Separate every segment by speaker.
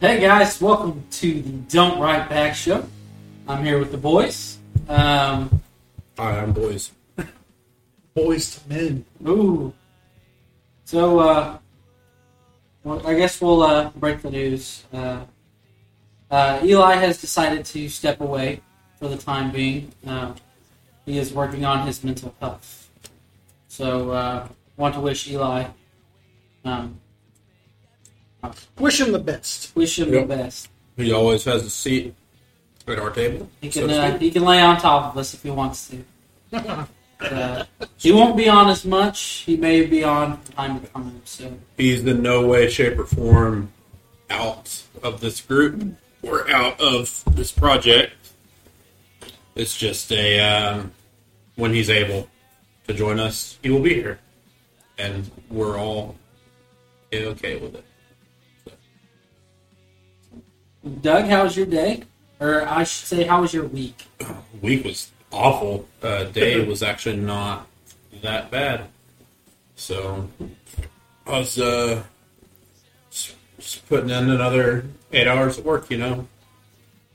Speaker 1: Hey guys, welcome to the Don't Write Back show. I'm here with the boys. Um,
Speaker 2: All right, I'm boys.
Speaker 3: Boys to men.
Speaker 1: ooh. So, uh, well, I guess we'll uh, break the news. Uh, uh, Eli has decided to step away for the time being. Uh, he is working on his mental health. So, uh, want to wish Eli, um,
Speaker 3: Wish him the best.
Speaker 1: wish him
Speaker 2: Yep.
Speaker 1: the best.
Speaker 2: He always has a seat at our table.
Speaker 1: He
Speaker 2: so
Speaker 1: can
Speaker 2: to
Speaker 1: uh,
Speaker 2: speak.
Speaker 1: he can lay on top of us if he wants to. But, uh, he won't be on as much. He may be on from time to time. So
Speaker 2: He's in no way, shape, or form out of this group or out of this project. It's just a um, when he's able to join us, he will be here, and we're all okay with it.
Speaker 1: Doug, how was your day? Or I should say, how was your week?
Speaker 2: week was awful. Uh, day was actually not that bad. So I was uh, s- just putting in another eight hours of work, you know,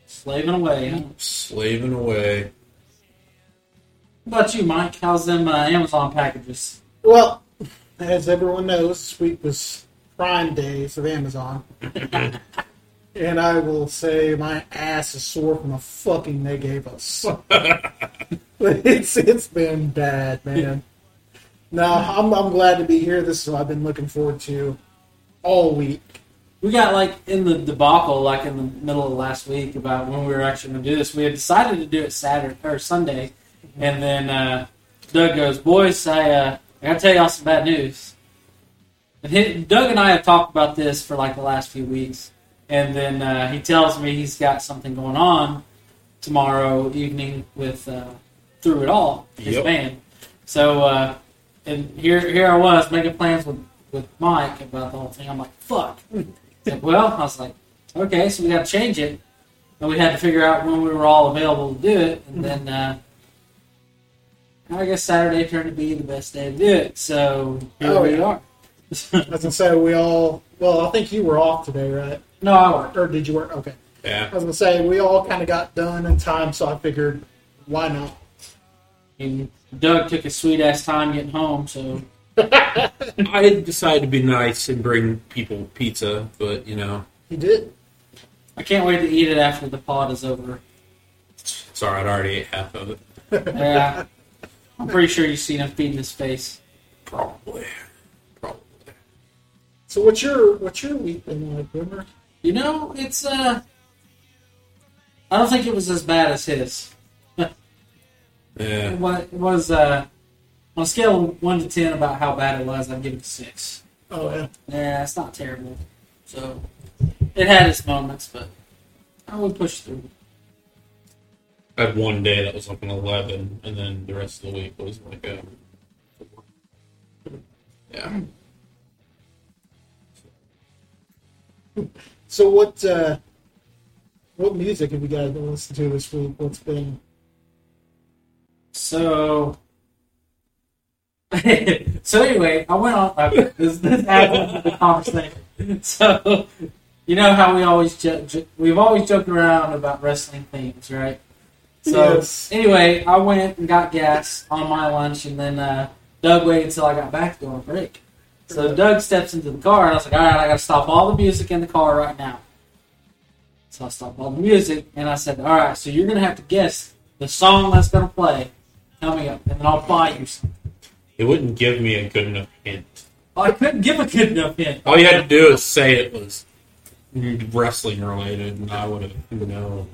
Speaker 1: Slaving away. Huh?
Speaker 2: slaving away.
Speaker 1: What about you, Mike? How's them uh, Amazon packages?
Speaker 3: Well, as everyone knows, this week was prime days of Amazon. and I will say my ass is sore from the fucking they gave us. it's it's been bad, man. no, I'm I'm glad to be here. This is what I've been looking forward to all week.
Speaker 1: We got like in the debacle, like in the middle of last week, about when we were actually going to do this. We had decided to do it Saturday or Sunday, and then uh, Doug goes, "Boys, I uh, I got to tell y'all some bad news." And he, Doug and I have talked about this for like the last few weeks, and then uh, he tells me he's got something going on tomorrow evening with uh, Through It All, his
Speaker 2: Yep.
Speaker 1: band. So, uh, and here here I was making plans with with Mike about the whole thing. I'm like, fuck. He's like, well, I was like, okay, so we got to change it, and we had to figure out when we were all available to do it, and then. Uh, I guess Saturday turned to be the best day to do it, so here
Speaker 3: Oh,
Speaker 1: we
Speaker 3: yeah.
Speaker 1: are.
Speaker 3: As I say, we all well, I think you were off today, right?
Speaker 1: no, I work.
Speaker 3: Or did you work? Okay.
Speaker 2: Yeah,
Speaker 3: I was gonna say we all kind of got done in time, so I figured why not?
Speaker 1: And Doug took his sweet ass time getting home, so
Speaker 2: I decided to be nice and bring people pizza, but you know,
Speaker 3: He did.
Speaker 1: I can't wait to eat it after the pod is over.
Speaker 2: it's all right. I already ate half of it,
Speaker 1: Yeah. I'm pretty sure you've seen him feeding his face.
Speaker 2: probably. Probably.
Speaker 3: So what's your what's your week been like, Boomer?
Speaker 1: You know, it's uh I don't think it was as bad as his. It
Speaker 2: Yeah,
Speaker 1: was, it was uh on a scale of one to ten about how bad it was, I'd give it a six.
Speaker 3: Oh yeah.
Speaker 1: Yeah, it's not terrible. So it had its moments, but I would push through.
Speaker 2: I had one day that was like an eleven, and then the rest of the week was like a. Yeah.
Speaker 3: So what uh, what music have you guys been listening to this week? What's been
Speaker 1: So, so anyway, I went on. Uh, this this happened in the conversation. So, you know how we always jo- jo- we've always joked around about wrestling things, right? So
Speaker 3: Yes.
Speaker 1: anyway, I went and got gas on my lunch, and then uh, Doug waited until I got back to go on break. So Doug steps into the car, and I was like, "All right, I gotta stop all the music in the car right now." So I stopped all the music, and I said, "All right, so you're gonna have to guess the song that's gonna play coming up, and then I'll buy you something."
Speaker 2: It wouldn't give me a good enough hint.
Speaker 1: I couldn't give a good enough hint.
Speaker 2: All you had to do is say it was wrestling related, and I would have known.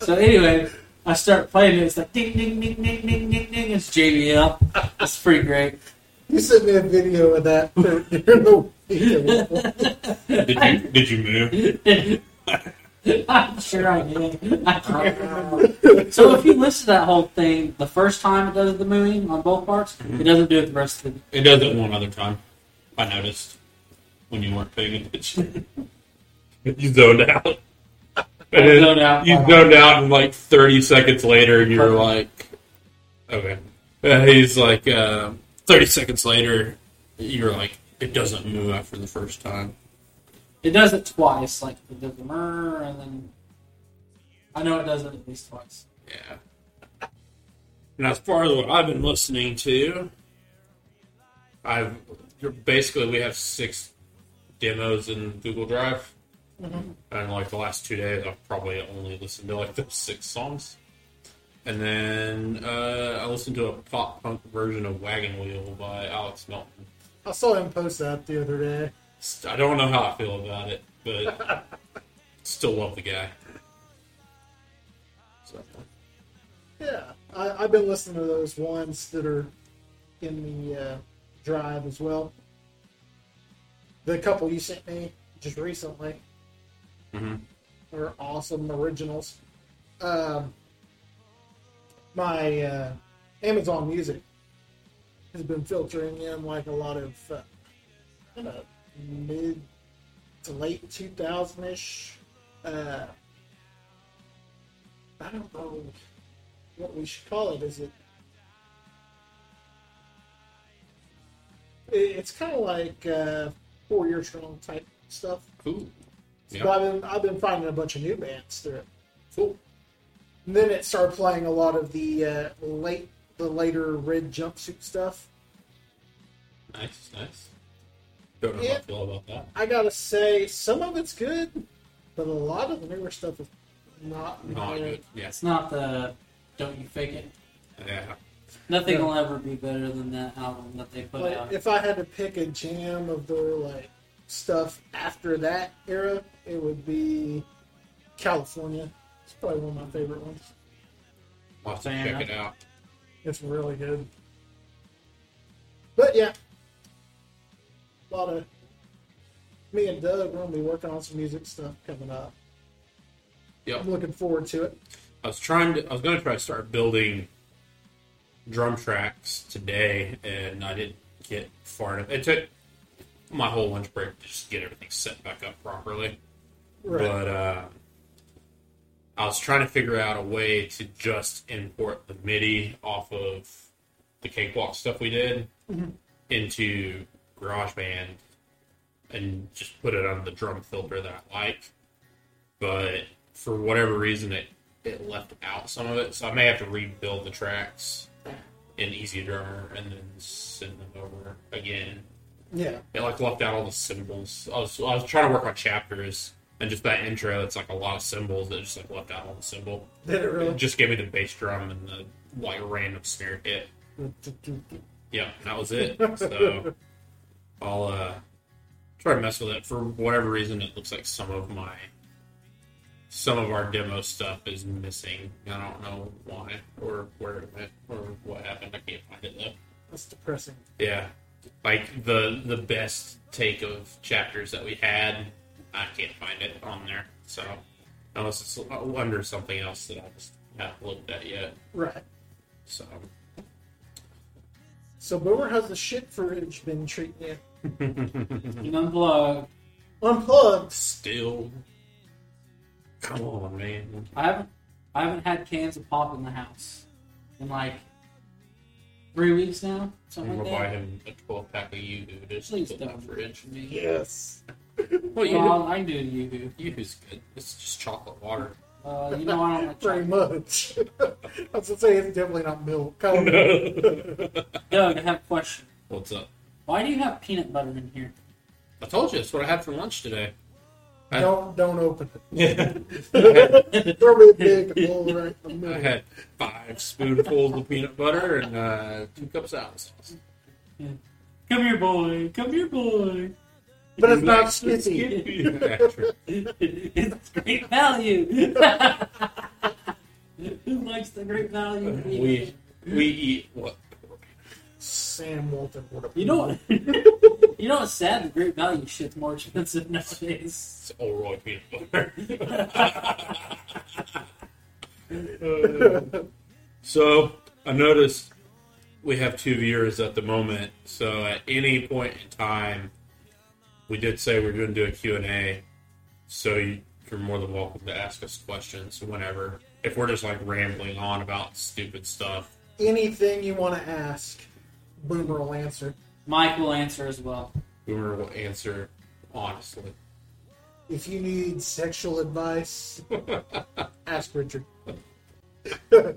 Speaker 1: So anyway, I start playing it. It's like ding, ding, ding, ding, ding, ding, ding. It's JBL. It's pretty great.
Speaker 3: you sent me a video of that during the week.
Speaker 2: Did you? Did you move?
Speaker 1: I'm sure I did. I can't remember. So if you listen to that whole thing, the first time it does the mooing on both parts,
Speaker 3: Mm-hmm.
Speaker 1: it doesn't do it the rest of the.
Speaker 2: It does it one other time. I noticed when you weren't paying attention. you zoned out. And
Speaker 1: I
Speaker 2: then
Speaker 1: zoned out.
Speaker 2: You zoned out, and like thirty seconds later, you're
Speaker 1: Perfect.
Speaker 2: like, okay. Uh, he's like, uh, thirty seconds later, you're like, it doesn't move after the first time.
Speaker 1: It does it twice, like it does the murr, and then I know it does it at least twice.
Speaker 2: Yeah. And as far as what I've been listening to, I've basically we have six demos in Google Drive, and like the last two days, I've probably only listened to like those six songs. And then uh, I listened to a pop punk version of Wagon Wheel by Alex Melton.
Speaker 3: I saw him post that the other day.
Speaker 2: St- I don't know how I feel about it, but still love the guy. So,
Speaker 3: Yeah, I, I've been listening to those ones that are in the uh, drive as well. The couple you sent me just recently
Speaker 2: mhm.
Speaker 3: are awesome originals. Um, my uh, Amazon Music has been filtering in like a lot of uh, kind of mid to late 2000 ish. Uh, I don't know what we should call it. Is it? it- It's kind of like uh, four year strong type stuff.
Speaker 2: cool.
Speaker 3: So
Speaker 2: Yeah.
Speaker 3: I've been I've been finding a bunch of new bands through it.
Speaker 2: Cool.
Speaker 3: And then it started playing a lot of the uh, late the later red jumpsuit stuff.
Speaker 2: Nice, nice. Don't know how I
Speaker 3: Yeah.
Speaker 2: feel about that.
Speaker 3: I gotta say, some of it's good, but a lot of the newer stuff is not
Speaker 2: Not
Speaker 3: good.
Speaker 2: good. Yes.
Speaker 1: It's not the don't you fake it.
Speaker 2: Yeah.
Speaker 1: Nothing
Speaker 3: Yeah.
Speaker 1: will ever be better than that album that they put
Speaker 3: Like,
Speaker 1: out.
Speaker 3: if I had to pick a jam of their like stuff after that era, it would be California. It's probably one of my favorite ones.
Speaker 2: I'll have to
Speaker 1: Fair
Speaker 2: check it out.
Speaker 3: It's really good. But yeah, a lot of me and Doug are gonna be working on some music stuff coming up.
Speaker 2: Yep.
Speaker 3: I'm looking forward to it.
Speaker 2: I was trying to. I was going to try to start building drum tracks today, and I didn't get far enough. It took my whole lunch break to just get everything set back up properly.
Speaker 3: Right.
Speaker 2: But uh, I was trying to figure out a way to just import the MIDI off of the cakewalk stuff we did into GarageBand and just put it on the drum filter that I like. But for whatever reason, it, it left out some of it, so I may have to rebuild the tracks in Easy Drummer and then send them over again
Speaker 3: yeah.
Speaker 2: it like left out all the symbols. I was, I was trying to work on chapters and just that intro. It's like a lot of symbols that just like left out all the symbol.
Speaker 3: Did it
Speaker 2: It
Speaker 3: really?
Speaker 2: just gave me the bass drum and the like random snare hit. Yeah, that was it. So I'll uh, try to mess with it. For whatever reason, it looks like some of my some of our demo stuff is missing. I don't know why or where it went or what happened. I can't find it though.
Speaker 3: That's depressing.
Speaker 2: Yeah, like the the best take of chapters that we had, I can't find it on there. So unless it's under something else that I just haven't looked at yet.
Speaker 3: Right.
Speaker 2: So
Speaker 3: So Boomer, how's the shit footage been treating you?
Speaker 1: You know, unplugged.
Speaker 3: Unplugged.
Speaker 2: still, come on, man.
Speaker 1: I haven't I haven't had cans of pop in the house in like three weeks now.
Speaker 2: I'm
Speaker 1: Something
Speaker 2: gonna
Speaker 1: like
Speaker 2: buy
Speaker 1: that.
Speaker 2: him a 12 pack of Yoo-Hoo just
Speaker 1: Oh, Please
Speaker 2: put in the
Speaker 1: don't.
Speaker 2: fridge.
Speaker 3: Yes.
Speaker 2: Well,
Speaker 1: Well,
Speaker 2: Yoo-Hoo,
Speaker 1: I'll- I can do you.
Speaker 2: Yoo-Hoo's good. It's just chocolate water.
Speaker 1: Uh, you know I don't like
Speaker 3: Pretty
Speaker 1: chocolate.
Speaker 3: much. I was gonna say it's definitely not milk. I don't know.
Speaker 1: Doug, I have a question.
Speaker 2: What's up?
Speaker 1: Why do you have peanut butter in here?
Speaker 2: I told you that's what I had for lunch today. I-
Speaker 3: Don't don't open
Speaker 2: Yeah.
Speaker 3: it. Throw me a big hole right in the
Speaker 2: I
Speaker 3: middle.
Speaker 2: had five spoonfuls of peanut butter and uh, two cups of apple sauce.
Speaker 1: Come here, boy. Come here, boy.
Speaker 3: But it's not
Speaker 2: Nice. It's
Speaker 3: skippy.
Speaker 2: Yeah, true.
Speaker 1: it's great value. Who likes the great value?
Speaker 2: we we eat what?
Speaker 3: Sam Walton would have.
Speaker 1: You know what? you know what's sad? The great value shit's more expensive nowadays.
Speaker 2: It's Olroy peanut butter. so I noticed we have two viewers at the moment. So at any point in time, we did say we're going to do a Q and A. So you- you're more than welcome to ask us questions whenever. If we're just like rambling on about stupid stuff,
Speaker 3: Anything you want to ask, Boomer will answer.
Speaker 1: Mike will answer as well.
Speaker 2: Boomer will answer honestly.
Speaker 3: If you need sexual advice, ask Richard.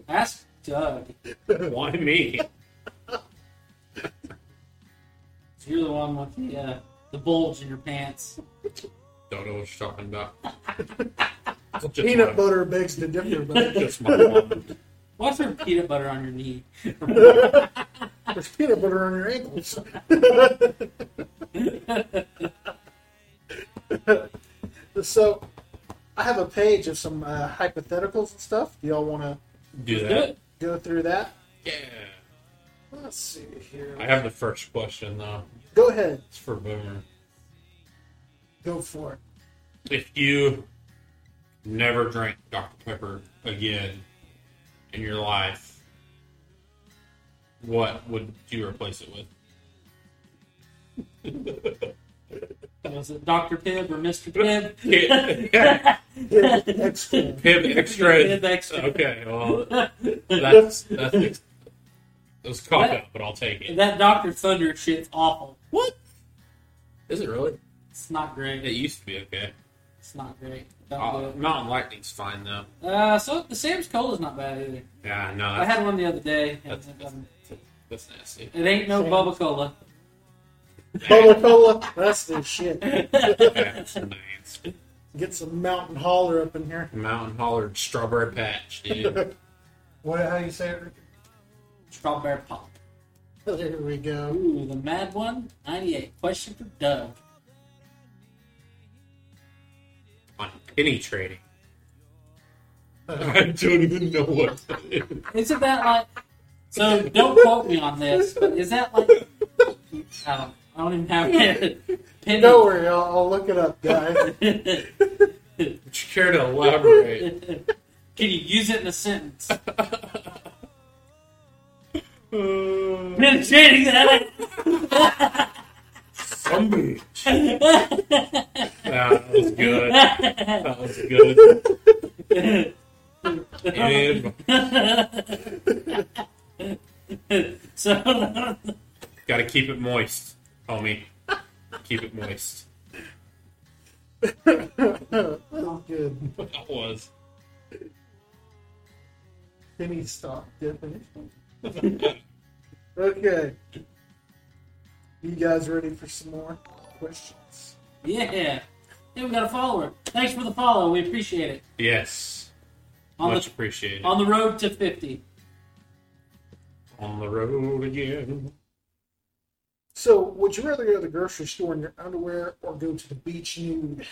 Speaker 1: Ask Doug.
Speaker 2: Why me?
Speaker 1: You're the one with the uh, the bulge in your pants.
Speaker 2: Don't know what you're talking about. Just
Speaker 3: Peanut
Speaker 2: my-
Speaker 3: butter begs to differ, but
Speaker 2: Just my mom.
Speaker 1: What's there peanut butter on your knee?
Speaker 3: there's peanut butter on your ankles. so, I have a page of some uh, hypotheticals and stuff. Do y'all want to
Speaker 2: Do
Speaker 1: Do
Speaker 2: that.
Speaker 1: it.
Speaker 3: go through that?
Speaker 2: Yeah.
Speaker 3: Let's see here.
Speaker 2: I have the first question though.
Speaker 3: Go ahead.
Speaker 2: It's for Boomer.
Speaker 3: Go for it.
Speaker 2: If you never drank Dr. Pepper again in your life, what would you replace it with?
Speaker 1: Was it Dr. Pibb or Mr. Pibb?
Speaker 2: Yeah.
Speaker 3: Yeah, extra.
Speaker 2: Pib extra.
Speaker 1: Pibb extra.
Speaker 2: Okay, well, that's, that's ex- it was cop out, but I'll take it.
Speaker 1: That Dr. Thunder shit's awful.
Speaker 2: What? Is it really?
Speaker 1: It's not
Speaker 2: It
Speaker 1: great.
Speaker 2: used to be okay.
Speaker 1: It's not great.
Speaker 2: Uh,
Speaker 1: Don't do
Speaker 2: Mountain Lightning's fine though.
Speaker 1: it. Uh, so the Sam's Cola is not bad either.
Speaker 2: Yeah, no,
Speaker 1: I
Speaker 2: that's,
Speaker 1: had one the other day. And
Speaker 2: that's,
Speaker 1: it,
Speaker 2: that's,
Speaker 1: doesn't-
Speaker 2: that's nasty.
Speaker 1: it ain't no
Speaker 3: Sam's.
Speaker 1: Bubba Cola.
Speaker 3: Bubble cola. That's the shit.
Speaker 2: That's nasty.
Speaker 3: Get some mountain holler up in here.
Speaker 2: Mountain Holler Strawberry Patch, dude.
Speaker 3: What? How you say it? Ricky?
Speaker 1: Strawberry Pop.
Speaker 3: There we go.
Speaker 1: Ooh, the mad one. 98. Question for Doug.
Speaker 2: On penny trading. I don't even know what. that is.
Speaker 1: Isn't that like? So don't quote me on this, but is that like? I don't. I don't even have it. Penny.
Speaker 3: Don't worry, I'll, I'll look it up, guys.
Speaker 2: Would you care to elaborate?
Speaker 1: Can you use it in a sentence?
Speaker 2: Uh,
Speaker 1: Penny trading that.
Speaker 2: some bitch. Yeah, that was good. That was good. And
Speaker 1: so
Speaker 2: gotta keep it moist, homie. Keep it moist.
Speaker 3: That was good.
Speaker 2: That was.
Speaker 3: Penny stock definition. Okay. You guys ready for some more questions?
Speaker 1: yeah, yeah, we got a follower. Thanks for the follow. We appreciate it.
Speaker 2: Yes.
Speaker 1: On
Speaker 2: Much
Speaker 1: the
Speaker 2: appreciated.
Speaker 1: on the road to fifty.
Speaker 2: On the road again.
Speaker 3: So, would you rather go to the grocery store in your underwear or go to the beach nude?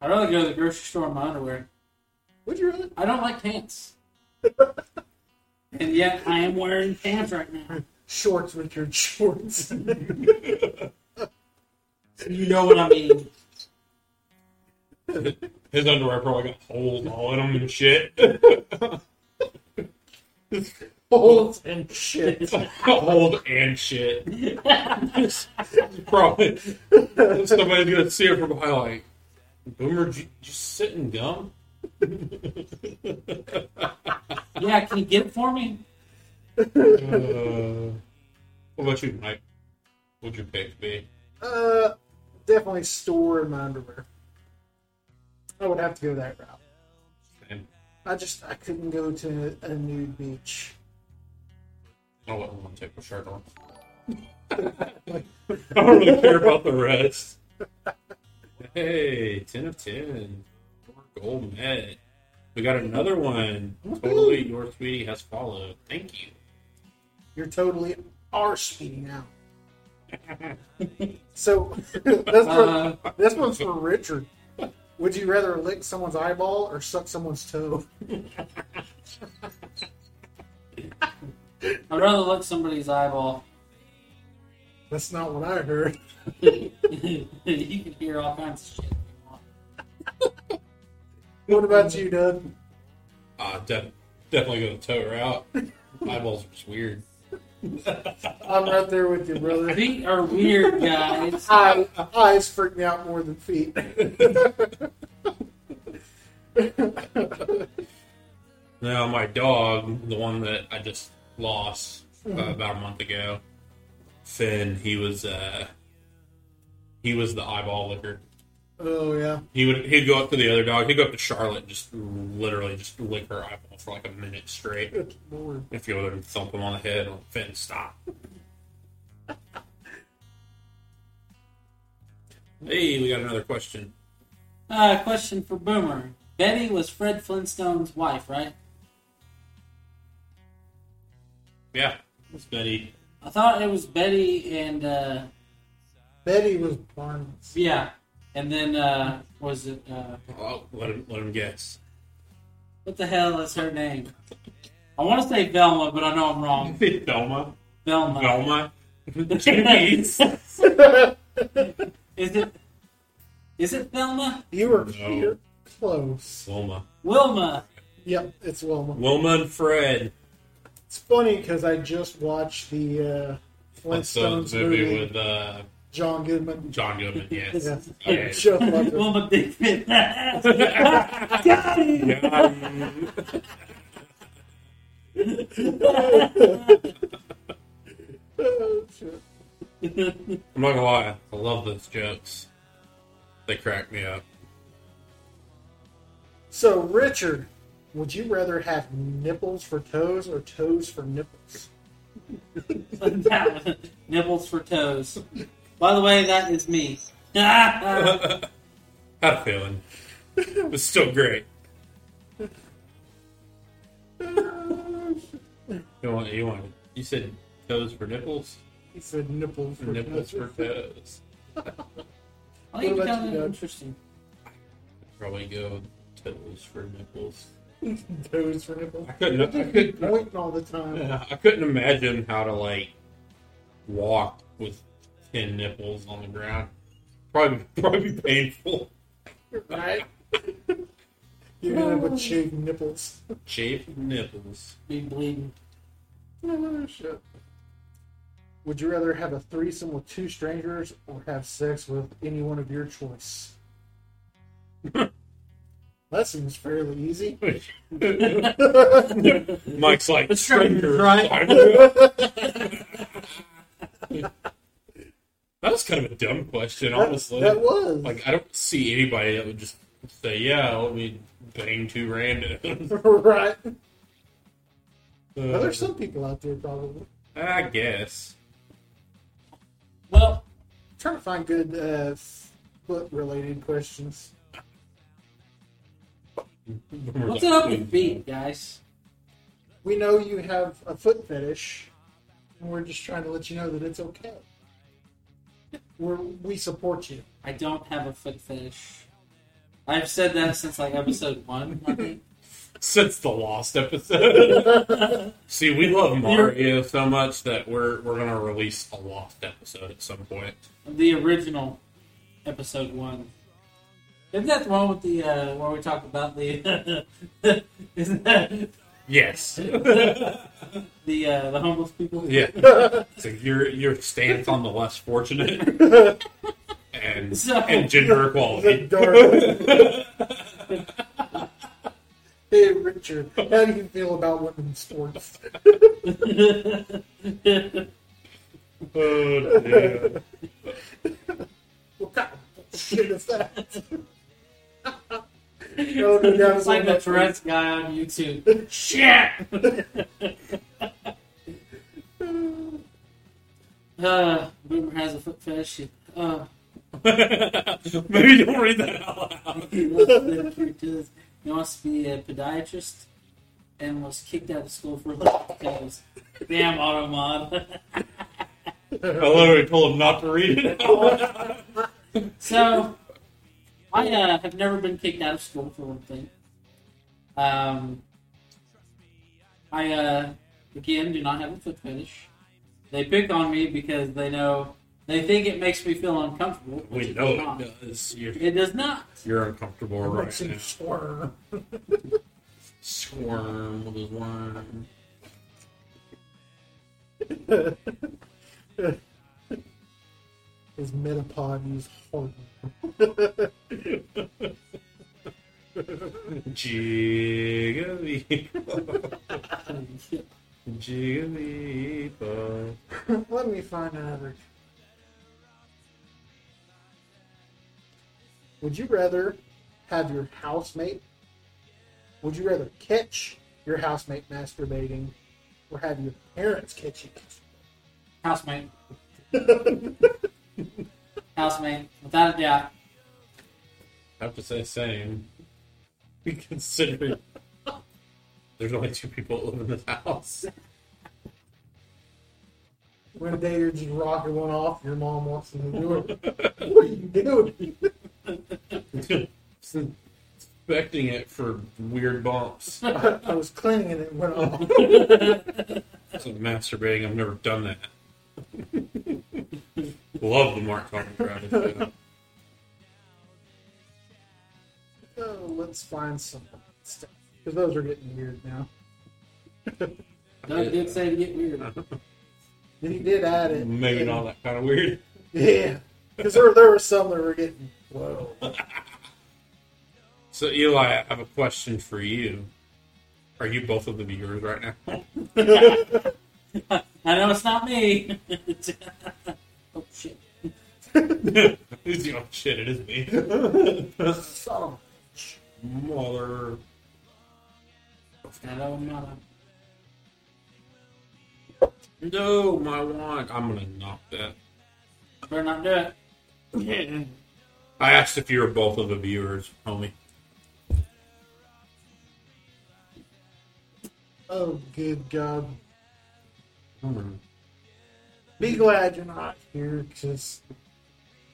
Speaker 1: I'd rather go to the grocery store in my underwear.
Speaker 3: Would you rather?
Speaker 1: I don't like pants. and yet I am wearing pants right now.
Speaker 3: Shorts with your shorts.
Speaker 1: You know what I mean.
Speaker 2: His underwear probably got holes all in them and shit.
Speaker 3: Holes and shit.
Speaker 2: Old and shit. Probably somebody's gonna see it from behind, like Boomer, j- just sitting dumb.
Speaker 1: Yeah, can you get it for me?
Speaker 2: Uh, what about you, Mike? What'd your pick be?
Speaker 3: Uh, definitely store in my underwear. I would have to go that route.
Speaker 2: And
Speaker 3: I just I couldn't go to a nude beach.
Speaker 2: I don't want to Oh, take my shirt on. I don't really care about the rest. Hey, ten of ten, Four gold med. We got another one. Totally, your sweetie has followed. Thank you.
Speaker 3: You're totally are speeding out. so that's for,
Speaker 2: Uh-huh.
Speaker 1: Uh,
Speaker 3: this one's for Richard. Would you rather lick someone's eyeball or suck someone's toe?
Speaker 1: I'd rather look somebody's eyeball.
Speaker 3: That's not what I heard.
Speaker 1: you can hear all kinds of shit.
Speaker 3: What about you, Doug?
Speaker 2: Uh, def- definitely going to toe her out. Eyeballs are just weird.
Speaker 3: I'm right there with you, brother.
Speaker 1: Feet are weird, guys.
Speaker 3: Eye, eyes freak me out more than feet.
Speaker 2: Now, my dog, the one that I just Mm-hmm. lost uh, about a month ago, Finn, he was, uh, He was the eyeball licker.
Speaker 3: Oh yeah.
Speaker 2: He would he'd go up to the other dog. He'd go up to Charlotte and just literally just lick her eyeball for like a minute straight.
Speaker 3: Good lord.
Speaker 2: If you would thump him on the head, and Finn stop. hey, we got another question.
Speaker 1: Uh, question for Boomer. Betty was Fred Flintstone's wife, right?
Speaker 2: Yeah, it's Betty.
Speaker 1: I thought it was Betty and uh,
Speaker 3: Betty was Barnes.
Speaker 1: yeah, and then uh, was it uh,
Speaker 2: Oh, let him let him guess.
Speaker 1: what the hell is her name? I want to say Velma, but I know I'm wrong.
Speaker 2: Velma.
Speaker 1: Velma.
Speaker 2: Velma. Two B's.
Speaker 1: Is it? Is it Velma?
Speaker 3: You were
Speaker 2: No.
Speaker 3: you're close.
Speaker 2: Wilma.
Speaker 1: Wilma.
Speaker 3: Yep, it's Wilma.
Speaker 2: Wilma and Fred.
Speaker 3: It's funny because I just watched the uh,
Speaker 2: That's the
Speaker 3: Flintstones
Speaker 2: movie
Speaker 3: movie
Speaker 2: with uh,
Speaker 3: John Goodman.
Speaker 2: John Goodman. Yes.
Speaker 3: Yeah.
Speaker 2: Okay.
Speaker 3: Just like it.
Speaker 1: Wilma Dickman. Got him.
Speaker 3: Oh, shit.
Speaker 2: I'm not gonna lie, I love those jokes. They crack me up.
Speaker 3: so Richard, would you rather have nipples for toes or toes for nipples?
Speaker 1: That was- Nibbles for toes. By the way, that is me. That's
Speaker 2: Had a feeling. It's still great. You want? You want? You said toes for nipples,
Speaker 3: He said nipples for
Speaker 2: nipples for
Speaker 3: toes.
Speaker 2: toes.
Speaker 1: I think
Speaker 3: What about
Speaker 1: kind
Speaker 3: you,
Speaker 1: of
Speaker 3: Doug?
Speaker 1: interesting.
Speaker 2: Probably go toes for nipples.
Speaker 3: toes for nipples.
Speaker 2: I couldn't. I couldn't.
Speaker 3: Pointing all the time.
Speaker 2: I couldn't imagine how to like walk with ten nipples on the ground. Probably, probably painful.
Speaker 3: Right? You're gonna have a shaved nipples.
Speaker 2: Shaved nipples.
Speaker 1: Be bleeding.
Speaker 3: Oh, shit. Would you rather have a threesome with two strangers or have sex with anyone of your choice? that seems fairly easy.
Speaker 2: Mike's like
Speaker 1: The strangers,
Speaker 2: strangers,
Speaker 1: right?
Speaker 2: I know. that was kind of a dumb question, honestly.
Speaker 3: That, that was.
Speaker 2: like I don't see anybody that would just say, "Yeah, let me bang two randoms."
Speaker 3: right. Well,
Speaker 2: Uh,
Speaker 3: there's some people out there probably.
Speaker 2: I guess.
Speaker 1: Well,
Speaker 3: trying to find good uh, foot related questions.
Speaker 1: what's it up with feet, guys?
Speaker 3: We know you have a foot fetish, and we're just trying to let you know that it's okay. We're, we support you.
Speaker 1: I don't have a foot fetish. I've said that since like episode one. I think.
Speaker 2: since the lost episode. See, we love Mario so much that we're we're gonna release a lost episode at some point.
Speaker 1: the original episode one. Isn't that the one with the uh, where we talk about the isn't that
Speaker 2: Yes.
Speaker 1: the uh, the homeless people?
Speaker 2: yeah. So your your stance on the less fortunate and
Speaker 1: So-
Speaker 2: and gender equality.
Speaker 3: hey, Richard, how do you feel about women's sports?
Speaker 2: Oh, dear.
Speaker 3: what kind of shit is that? Oh, no, no, that
Speaker 1: it's
Speaker 3: was
Speaker 1: like
Speaker 3: on
Speaker 1: the
Speaker 3: my-
Speaker 1: Tourette's guy on YouTube. Shit. uh, Boomer has a foot fetish. Uh,
Speaker 2: Maybe don't read that out loud.
Speaker 1: uh, he wants to do- he wants to be a podiatrist and was kicked out of school for little toes. Damn Automod.
Speaker 2: I literally told him not to read it out loud.
Speaker 1: So, I uh, have never been kicked out of school for one thing. Um, I uh, again do not have a foot fetish. They pick on me because they know they think it makes me feel uncomfortable. which
Speaker 2: We
Speaker 1: it does
Speaker 2: know
Speaker 1: not.
Speaker 2: it does. You're,
Speaker 1: It does not.
Speaker 2: you're uncomfortable right
Speaker 3: Makes you
Speaker 2: now.
Speaker 3: squirm.
Speaker 2: Squirm with his worm.
Speaker 3: His metapod is horrible.
Speaker 2: Jiggly. Jigglypuff.
Speaker 3: Let me find another. Would you rather have your housemate? Would you rather catch your housemate masturbating, or have your parents catch you?
Speaker 1: Housemate. Housemate, without a doubt.
Speaker 2: I have to say same. Considering there's only two people that live in the house.
Speaker 3: One day you're just rocking one off. Your mom walks in the door. what are you doing?
Speaker 2: Expecting it for weird bumps.
Speaker 3: I, I was cleaning it and it went off.
Speaker 2: So masturbating, I've never done that. Love the Mark Carter crowd. though.
Speaker 3: Oh, let's find some stuff because those are getting weird now.
Speaker 1: Doug did say to get weird.
Speaker 3: He did add it.
Speaker 2: Maybe not that kind of weird.
Speaker 3: Yeah, because there, there were some that were getting whoa.
Speaker 2: So Eli, I have a question for you. Are you both of the viewers right now?
Speaker 1: I know it's not me. oh shit.
Speaker 2: He's like, oh shit, it is me.
Speaker 3: Son of a bitch.
Speaker 2: Mother.
Speaker 1: That old mother.
Speaker 2: No, my wand. I'm gonna knock that.
Speaker 1: Better not do it.
Speaker 2: I asked if you were both of the viewers, homie.
Speaker 3: Oh, good God.
Speaker 2: Hmm.
Speaker 3: Be glad you're not here, because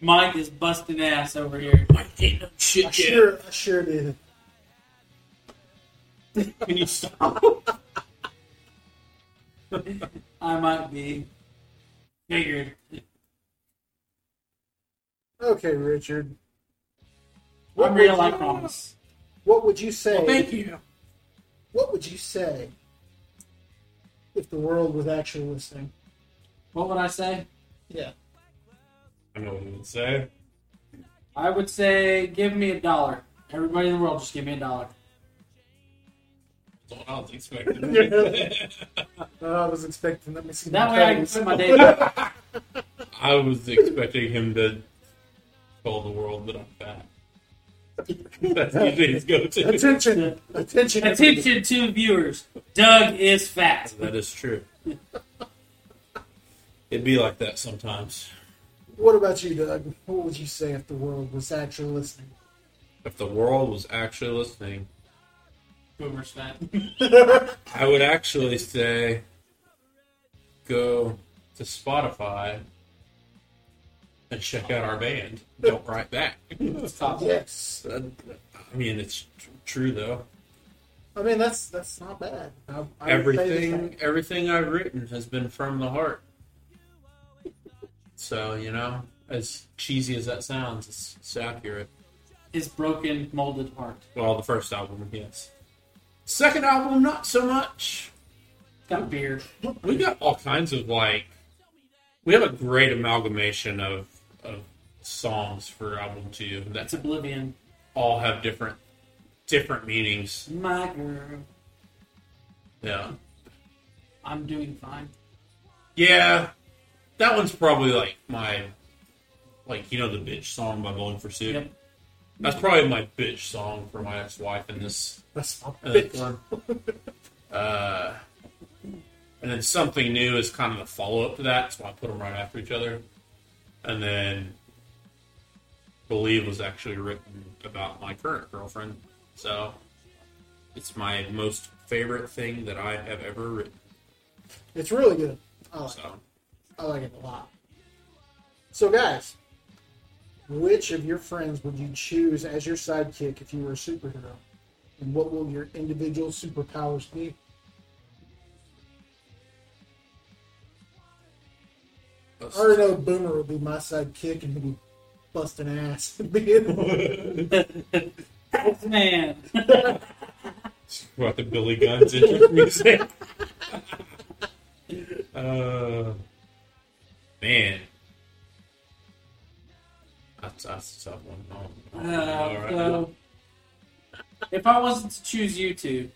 Speaker 1: Mike is busting ass over here.
Speaker 2: I ain't no
Speaker 3: I
Speaker 2: shit yet.
Speaker 3: sure, I sure did.
Speaker 2: Can you stop?
Speaker 1: I might be figured.
Speaker 3: Okay, Richard.
Speaker 1: I'm real,
Speaker 3: would
Speaker 1: I
Speaker 3: you-
Speaker 1: promise.
Speaker 3: What would you say?
Speaker 2: Well, thank you.
Speaker 3: What would you say if the world was actually listening?
Speaker 1: What would I say?
Speaker 3: Yeah.
Speaker 2: I know what he would say.
Speaker 1: I would say give me a dollar. Everybody in the world, just give me a dollar.
Speaker 2: That's what I was expecting.
Speaker 3: I was expecting. Let me see.
Speaker 1: That
Speaker 3: my
Speaker 1: way I can
Speaker 3: toes.
Speaker 1: put my day back.
Speaker 2: I was expecting him to tell the world that I'm fat. That's usually his go-to.
Speaker 3: Attention! Attention!
Speaker 1: Attention to viewers. Doug is fat.
Speaker 2: That is true. It'd be like that sometimes.
Speaker 3: What about you, Doug? What would you say if the world was actually listening?
Speaker 2: If the world was actually listening,
Speaker 1: Boomer's fat.
Speaker 2: I would actually say go to Spotify and check out our band. Don't write back.
Speaker 1: It's top.
Speaker 3: Yes.
Speaker 2: I mean, it's tr- true though.
Speaker 3: I mean, that's that's not bad. I, I would say
Speaker 2: everything everything I've written has been from the heart. So you know, as cheesy as that sounds, it's, it's accurate.
Speaker 1: His broken, molded heart.
Speaker 2: Well, the first album, yes. Second album, not so much.
Speaker 1: Got a beard.
Speaker 2: We got all kinds of like, we have a great amalgamation of of songs for album two
Speaker 1: It's
Speaker 2: that
Speaker 1: oblivion.
Speaker 2: all have different different meanings.
Speaker 1: My girl.
Speaker 2: Yeah,
Speaker 1: I'm doing fine.
Speaker 2: yeah. That one's probably like my, like you know the bitch song by Bowling for Soup.
Speaker 1: Yep.
Speaker 2: That's probably my bitch song for my ex-wife in this,
Speaker 3: That's not
Speaker 2: in
Speaker 3: bad.
Speaker 2: this one. Uh, and then something new is kind of the follow-up to that, so I put them right after each other. And then believe was actually written about my current girlfriend, so it's my most favorite thing that I have ever written.
Speaker 3: It's really good. I like it.
Speaker 2: So
Speaker 3: I like it a lot. So, guys, which of your friends would you choose as your sidekick if you were a superhero? And what will your individual superpowers be? I already know Boomer will be my sidekick and he'll be busting ass. and being-
Speaker 1: Fat Oh, Man.
Speaker 2: What the Billy Gunn's entrance music. uh, man. That's, that's a tough one. Oh,
Speaker 1: Uh,
Speaker 2: all right.
Speaker 1: So, if I wasn't to choose you two,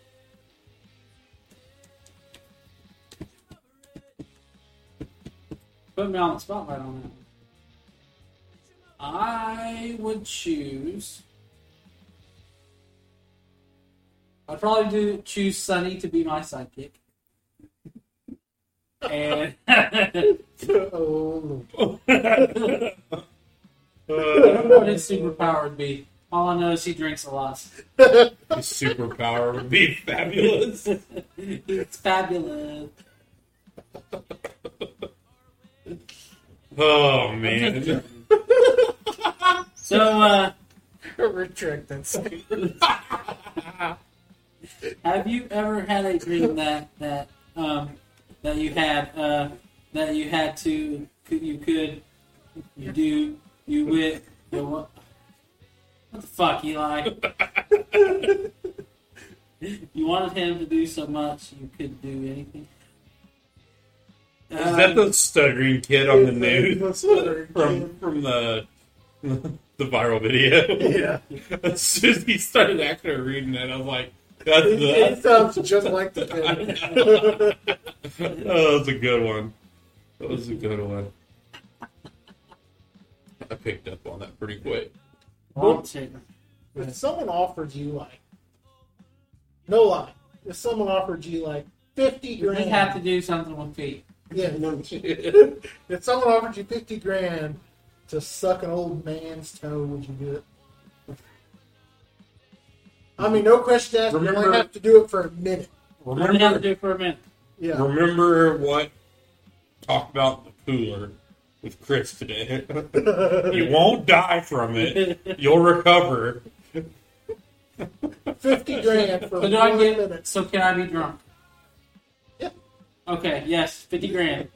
Speaker 1: put me on the spotlight on that. one. I would choose. I'd probably do choose Sunny to be my sidekick. and
Speaker 3: oh, Lord.
Speaker 1: I
Speaker 3: Uh,
Speaker 1: don't know what his superpower would be. All I know is he drinks a lot.
Speaker 2: His superpower would be fabulous.
Speaker 1: it's fabulous.
Speaker 2: Oh
Speaker 3: Uh,
Speaker 2: man.
Speaker 1: So, uh,
Speaker 3: retract that statement.
Speaker 1: have you ever had a dream that that um, that you had uh, that you had to could you could you do you with you what, what the fuck Eli? you wanted him to do so much you could do anything. Um,
Speaker 2: Is that the stuttering kid on the news?
Speaker 3: The stuttering
Speaker 2: from
Speaker 3: kid.
Speaker 2: from the the viral video.
Speaker 3: Yeah.
Speaker 2: As soon as he started actually reading it, I was like, that's
Speaker 3: It, it
Speaker 2: the
Speaker 3: sounds just like the thing.
Speaker 2: oh, that was a good one. That was a good one. I picked up on that pretty quick.
Speaker 1: Want to.
Speaker 3: if someone offered you, like, no lie, if someone offered you, like, 50
Speaker 1: You
Speaker 3: grand.
Speaker 1: really have to do something with feet.
Speaker 3: Yeah, no shit. if someone offered you 50 grand to suck an old man's toe, would you do it? I mean, no question asked. you
Speaker 2: Remember-
Speaker 3: only have to do it for a minute.
Speaker 1: You really have to
Speaker 2: Remember,
Speaker 1: do it for a minute.
Speaker 3: Yeah.
Speaker 2: remember what talked about the cooler with Chris today. you won't die from it. You'll recover.
Speaker 3: 50 grand for
Speaker 1: So
Speaker 3: one
Speaker 1: do I get?
Speaker 3: minute.
Speaker 1: So can I be drunk?
Speaker 3: Yeah.
Speaker 1: Okay. Yes. Fifty grand.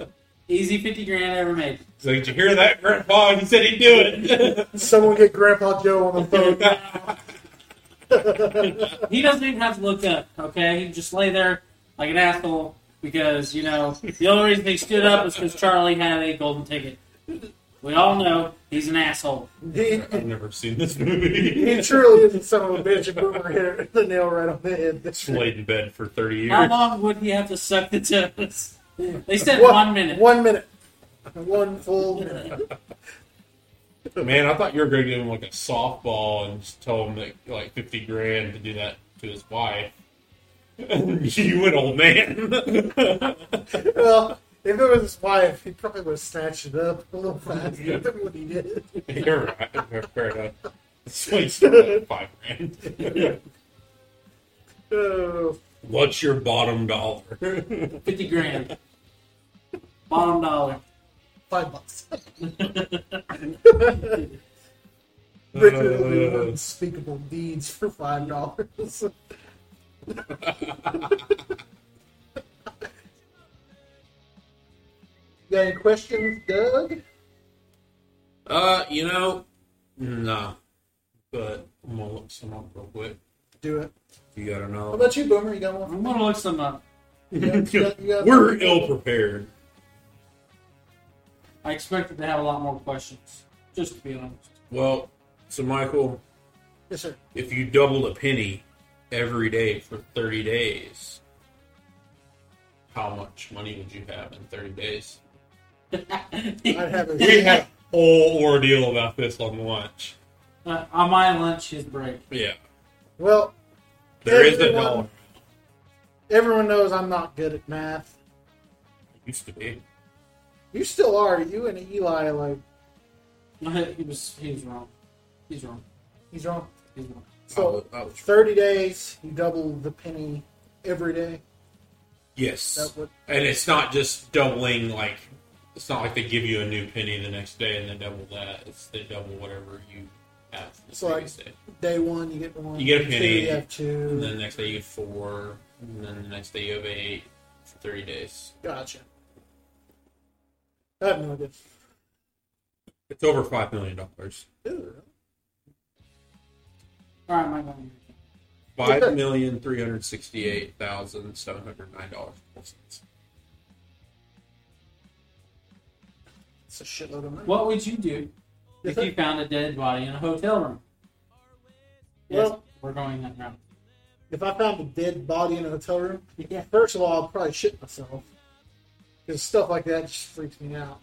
Speaker 1: Easy fifty grand ever made.
Speaker 2: He's like, did you hear that, Grandpa? He said he'd do it.
Speaker 3: Someone get Grandpa Joe on the phone.
Speaker 1: He doesn't even have to look up. Okay. He can just lay there like an asshole because you know the only reason he stood up was because Charlie had a golden ticket. We all know he's an asshole.
Speaker 3: he,
Speaker 2: I've never seen this movie.
Speaker 3: he truly is a son of a bitch. If we were here, the nail right on the head.
Speaker 2: Just laid in bed for 30
Speaker 1: How
Speaker 2: years.
Speaker 1: long would he have to suck the toes? They said
Speaker 3: One-
Speaker 1: one minute.
Speaker 3: One minute. One full minute.
Speaker 2: Man, I thought you were going to give him like a softball and just tell him that like 50 grand to do that to his wife. you an old man.
Speaker 3: well, if it was his wife, he probably would have snatched it up a little faster than what he did.
Speaker 2: You're right. Fair enough. So he started at five grand.
Speaker 3: Oh,
Speaker 2: What's your bottom dollar?
Speaker 1: Fifty grand. Bottom dollar.
Speaker 3: five bucks. Richard will do
Speaker 2: Uh,
Speaker 3: unspeakable deeds for five dollars. Got any questions, Doug?
Speaker 2: uh, you know, no. But I'm gonna look some up real quick.
Speaker 3: Do it.
Speaker 2: You gotta
Speaker 3: How
Speaker 2: know.
Speaker 3: about you, Boomer? You got one?
Speaker 1: I'm gonna look some up.
Speaker 2: We're ill prepared.
Speaker 1: I expected to have a lot more questions. Just to be honest.
Speaker 2: Well, so Michael,
Speaker 3: Yes, sir.
Speaker 2: if you doubled a penny every day for 30 days, how much money would you have in 30 days?
Speaker 3: I have a
Speaker 2: We had a whole ordeal about this on lunch.
Speaker 1: Uh, on my lunch is break.
Speaker 2: Yeah.
Speaker 3: Well,
Speaker 2: There is a
Speaker 3: Everyone-
Speaker 2: dollar.
Speaker 3: everyone knows I'm not good at math.
Speaker 2: It used to be.
Speaker 3: You still are. You and Eli, are like,
Speaker 1: No, he he was he was wrong. He's wrong.
Speaker 3: he's wrong.
Speaker 1: He's wrong.
Speaker 3: So,
Speaker 2: I was-
Speaker 3: 30 days, you double the penny every day.
Speaker 2: yes.
Speaker 3: That would,
Speaker 2: And it's not just doubling, like, it's not like they give you a new penny the next day and then double that. It's they double whatever you have the
Speaker 3: So, like,
Speaker 2: previous day.
Speaker 3: day one, you get one.
Speaker 2: You get a
Speaker 3: two,
Speaker 2: penny,
Speaker 3: You have two.
Speaker 2: And then the next day you have four. And then the next day you have eight for 30 days.
Speaker 3: Gotcha. I have no idea.
Speaker 2: It's over $5 million. dollars.
Speaker 3: Ew.
Speaker 1: All right, my bad.
Speaker 2: Five million three hundred sixty-eight thousand seven hundred nine dollars.
Speaker 3: It's a shitload of money.
Speaker 1: What would you do if you found a dead body in a hotel room? Yes,
Speaker 3: Well-
Speaker 1: we're going that route.
Speaker 3: If I found a dead body in a hotel room,
Speaker 1: Yeah.
Speaker 3: first of all, I'd probably shit myself. Because stuff like that just freaks me out.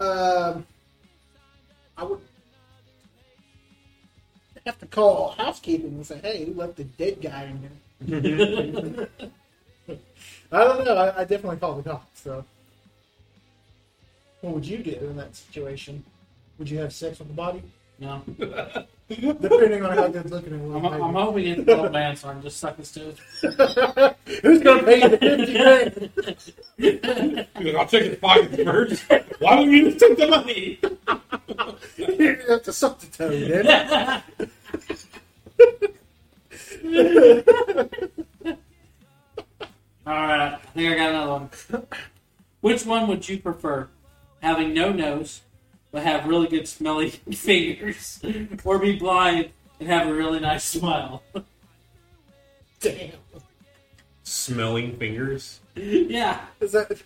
Speaker 3: Um, I would have to call housekeeping and say, "Hey, who left the dead guy in here?" I don't know. I, I definitely call the cops. So, what would you do in that situation? Would you have sex with the body?
Speaker 1: No,
Speaker 3: Depending on how good looking it was.
Speaker 1: I'm, I'm hoping it's an old man, so I'm just sucking his toes.
Speaker 3: maybe. Who's gonna pay you the fifty grand?
Speaker 2: He's like, I'll take his pocket first. Why would you just take the money?
Speaker 3: you have to suck the toe, then.
Speaker 1: All right, I think I got another one. Which one would you prefer? Having no nose, but have really good smelly fingers, or be blind and have a really nice smile?
Speaker 3: Damn.
Speaker 2: Smelling fingers.
Speaker 1: yeah,
Speaker 3: Is that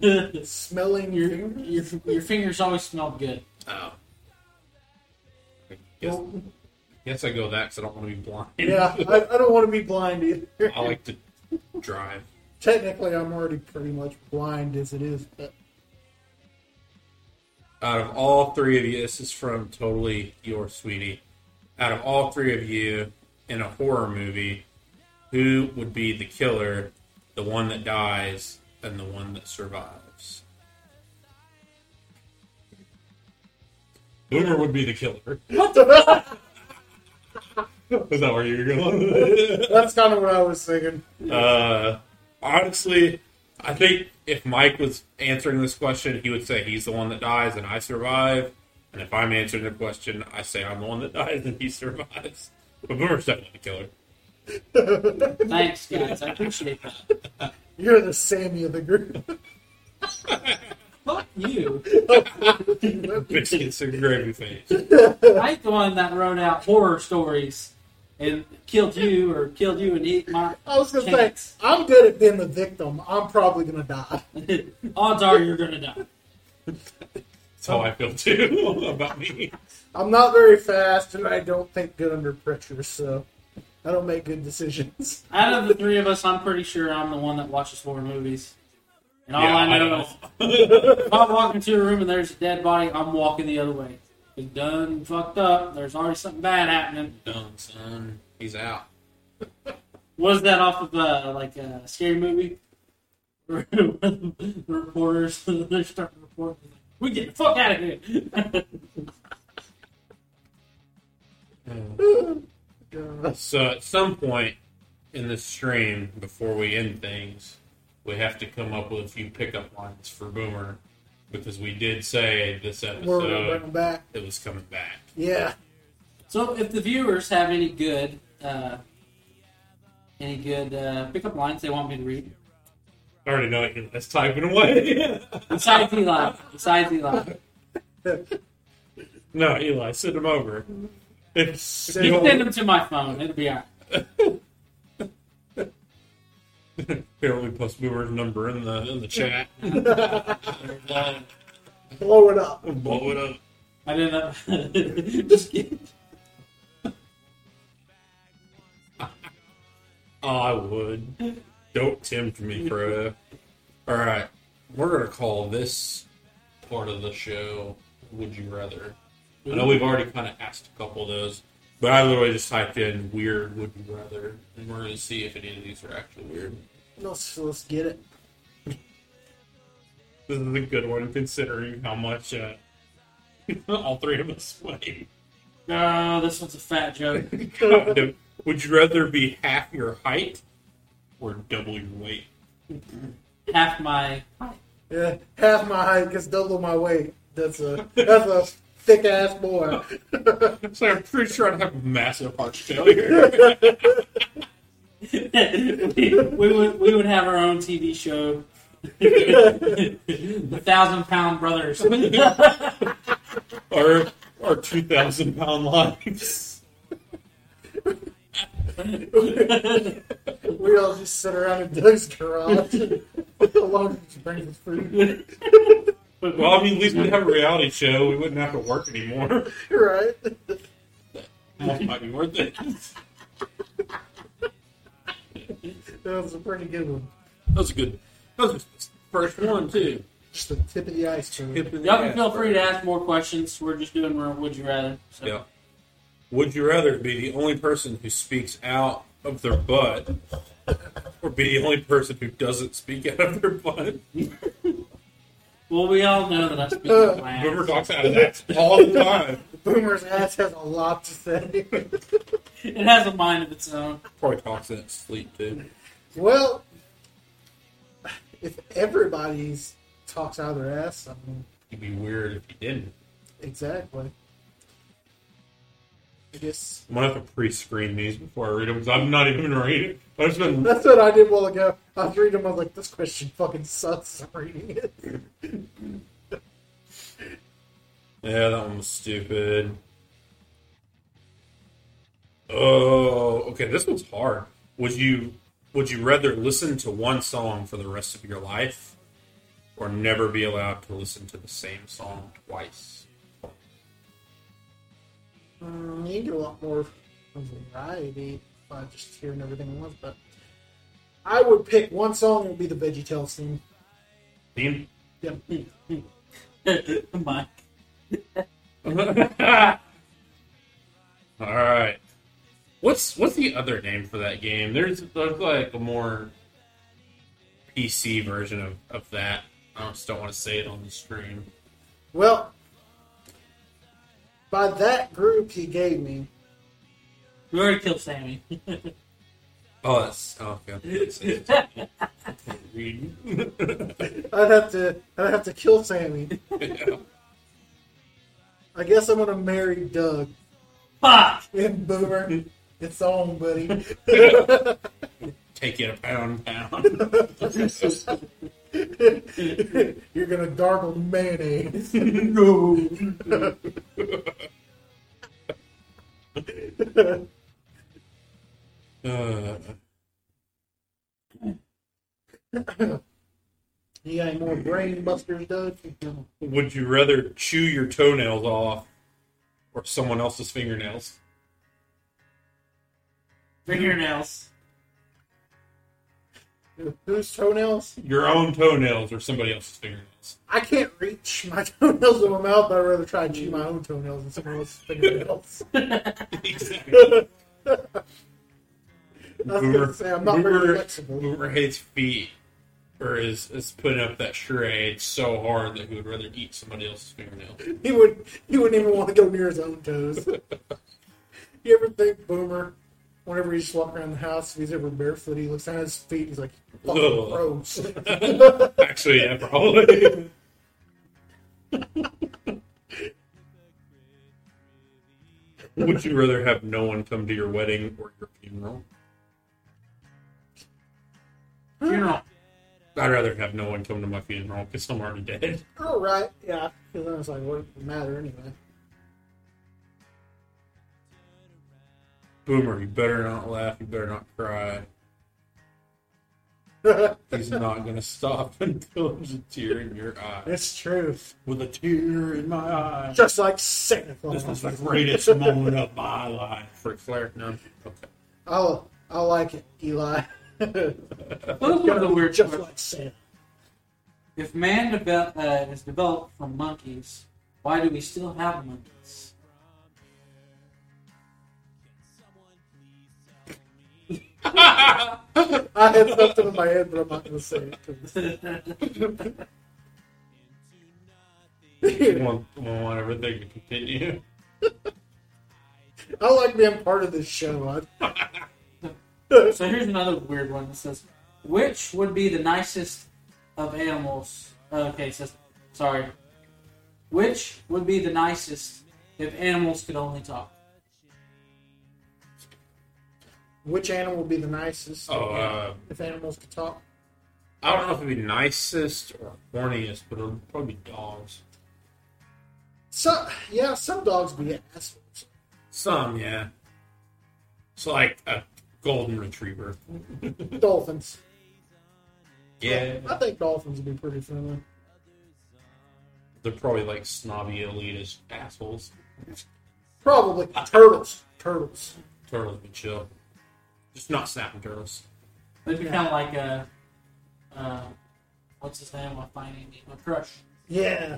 Speaker 1: your,
Speaker 3: smelling your fingers?
Speaker 1: your your fingers always smelled good.
Speaker 2: Oh. I guess, guess I go that because I don't want to be blind.
Speaker 3: Yeah, I, I don't want to be blind either.
Speaker 2: I like to drive.
Speaker 3: Technically, I'm already pretty much blind as it is, but
Speaker 2: out of all three of you, this is from Totally Your Sweetie. Out of all three of you in a horror movie, who would be the killer, the one that dies, and the one that survives? Boomer would be the killer.
Speaker 1: What the?
Speaker 2: Is that where you're going?
Speaker 3: that's kind of what I was thinking.
Speaker 2: uh, honestly, I think if Mike was answering this question, he would say he's the one that dies and I survive. And if I'm answering the question, I say I'm the one that dies and he survives. But Boomer's definitely the killer.
Speaker 1: Thanks, guys. I appreciate that.
Speaker 3: You're the Sammy of the group.
Speaker 1: Fuck you.
Speaker 2: Biscuits and gravy face.
Speaker 1: I'm the one that wrote out horror stories and killed you or killed you and eat my.
Speaker 3: I was gonna say I'm good at being the victim. I'm probably gonna die.
Speaker 1: Odds are you're gonna die.
Speaker 2: That's how I feel too about me.
Speaker 3: I'm not very fast, and I don't think good under pressure, so I don't make good decisions.
Speaker 1: Out of the three of us, I'm pretty sure I'm the one that watches horror movies. And all
Speaker 2: Yeah,
Speaker 1: I know is
Speaker 2: don't know.
Speaker 1: if I walk into a room and there's a dead body, I'm walking the other way. It's done, fucked up. There's already something bad happening.
Speaker 2: Done, son. He's out.
Speaker 1: Was that off of uh, like a scary movie? the reporters they're starting to report. We get the fuck out of here.
Speaker 3: God.
Speaker 2: So at some point in this stream, before we end things, we have to come up with a few pickup lines for Boomer because we did say this
Speaker 3: We're gonna bring
Speaker 2: episode
Speaker 3: them back.
Speaker 2: it was coming back.
Speaker 3: Yeah.
Speaker 1: So, if the viewers have any good, uh, any good uh, pickup lines they want me to read,
Speaker 2: I already know it. That's typing away.
Speaker 1: besides Eli, besides Eli,
Speaker 2: no, Eli, send him over. If
Speaker 3: Send
Speaker 1: you
Speaker 2: you
Speaker 1: can send them to my phone. It'll be all right.
Speaker 2: here, let me post Boomer's number in the in the chat.
Speaker 3: Blow it up.
Speaker 2: Blow it up.
Speaker 1: I didn't know. Just kidding.
Speaker 2: Oh, I would. Don't tempt me, bro. All right, we're gonna call this part of the show "Would You Rather." I know we've already kind of asked a couple of those, but I literally just typed in "weird would you rather," and we're gonna see if any of these are actually weird.
Speaker 3: Let's let's get it.
Speaker 2: This is a good one considering how much uh, all three of us weigh.
Speaker 1: No, this one's a fat joke.
Speaker 2: Kind of. Would you rather be half your height or double your weight?
Speaker 1: Half my
Speaker 3: Yeah, half my height gets double my weight. That's a that's a thick ass boy.
Speaker 2: So I'm pretty sure I'd have massive heart failure.
Speaker 1: we, we would we would have our own TV show. the thousand pound brothers.
Speaker 2: or or two thousand pound lives.
Speaker 3: We all just sit around in Doug's garage along with his brings us food.
Speaker 2: Well, I mean, at least we'd have a reality show. We wouldn't have to work anymore.
Speaker 3: Right?
Speaker 2: Well, might be worth it.
Speaker 3: That was a pretty good one.
Speaker 2: That was a good. That was the first one too.
Speaker 3: Just the tip of the iceberg.
Speaker 2: Hip in the
Speaker 1: Y'all can
Speaker 2: ass,
Speaker 1: feel free
Speaker 2: bro.
Speaker 1: to ask more questions. We're just doing our would you rather. So.
Speaker 2: Yeah. Would you rather be the only person who speaks out of their butt or be the only person who doesn't speak out of their butt?
Speaker 1: Well, we all know that I speak with my
Speaker 2: Boomer
Speaker 1: ass.
Speaker 2: talks out of that all the time.
Speaker 3: Boomer's ass has a lot to say.
Speaker 1: It has a mind of its own.
Speaker 2: Probably talks in its sleep, too.
Speaker 3: well, if everybody's talks out of their ass, I mean,
Speaker 2: It'd be weird if you didn't.
Speaker 3: exactly. I guess
Speaker 2: I'm going to have to pre screen these before I read them because I'm not even reading. I've just been
Speaker 3: that's what I did a while ago. I was reading them. I was like, this question fucking sucks. I'm reading it.
Speaker 2: Yeah, that one was stupid. Oh, okay. This one's hard. Would you would you rather listen to one song for the rest of your life, or never be allowed to listen to the same song twice?
Speaker 3: Mm, you get a lot more variety by just hearing everything at once, but I would pick one song. It would be the Veggie VeggieTales theme.
Speaker 2: Theme?
Speaker 3: Yep.
Speaker 1: Mike.
Speaker 2: All right. What's what's the other name for that game? There's, there's like a more PC version of, of that. I just don't want to say it on the stream.
Speaker 3: Well, by that group he gave me,
Speaker 1: We already killed Sammy.
Speaker 2: Oh, that's oh, okay. Read.
Speaker 3: I'd have to I'd have to kill Sammy. I guess I'm gonna marry Doug
Speaker 1: Fuck!
Speaker 3: and Boomer. It's on, buddy.
Speaker 2: Take it a pound pound.
Speaker 3: You're gonna gargle mayonnaise.
Speaker 1: no.
Speaker 2: Uh,
Speaker 3: You got any more brain busters, Doug?
Speaker 2: would you rather chew your toenails off or someone else's fingernails?
Speaker 1: Fingernails.
Speaker 3: Whose toenails?
Speaker 2: Your own toenails or somebody else's fingernails?
Speaker 3: I can't reach my toenails in my mouth, but I'd rather try to chew my own toenails than someone else's fingernails.
Speaker 2: Exactly.
Speaker 3: I was gonna say, I'm not very flexible.
Speaker 2: Boomer hates feet, or is is putting up that charade so hard that he would rather eat somebody else's fingernail.
Speaker 3: He would he wouldn't even want to go near his own toes. you ever think Boomer, whenever he's walking around the house, if he's ever barefoot, he looks down at his feet, he's like, fucking
Speaker 2: Ugh.
Speaker 3: gross.
Speaker 2: Actually, yeah, probably. Would you rather have no one come to your wedding or your funeral?
Speaker 1: Funeral.
Speaker 2: I'd rather have no one come to my funeral because I'm already dead.
Speaker 3: All right, yeah. Because I was like, what does it matter anyway?
Speaker 2: Boomer, you better not laugh. You better not cry. He's not going to stop until there's a tear in your eye.
Speaker 3: it's true.
Speaker 2: With a tear in my eye.
Speaker 3: Just like Santa Claus.
Speaker 2: This is the greatest moment of my life. Frick Flair? No. Okay.
Speaker 3: I I like it, Eli.
Speaker 1: That was one of the weird
Speaker 3: just
Speaker 1: parts.
Speaker 3: like Santa.
Speaker 1: If man deve- uh, is developed from monkeys, why do we still have monkeys?
Speaker 3: I had something in my head, but I'm not gonna say it. 'cause-
Speaker 2: I won't, I won't want everything to continue.
Speaker 3: I like being part of this show. I,
Speaker 1: so here's another weird one that says, which would be the nicest of animals? Okay, it says, sorry. Which would be the nicest if animals could only talk?
Speaker 3: which animal would be the nicest?
Speaker 2: Oh, uh,
Speaker 3: if animals could talk.
Speaker 2: I don't know if it'd be nicest or horniest, but it'll probably be dogs.
Speaker 3: So yeah, some dogs be assholes.
Speaker 2: Some, yeah. So like a golden retriever.
Speaker 3: Dolphins.
Speaker 2: Yeah.
Speaker 3: I think dolphins would be pretty friendly.
Speaker 2: They're probably like snobby elitist assholes.
Speaker 3: Probably turtles. Turtles.
Speaker 2: Turtles would chill. Just not snapping turtles.
Speaker 1: It'd be
Speaker 3: Yeah.
Speaker 1: kind of like a, uh, what's his name? My finding my crush.
Speaker 3: Yeah.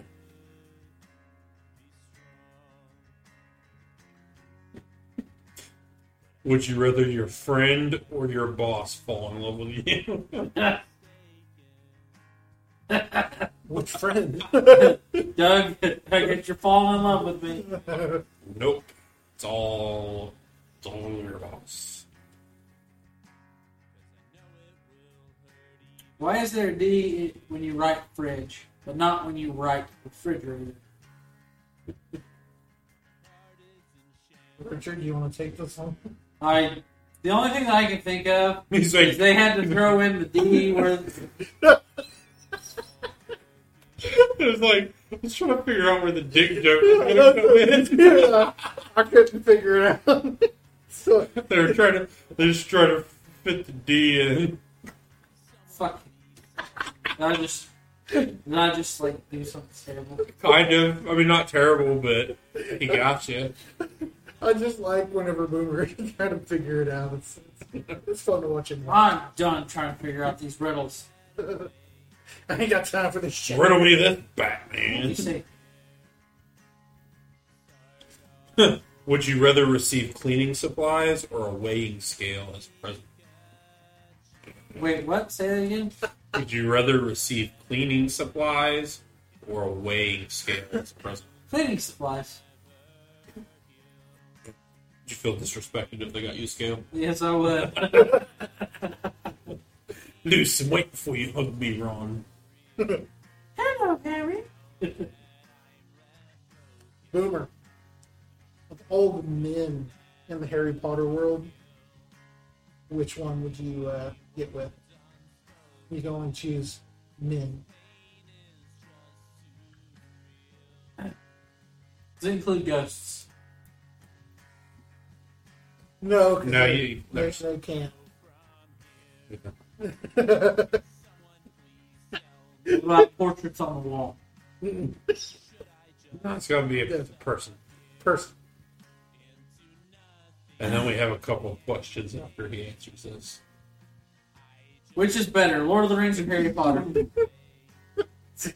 Speaker 2: Would you rather your friend or your boss fall in love with you?
Speaker 3: Which friend?
Speaker 1: Doug, Doug, you're falling in love with me.
Speaker 2: nope. It's all it's all your boss.
Speaker 1: Why is there a D when you write fridge, but not when you write refrigerator?
Speaker 3: Richard, you want to take this one?
Speaker 1: I the only thing that I can think of is
Speaker 2: He's like
Speaker 1: they had to throw in the D where
Speaker 2: it's like I was trying to figure out where the dick joke was gonna come in.
Speaker 3: Yeah, I couldn't figure it out. so,
Speaker 2: they were trying to they just trying to fit the D in.
Speaker 1: fuck. And I just and I just like do something terrible.
Speaker 2: Kind of. I mean not terrible, but he got you.
Speaker 3: I just like whenever Boomer is trying to figure it out. It's, it's, it's fun to watch him.
Speaker 1: I'm done trying to figure out these riddles.
Speaker 3: I ain't got time for this shit.
Speaker 2: Riddle me this
Speaker 1: You
Speaker 2: Batman.
Speaker 1: see,
Speaker 2: Would you rather receive cleaning supplies or a weighing scale as a present?
Speaker 1: wait, what? Say that again.
Speaker 2: Would you rather receive cleaning supplies or a weighing scale as a present?
Speaker 1: Cleaning supplies.
Speaker 2: Would you feel disrespected if they got you a scale?
Speaker 1: Yes, I would.
Speaker 2: Lose some weight before you hug me, Ron.
Speaker 1: Hello, Harry.
Speaker 3: Boomer. Of all the men in the Harry Potter world, which one would you uh, get with? You can only choose men.
Speaker 1: Does it include ghosts?
Speaker 3: No, 'cause
Speaker 2: No,
Speaker 3: they,
Speaker 2: you-
Speaker 3: they,
Speaker 2: there's-
Speaker 3: they can't.
Speaker 1: What about portraits on the wall?
Speaker 2: No, it's got to be a person.
Speaker 3: Person.
Speaker 2: And then we have a couple of questions after he answers this.
Speaker 1: Which is better, Lord of the Rings or Harry Potter?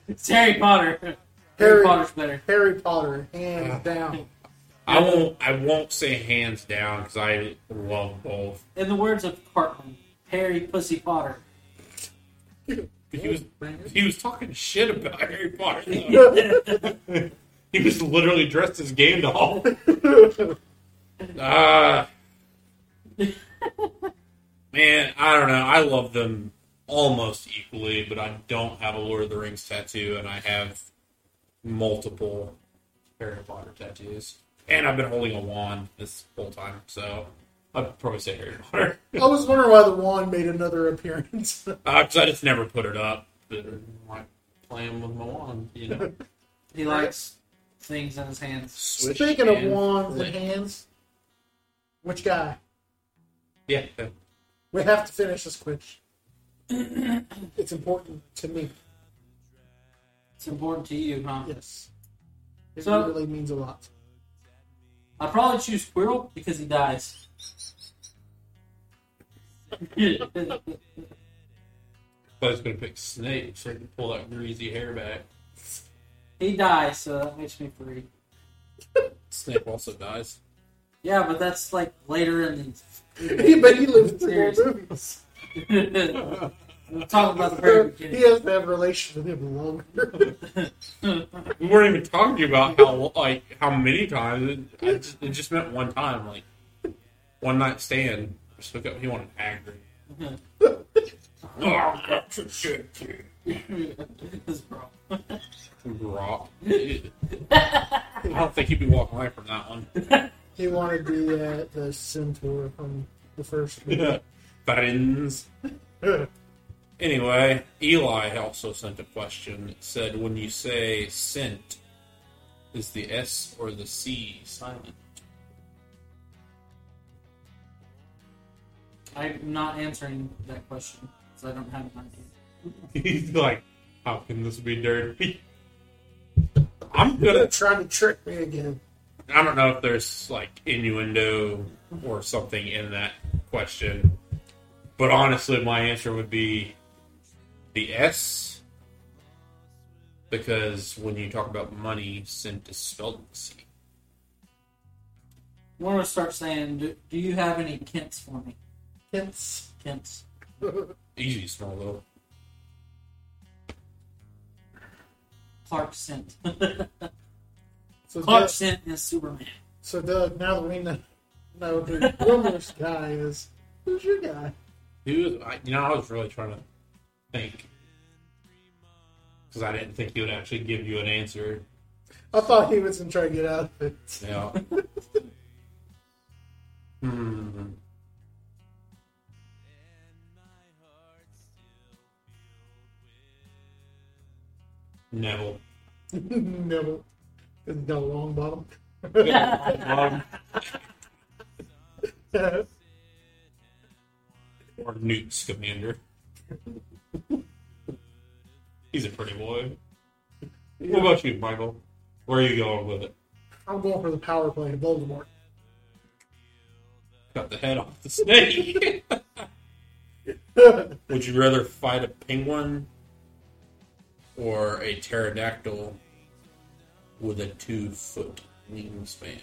Speaker 1: it's Harry Potter. Harry,
Speaker 3: Harry-
Speaker 1: Potter's better.
Speaker 3: Harry Potter, hands
Speaker 2: Yeah.
Speaker 3: down.
Speaker 2: I won't. I won't say hands down because I love both.
Speaker 1: In the words of Cartman, Harry Pussy Potter.
Speaker 2: But he was
Speaker 3: Man.
Speaker 2: he was talking shit about Harry Potter. though.
Speaker 1: Harry
Speaker 2: he was literally dressed as Gandalf. Ah, man, I don't know. I love them almost equally, but I don't have a Lord of the Rings tattoo, and I have multiple Harry Potter tattoos, and I've been holding a wand this whole time, so I'd probably say Harry Potter.
Speaker 3: I was wondering why the wand made another appearance.
Speaker 2: Because Uh, I just never put it up. But I like playing with my wand, you know.
Speaker 1: likes things in his hands.
Speaker 2: Switch
Speaker 3: Speaking of
Speaker 2: hands.
Speaker 3: wands and hands, which guy?
Speaker 2: yeah,
Speaker 3: We have to finish this quick. it's important to me.
Speaker 1: It's important to you, huh?
Speaker 3: Yes. It
Speaker 1: So-
Speaker 3: really means a lot.
Speaker 1: I'd probably choose Quirrell because he dies.
Speaker 2: I was gonna pick Snape so I can pull that greasy hair back.
Speaker 1: he dies, so that makes me free.
Speaker 2: Snape also dies.
Speaker 1: Yeah, but that's like later in
Speaker 3: He, but he lives through
Speaker 1: Seriously.
Speaker 3: more movies.
Speaker 1: the. We're talking about the very
Speaker 3: he
Speaker 1: beginning.
Speaker 3: has to have a relation with him longer.
Speaker 2: We weren't even talking about how like how many times. I just, it just meant one time, like one night stand. Just hook up. He wanted angry. oh, that's a shit. dude.
Speaker 1: This bro.
Speaker 2: Rock. I don't think he'd be walking away from that one.
Speaker 3: he wanted the uh, the centaur from the first movie.
Speaker 2: Yeah. Friends. Anyway, Eli also sent a question. It said, when you say sent, is the S or the C silent?
Speaker 1: I'm not answering that question because I don't have an idea.
Speaker 2: He's like, how can this be dirty? I'm gonna.
Speaker 3: They're trying to trick me again.
Speaker 2: I don't know if there's like innuendo or something in that question, but honestly, my answer would be the S because when you talk about money, sent is spelled with a C.
Speaker 1: I'm going to start saying, do, do you have any Kents for me?
Speaker 3: Hints.
Speaker 1: Kents.
Speaker 2: Easy small little.
Speaker 1: Clark Scent.
Speaker 3: So,
Speaker 1: Clark
Speaker 3: Doug,
Speaker 1: Scent is Superman.
Speaker 3: so Doug, now that we know, know who Wilmer's guy is, who's your guy?
Speaker 2: He was, I, you know, I was really trying to think because I didn't think he would actually give you an answer.
Speaker 3: I thought he was going to try to get out of it.
Speaker 2: Yeah. hmm. Neville.
Speaker 3: Neville. Because he's got a long bottom.
Speaker 2: Um, or Newt Scamander. He's a pretty boy. What about you, Michael? Where are you going with it?
Speaker 3: I'm going for the power play of Voldemort.
Speaker 2: Cut the head off the snake. Would you rather fight a penguin or a pterodactyl with a two foot wingspan?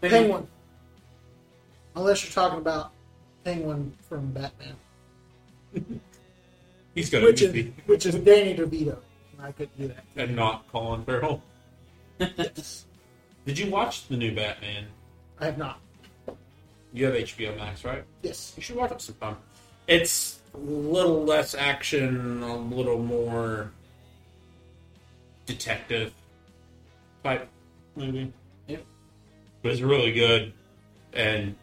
Speaker 3: Penguin. Unless you're talking about Penguin from Batman.
Speaker 2: He's got
Speaker 3: Which
Speaker 2: a
Speaker 3: is,
Speaker 2: goofy
Speaker 3: which is Danny DeVito. And I couldn't do that.
Speaker 2: and not Colin Farrell.
Speaker 3: Yes.
Speaker 2: Did you watch the new Batman?
Speaker 3: I have not.
Speaker 2: You have HBO Max, right?
Speaker 3: Yes.
Speaker 2: You should watch it sometime. It's a little less action, a little more detective type movie.
Speaker 1: Yep.
Speaker 2: But it's really good. And,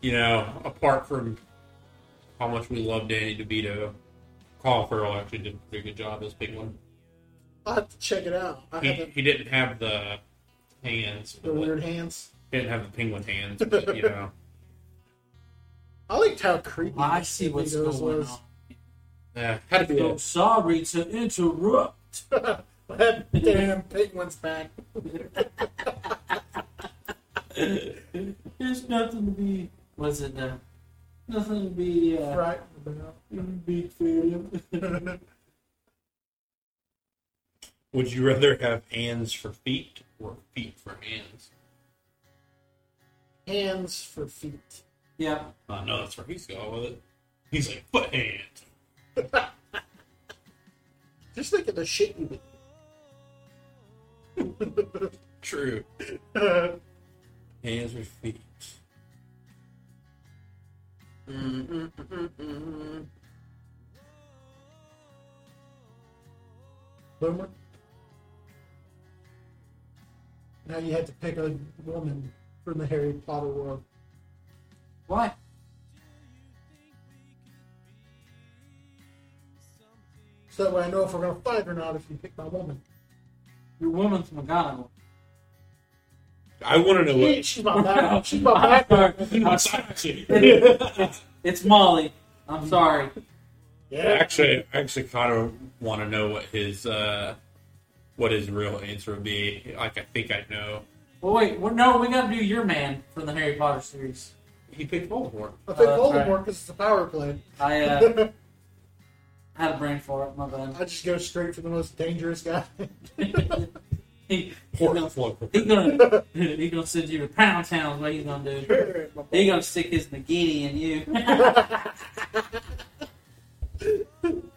Speaker 2: you know, apart from how much we love Danny DeVito, Colin Farrell actually did a pretty good job as Penguin.
Speaker 3: I'll have to check it out. I
Speaker 2: He,
Speaker 3: haven't.
Speaker 2: he didn't have the hands.
Speaker 3: The
Speaker 1: Mm.
Speaker 2: but-
Speaker 3: weird hands.
Speaker 2: didn't have the penguin hands, but, you know.
Speaker 3: I liked how creepy.
Speaker 1: I see what's
Speaker 3: DeVito's
Speaker 1: going
Speaker 3: was.
Speaker 1: on.
Speaker 2: Yeah, Uh, had to be
Speaker 1: So
Speaker 2: a
Speaker 1: sorry to interrupt.
Speaker 3: That damn penguin's back.
Speaker 1: There's nothing to be. Was it uh, nothing to be uh,
Speaker 3: Right.
Speaker 1: big fan of?
Speaker 2: Would you rather have hands for feet or feet for hands?
Speaker 3: Hands for feet.
Speaker 1: yeah.
Speaker 2: I know that's where he's going with it. He's like foot hands.
Speaker 3: Just think of the shit you
Speaker 2: True.
Speaker 3: did.
Speaker 2: Hands for feet. Mm-mm-mm-mm-mm.
Speaker 3: Boomer. Now you had to pick a woman from the Harry Potter world.
Speaker 1: Why?
Speaker 3: So that way I know if we're going to fight or not if you pick my woman.
Speaker 1: Your woman's McGonagall.
Speaker 2: I want to know
Speaker 3: She,
Speaker 2: what.
Speaker 3: she's my back. She's my back.
Speaker 2: I'm sorry.
Speaker 1: it's, it's Molly. I'm sorry.
Speaker 3: Yeah.
Speaker 2: Actually, I actually kind of want to know what his uh, what his real answer would be. Like, I think I know.
Speaker 1: Well, wait. Well, no, we got to do your man from the Harry Potter series.
Speaker 2: He picked Voldemort.
Speaker 3: I picked
Speaker 1: Oh, that's
Speaker 3: Voldemort because it's a power play.
Speaker 1: I uh, had a brain for it. My bad.
Speaker 3: I just go straight for the most dangerous guy.
Speaker 1: he, he gonna, he
Speaker 2: Horcrux.
Speaker 1: gonna he gonna send you to Pound Town. is What he's gonna do? He gonna stick his nagini in you.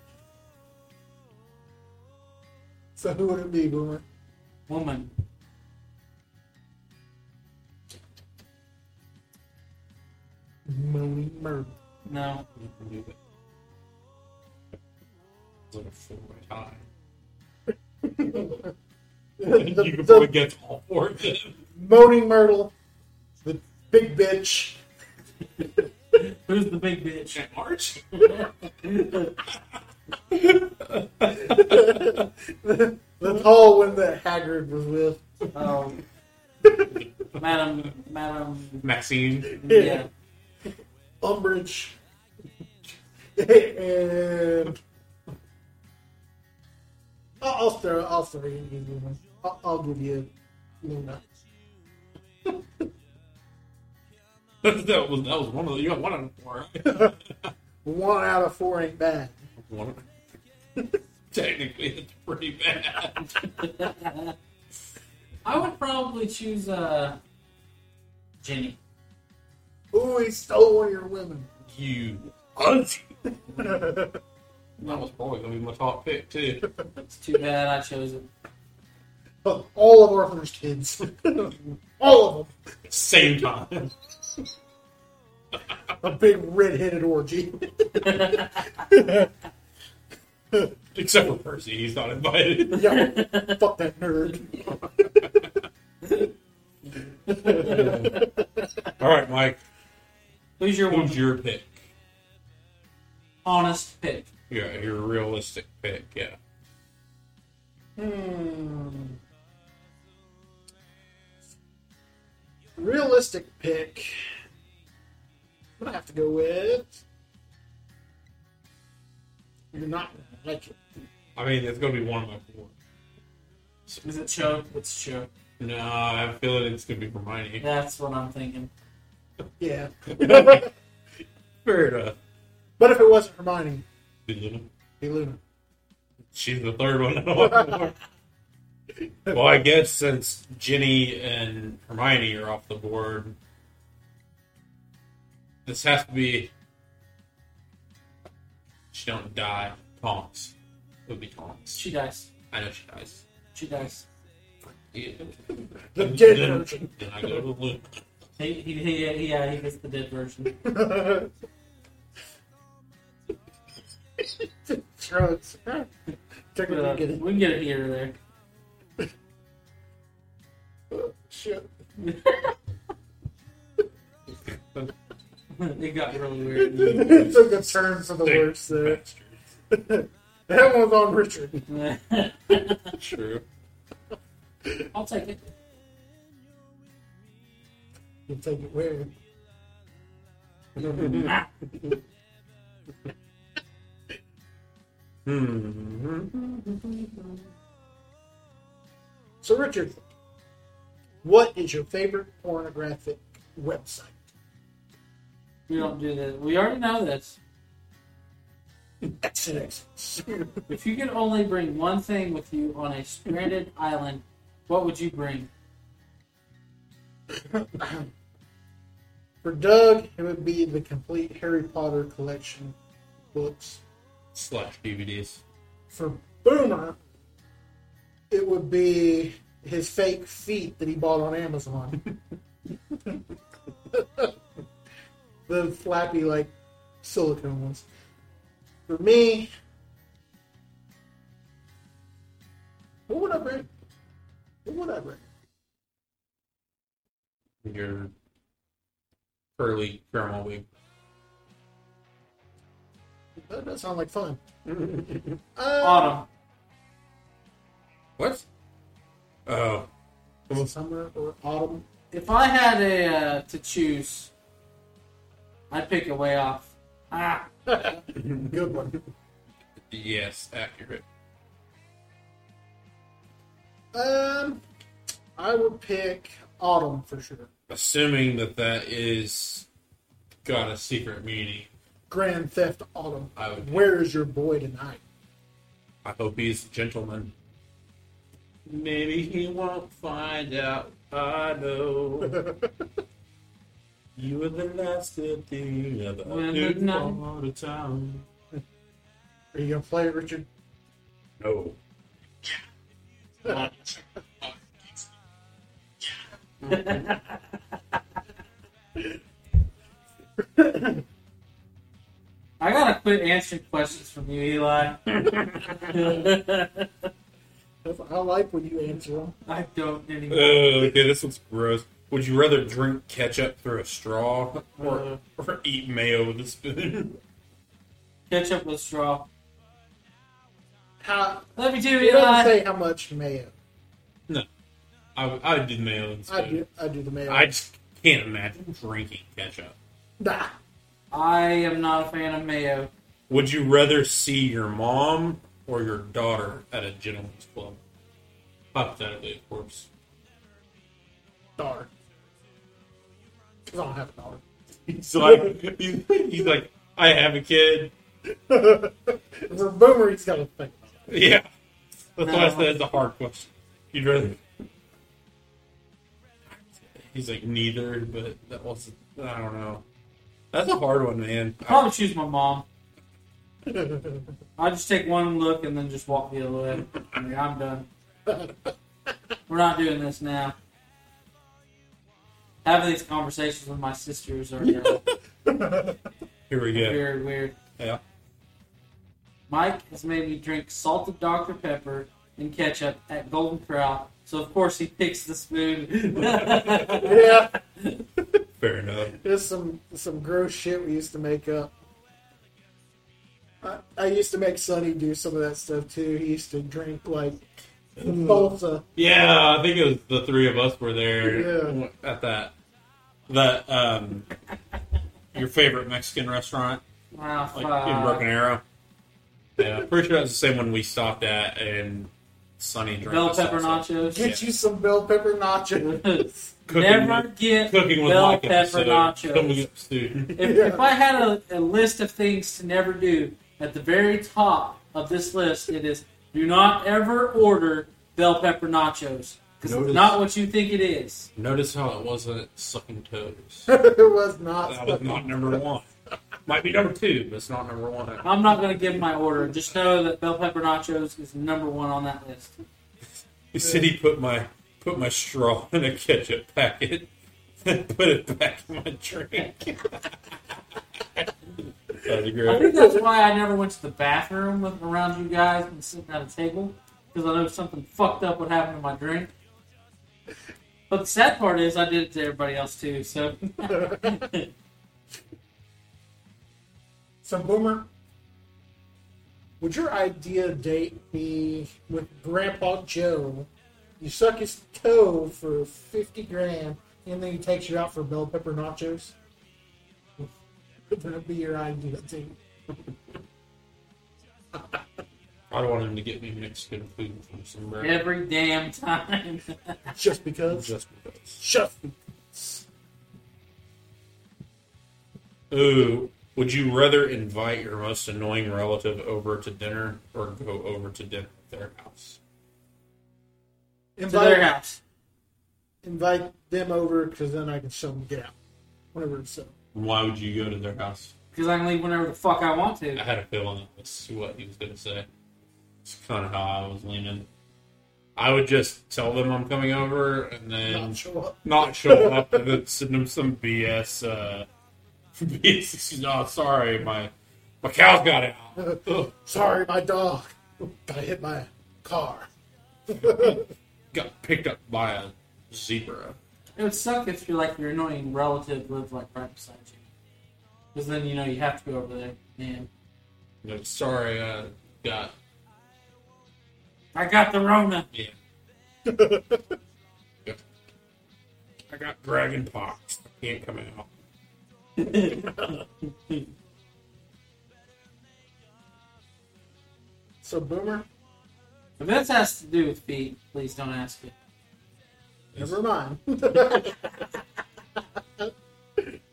Speaker 3: so who would it be, Boomer?
Speaker 1: Woman.
Speaker 3: Mooney Murder.
Speaker 1: No.
Speaker 2: It's like a four-way tie.
Speaker 3: the,
Speaker 2: you could
Speaker 3: the
Speaker 2: probably get all four of them.
Speaker 3: Moaning Myrtle, the big bitch,
Speaker 1: Who's the big bitch?
Speaker 2: At March?
Speaker 3: the, the tall one that Hagrid was with.
Speaker 1: Oh. Madam, Madam,
Speaker 2: Maxine.
Speaker 1: yeah.
Speaker 3: Umbridge. and I'll, I'll throw, I'll throw you a good one. I'll, I'll give you Luna.
Speaker 2: that, that was that was one of the, you got one of them four.
Speaker 3: One out of four ain't bad.
Speaker 2: one of them. Technically, it's pretty bad.
Speaker 1: I would probably choose uh, Jenny.
Speaker 3: Ooh, he stole one of your women.
Speaker 2: You. That
Speaker 3: That's
Speaker 2: was probably going to be my top pick, too.
Speaker 1: It's too bad I chose it.
Speaker 3: all of Orphan's kids. all of
Speaker 2: Same time.
Speaker 3: them. A big red-headed orgy.
Speaker 2: Except for Percy, he's not invited.
Speaker 3: yeah, fuck that nerd.
Speaker 2: All right, Mike.
Speaker 1: Who's your one
Speaker 2: Who's your pick?
Speaker 1: honest pick?
Speaker 2: Yeah, your realistic pick, yeah.
Speaker 3: Hmm. Realistic pick. I'm gonna have to go with. You're not gonna like it.
Speaker 2: I mean, it's going to be one of my four.
Speaker 1: Is it Cho? It's Cho.
Speaker 2: No, I have a feeling it's going to be Hermione.
Speaker 1: That's what I'm thinking.
Speaker 3: Yeah,
Speaker 2: Fair enough.
Speaker 3: but if it wasn't Hermione,
Speaker 2: Yeah.
Speaker 3: it'd be Luna.
Speaker 2: She's the third one. in line. well, I guess since Ginny and Hermione are off the board, this has to be. She don't die. Tonks. It would be Tonks.
Speaker 1: She dies.
Speaker 2: I know she dies.
Speaker 1: She dies.
Speaker 2: Yeah.
Speaker 3: The
Speaker 2: Then-
Speaker 3: dead
Speaker 2: then-
Speaker 3: version.
Speaker 2: Then I go to Luke.
Speaker 1: He, he, he, he- yeah, he gets the dead version.
Speaker 3: Drugs.
Speaker 1: But, uh, we
Speaker 3: Technically, get it.
Speaker 1: can get it here or there.
Speaker 3: Shit.
Speaker 1: it got really weird.
Speaker 3: it took a turn for the
Speaker 2: Dang,
Speaker 3: worse there.
Speaker 2: bastard.
Speaker 3: That one's on Richard.
Speaker 2: True.
Speaker 1: I'll take it.
Speaker 3: You'll take it where?
Speaker 2: Hmm.
Speaker 3: So, Richard, what is your favorite pornographic website?
Speaker 1: We don't do that. We already know this.
Speaker 3: XNX.
Speaker 1: If you could only bring one thing with you on a stranded island, what would you bring?
Speaker 3: For Doug, it would be the complete Harry Potter collection books.
Speaker 2: Slash DVDs.
Speaker 3: For Boomer, it would be his fake feet that he bought on Amazon. the flappy, like, silicone ones. For me, what would I bring? What would I bring?
Speaker 2: Your curly grandma wig.
Speaker 3: That does sound like fun. Uh,
Speaker 1: Autumn.
Speaker 2: What? Oh.
Speaker 3: is it Summer or autumn?
Speaker 1: If I had a uh, to choose, I'd pick a way off. Ah,
Speaker 3: Good one.
Speaker 2: Yes, accurate.
Speaker 3: Um, I would pick autumn for sure.
Speaker 2: Assuming that that is got a secret meaning,
Speaker 3: Grand Theft Autumn.
Speaker 2: I would.
Speaker 3: Where is your boy tonight?
Speaker 2: I hope he's a gentleman. Maybe he won't find out. I know you were the last good thing of
Speaker 1: Well, good night.
Speaker 2: all the time.
Speaker 3: Are you gonna play it, Richard?
Speaker 2: No.
Speaker 1: I gotta quit answering questions from you, Eli.
Speaker 3: I like when you answer them.
Speaker 1: I don't
Speaker 2: Oh,
Speaker 1: anymore.
Speaker 2: okay, this one's gross. Would you rather drink ketchup through a straw or,
Speaker 1: Uh.
Speaker 2: or eat mayo with a spoon?
Speaker 1: Ketchup with straw.
Speaker 3: How?
Speaker 1: Love you too,
Speaker 3: It doesn't
Speaker 1: Eli.
Speaker 3: say how much mayo.
Speaker 2: I, I did mayo with a spoon.
Speaker 3: I do. I do the mayo.
Speaker 2: I just can't imagine drinking ketchup.
Speaker 3: nah.
Speaker 1: I am not a fan of mayo.
Speaker 2: Would you rather see your mom or your daughter at a gentleman's club? Hypothetically, of course.
Speaker 3: Daughter. 'Cause I don't have a daughter.
Speaker 2: He's like, he's, he's like, I have a kid.
Speaker 3: For Boomer, he's got a thing.
Speaker 2: Yeah, that's why
Speaker 1: No.
Speaker 2: I said it's a hard question. You'd rather He's like neither, but that was I don't know. That's a hard one, man.
Speaker 1: I'd probably choose my mom. I just take one look and then just walk the other way. I mean, I'm done. We're not doing this now. Having these conversations with my sisters are uh,
Speaker 2: Here we go.
Speaker 1: very weird.
Speaker 2: Yeah.
Speaker 1: Mike has made me drink salted Dr. Pepper and ketchup at Golden Corral, so of course he picks the spoon.
Speaker 3: yeah,
Speaker 2: Fair enough.
Speaker 3: there's some some gross shit we used to make up. I, I used to make Sonny do some of that stuff too. He used to drink like salsa.
Speaker 2: Yeah, I think it was the three of us were there
Speaker 3: Yeah.
Speaker 2: at that that um your favorite Mexican restaurant
Speaker 1: wow,
Speaker 2: like in Broken
Speaker 1: fuck.
Speaker 2: Arrow. Yeah, pretty sure that's the same one we stopped at and Sunny drank
Speaker 1: Bell
Speaker 2: the
Speaker 1: pepper
Speaker 2: salsa.
Speaker 1: nachos.
Speaker 3: Get you some bell pepper nachos.
Speaker 2: Cooking
Speaker 1: Never get
Speaker 2: Cooking with
Speaker 1: bell
Speaker 2: Mike
Speaker 1: pepper
Speaker 2: episode coming
Speaker 1: nachos.
Speaker 2: up soon.
Speaker 1: If, if I had a, a list of things to never do, at the very top of this list, it is do not ever order bell pepper nachos because it's
Speaker 2: Notice-
Speaker 1: not what you think it is.
Speaker 2: Notice how it wasn't sucking toes.
Speaker 3: it was not.
Speaker 2: That was not number one. Might be number two, but it's not number one.
Speaker 1: I'm not going to give my order. Just know that bell pepper nachos is number one on that list.
Speaker 2: He said he put my put my straw in a ketchup packet and put it back in my drink. That'd be
Speaker 1: I think
Speaker 2: great.
Speaker 1: that's why I never went to the bathroom with, around you guys and sitting at a table because I know something fucked up would happen to my drink. But the sad part is, I did it to everybody else too. So,
Speaker 3: So, Boomer, would your idea date be with Grandpa Joe? You suck his toe for 50 grand, and then he takes you out for bell pepper nachos? Would that be your idea date?
Speaker 2: I don't want him to get me Mexican food from somewhere.
Speaker 1: every damn time.
Speaker 3: Just because?
Speaker 2: Just because.
Speaker 3: Just
Speaker 2: Ooh, would you rather invite your most annoying relative over to dinner or go over to dinner at their house?
Speaker 1: to their
Speaker 3: invite,
Speaker 1: house.
Speaker 3: invite them over because then I can show them get out. Whatever it's so.
Speaker 2: Why would you go to their house?
Speaker 1: Because I can leave whenever the fuck I want
Speaker 2: I
Speaker 1: to.
Speaker 2: had a feeling that was what he was going to say. It's kind of how I was leaning. I would just tell them I'm coming over and then
Speaker 3: Not show up.
Speaker 2: not show up and then send them some BS. Uh, BS. excuse- No, sorry, my my cow's got it out. Ugh,
Speaker 3: Sorry, my dog. Gotta hit my car.
Speaker 2: got picked up by a zebra.
Speaker 1: It would suck if you're like your annoying relative lived like right beside you. Because then you know you have to go over there. Man,
Speaker 2: No, sorry, uh, got
Speaker 1: I got the Rona.
Speaker 2: yeah. Yep. I got dragon pox. I can't come out.
Speaker 3: So, Boomer,
Speaker 1: If this has to do with feet, please don't ask it.
Speaker 3: Never mind.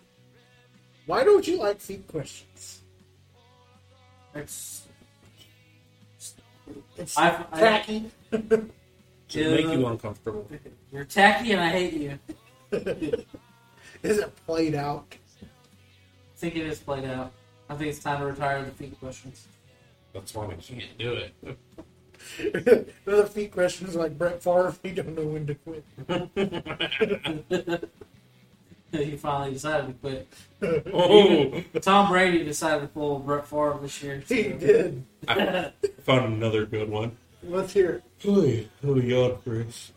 Speaker 3: Why don't you like feet questions?
Speaker 1: It's
Speaker 3: It's
Speaker 1: I've- I-
Speaker 3: tacky.
Speaker 2: Should make you uncomfortable.
Speaker 1: You're tacky and I hate you. I
Speaker 3: Is it played out?
Speaker 1: think it is played out. I think it's time to retire the feet questions.
Speaker 2: That's why we can't do it.
Speaker 3: the feet questions like Brett Favre. You don't know when to quit.
Speaker 1: he finally decided to quit.
Speaker 2: Oh,
Speaker 1: Tom Brady decided to pull Brett Favre this year.
Speaker 3: He did.
Speaker 1: so-
Speaker 2: found another good one.
Speaker 3: Let's hear it.
Speaker 2: Hey, oh God, Chris.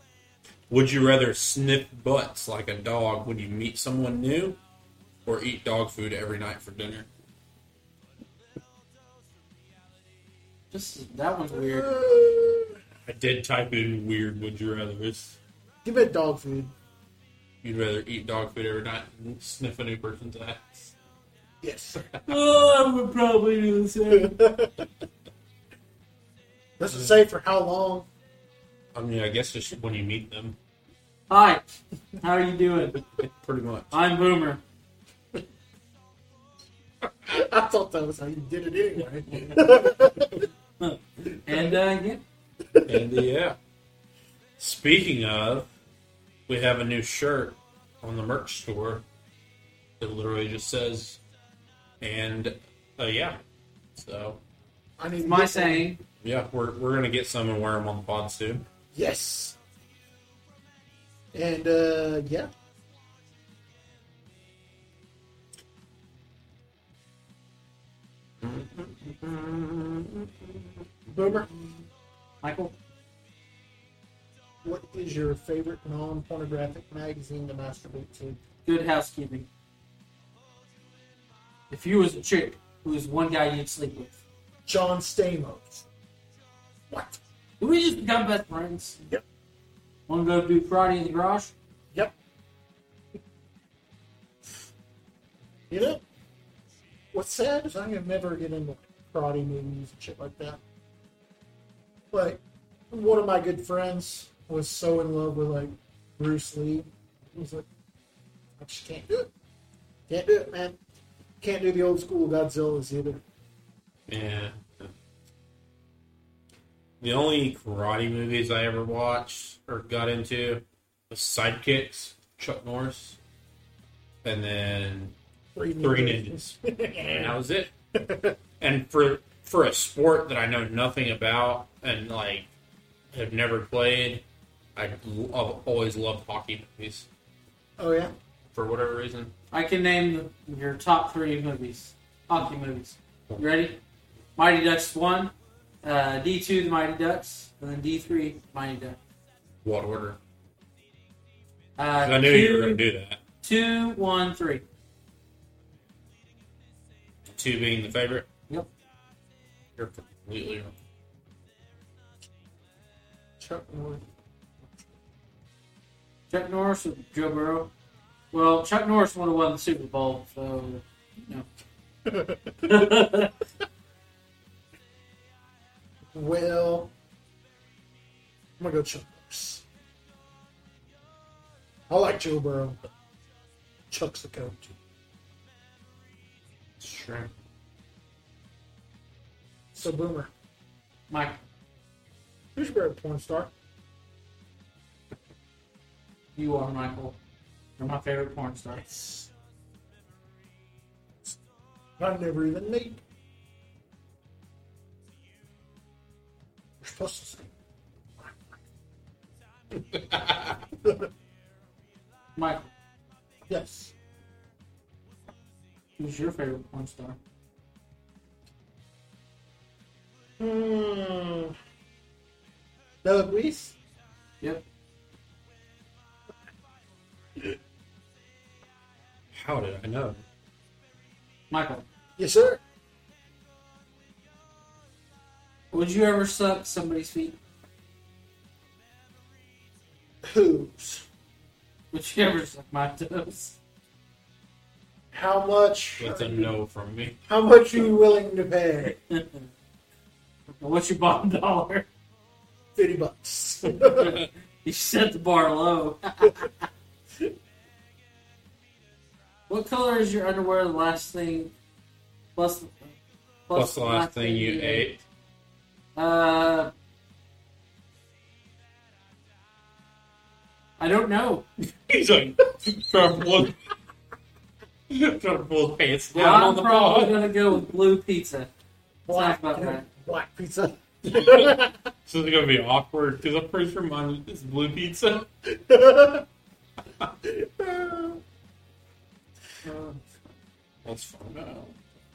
Speaker 2: Would you rather sniff butts like a dog when you meet someone new, or eat dog food every night for dinner?
Speaker 1: Just that one's weird.
Speaker 3: Uh,
Speaker 2: I did type in weird. Would you rather? It's,
Speaker 3: Give it dog food.
Speaker 2: you'd rather eat dog food every night and sniff a new person's ass.
Speaker 3: Yes.
Speaker 1: Oh, I would probably do the same.
Speaker 3: Doesn't say for how long.
Speaker 2: I mean, I guess just when you meet them,
Speaker 1: Hi, how are you doing?
Speaker 2: pretty much.
Speaker 1: I'm Boomer.
Speaker 3: I thought that was how you did it anyway.
Speaker 1: And uh, yeah,
Speaker 2: And yeah. Speaking of, we have a new shirt on the merch store. It literally just says, and uh, yeah. So
Speaker 3: I need
Speaker 1: My
Speaker 3: to get that.
Speaker 1: saying.
Speaker 2: yeah, we're we're gonna get some and wear them on the pod soon.
Speaker 3: Yes. And uh, yeah, Boomer,
Speaker 1: Michael,
Speaker 3: what is your favorite non-pornographic magazine to masturbate to?
Speaker 1: good housekeeping. If you was a chick who was one guy you'd sleep with,
Speaker 3: John Stamos. What?
Speaker 1: do we just become best friends?
Speaker 3: Yep.
Speaker 1: Want to go do karate in the garage?
Speaker 3: Yep. You know, what's sad is I'm gonna never get into karate movies and shit like that. Like, one of my good friends was so in love with like Bruce Lee. He was like, I just can't do it. Can't do it, man. Can't do the old school Godzilla's either.
Speaker 2: Yeah. The only karate movies I ever watched or got into was Sidekicks, Chuck Norris, and then
Speaker 3: Three
Speaker 2: Three Ninjas. and that was it. and for for a sport that I know nothing about and like have never played, I l- I've always loved hockey movies
Speaker 3: Oh yeah.
Speaker 2: for whatever reason.
Speaker 1: I can name the, your top three movies, hockey movies. You ready? Mighty Ducks one, uh, D two the Mighty Ducks, and then D three Mighty Ducks.
Speaker 2: What order?
Speaker 1: Uh,
Speaker 2: I knew you were going to do that.
Speaker 1: Two, one, three.
Speaker 2: Two being the favorite.
Speaker 1: Yep.
Speaker 2: You're completely wrong.
Speaker 3: Chuck Norris.
Speaker 1: Chuck Norris or Joe Burrow? Well, Chuck Norris would have won the Super Bowl, so no.
Speaker 3: Well, I'm gonna go Chuck Norris. I like Joe Burrow. but Chuck's the coach.
Speaker 2: Sure.
Speaker 3: So Boomer,
Speaker 1: Mike,
Speaker 3: who's your favorite porn star?
Speaker 1: you are Michael. You're my favorite porn star.
Speaker 3: Yes. I never even need. You're supposed to say.
Speaker 1: Michael,
Speaker 3: Yes.
Speaker 1: who's your favorite porn star?
Speaker 3: Hmm. Doug Weiss.
Speaker 1: Yep.
Speaker 2: How did I know?
Speaker 1: Michael,
Speaker 3: Yes, sir.
Speaker 1: would you ever suck somebody's feet?
Speaker 3: Who's?
Speaker 1: Would you ever suck my toes?
Speaker 3: How much?
Speaker 2: That's a no from me.
Speaker 3: How much are you willing to pay?
Speaker 1: And What's your bottom dollar?
Speaker 3: 50 bucks.
Speaker 1: You set the bar low. what color is your underwear? The last thing, plus, plus,
Speaker 2: Plus the last thing you ate.
Speaker 1: Uh, I don't know.
Speaker 2: He's like, trying to pull, trying to pull his pants down
Speaker 1: I'm
Speaker 2: on the
Speaker 1: probably
Speaker 2: pod.
Speaker 1: gonna go with blue pizza.
Speaker 3: black,
Speaker 1: Talk about that.
Speaker 3: black pizza.
Speaker 2: So it's gonna be awkward because I'm pretty sure mine is blue pizza.
Speaker 1: Uh,
Speaker 2: Let's find out. Uh,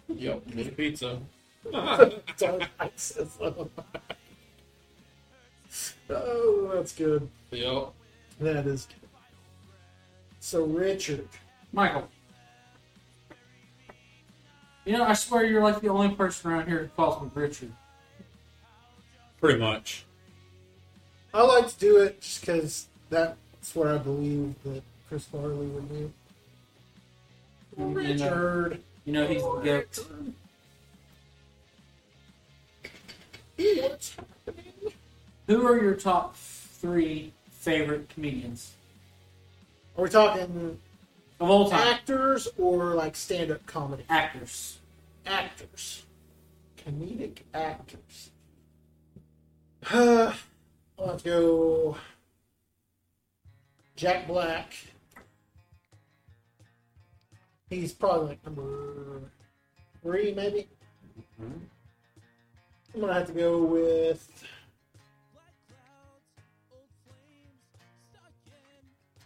Speaker 2: Yep, blue pizza.
Speaker 3: Dark pizza. oh, that's good.
Speaker 2: yep.
Speaker 3: That is good. So, Richard,
Speaker 1: Michael. You know, I swear you're like the only person around here who calls me Richard.
Speaker 2: Pretty much.
Speaker 3: I like to do it just because that's what I believe that Chris Farley would do.
Speaker 1: You know,
Speaker 3: Richard.
Speaker 1: you know he's the goat.
Speaker 3: What's happening?
Speaker 1: Who are your top three favorite comedians
Speaker 3: Are we talking
Speaker 1: of all time?
Speaker 3: actors or like stand up comedy?
Speaker 1: Actors.
Speaker 3: actors, comedic actors. Uh, let's go. Jack Black. He's probably like number three, maybe.
Speaker 2: Mhm.
Speaker 3: I'm gonna have to go with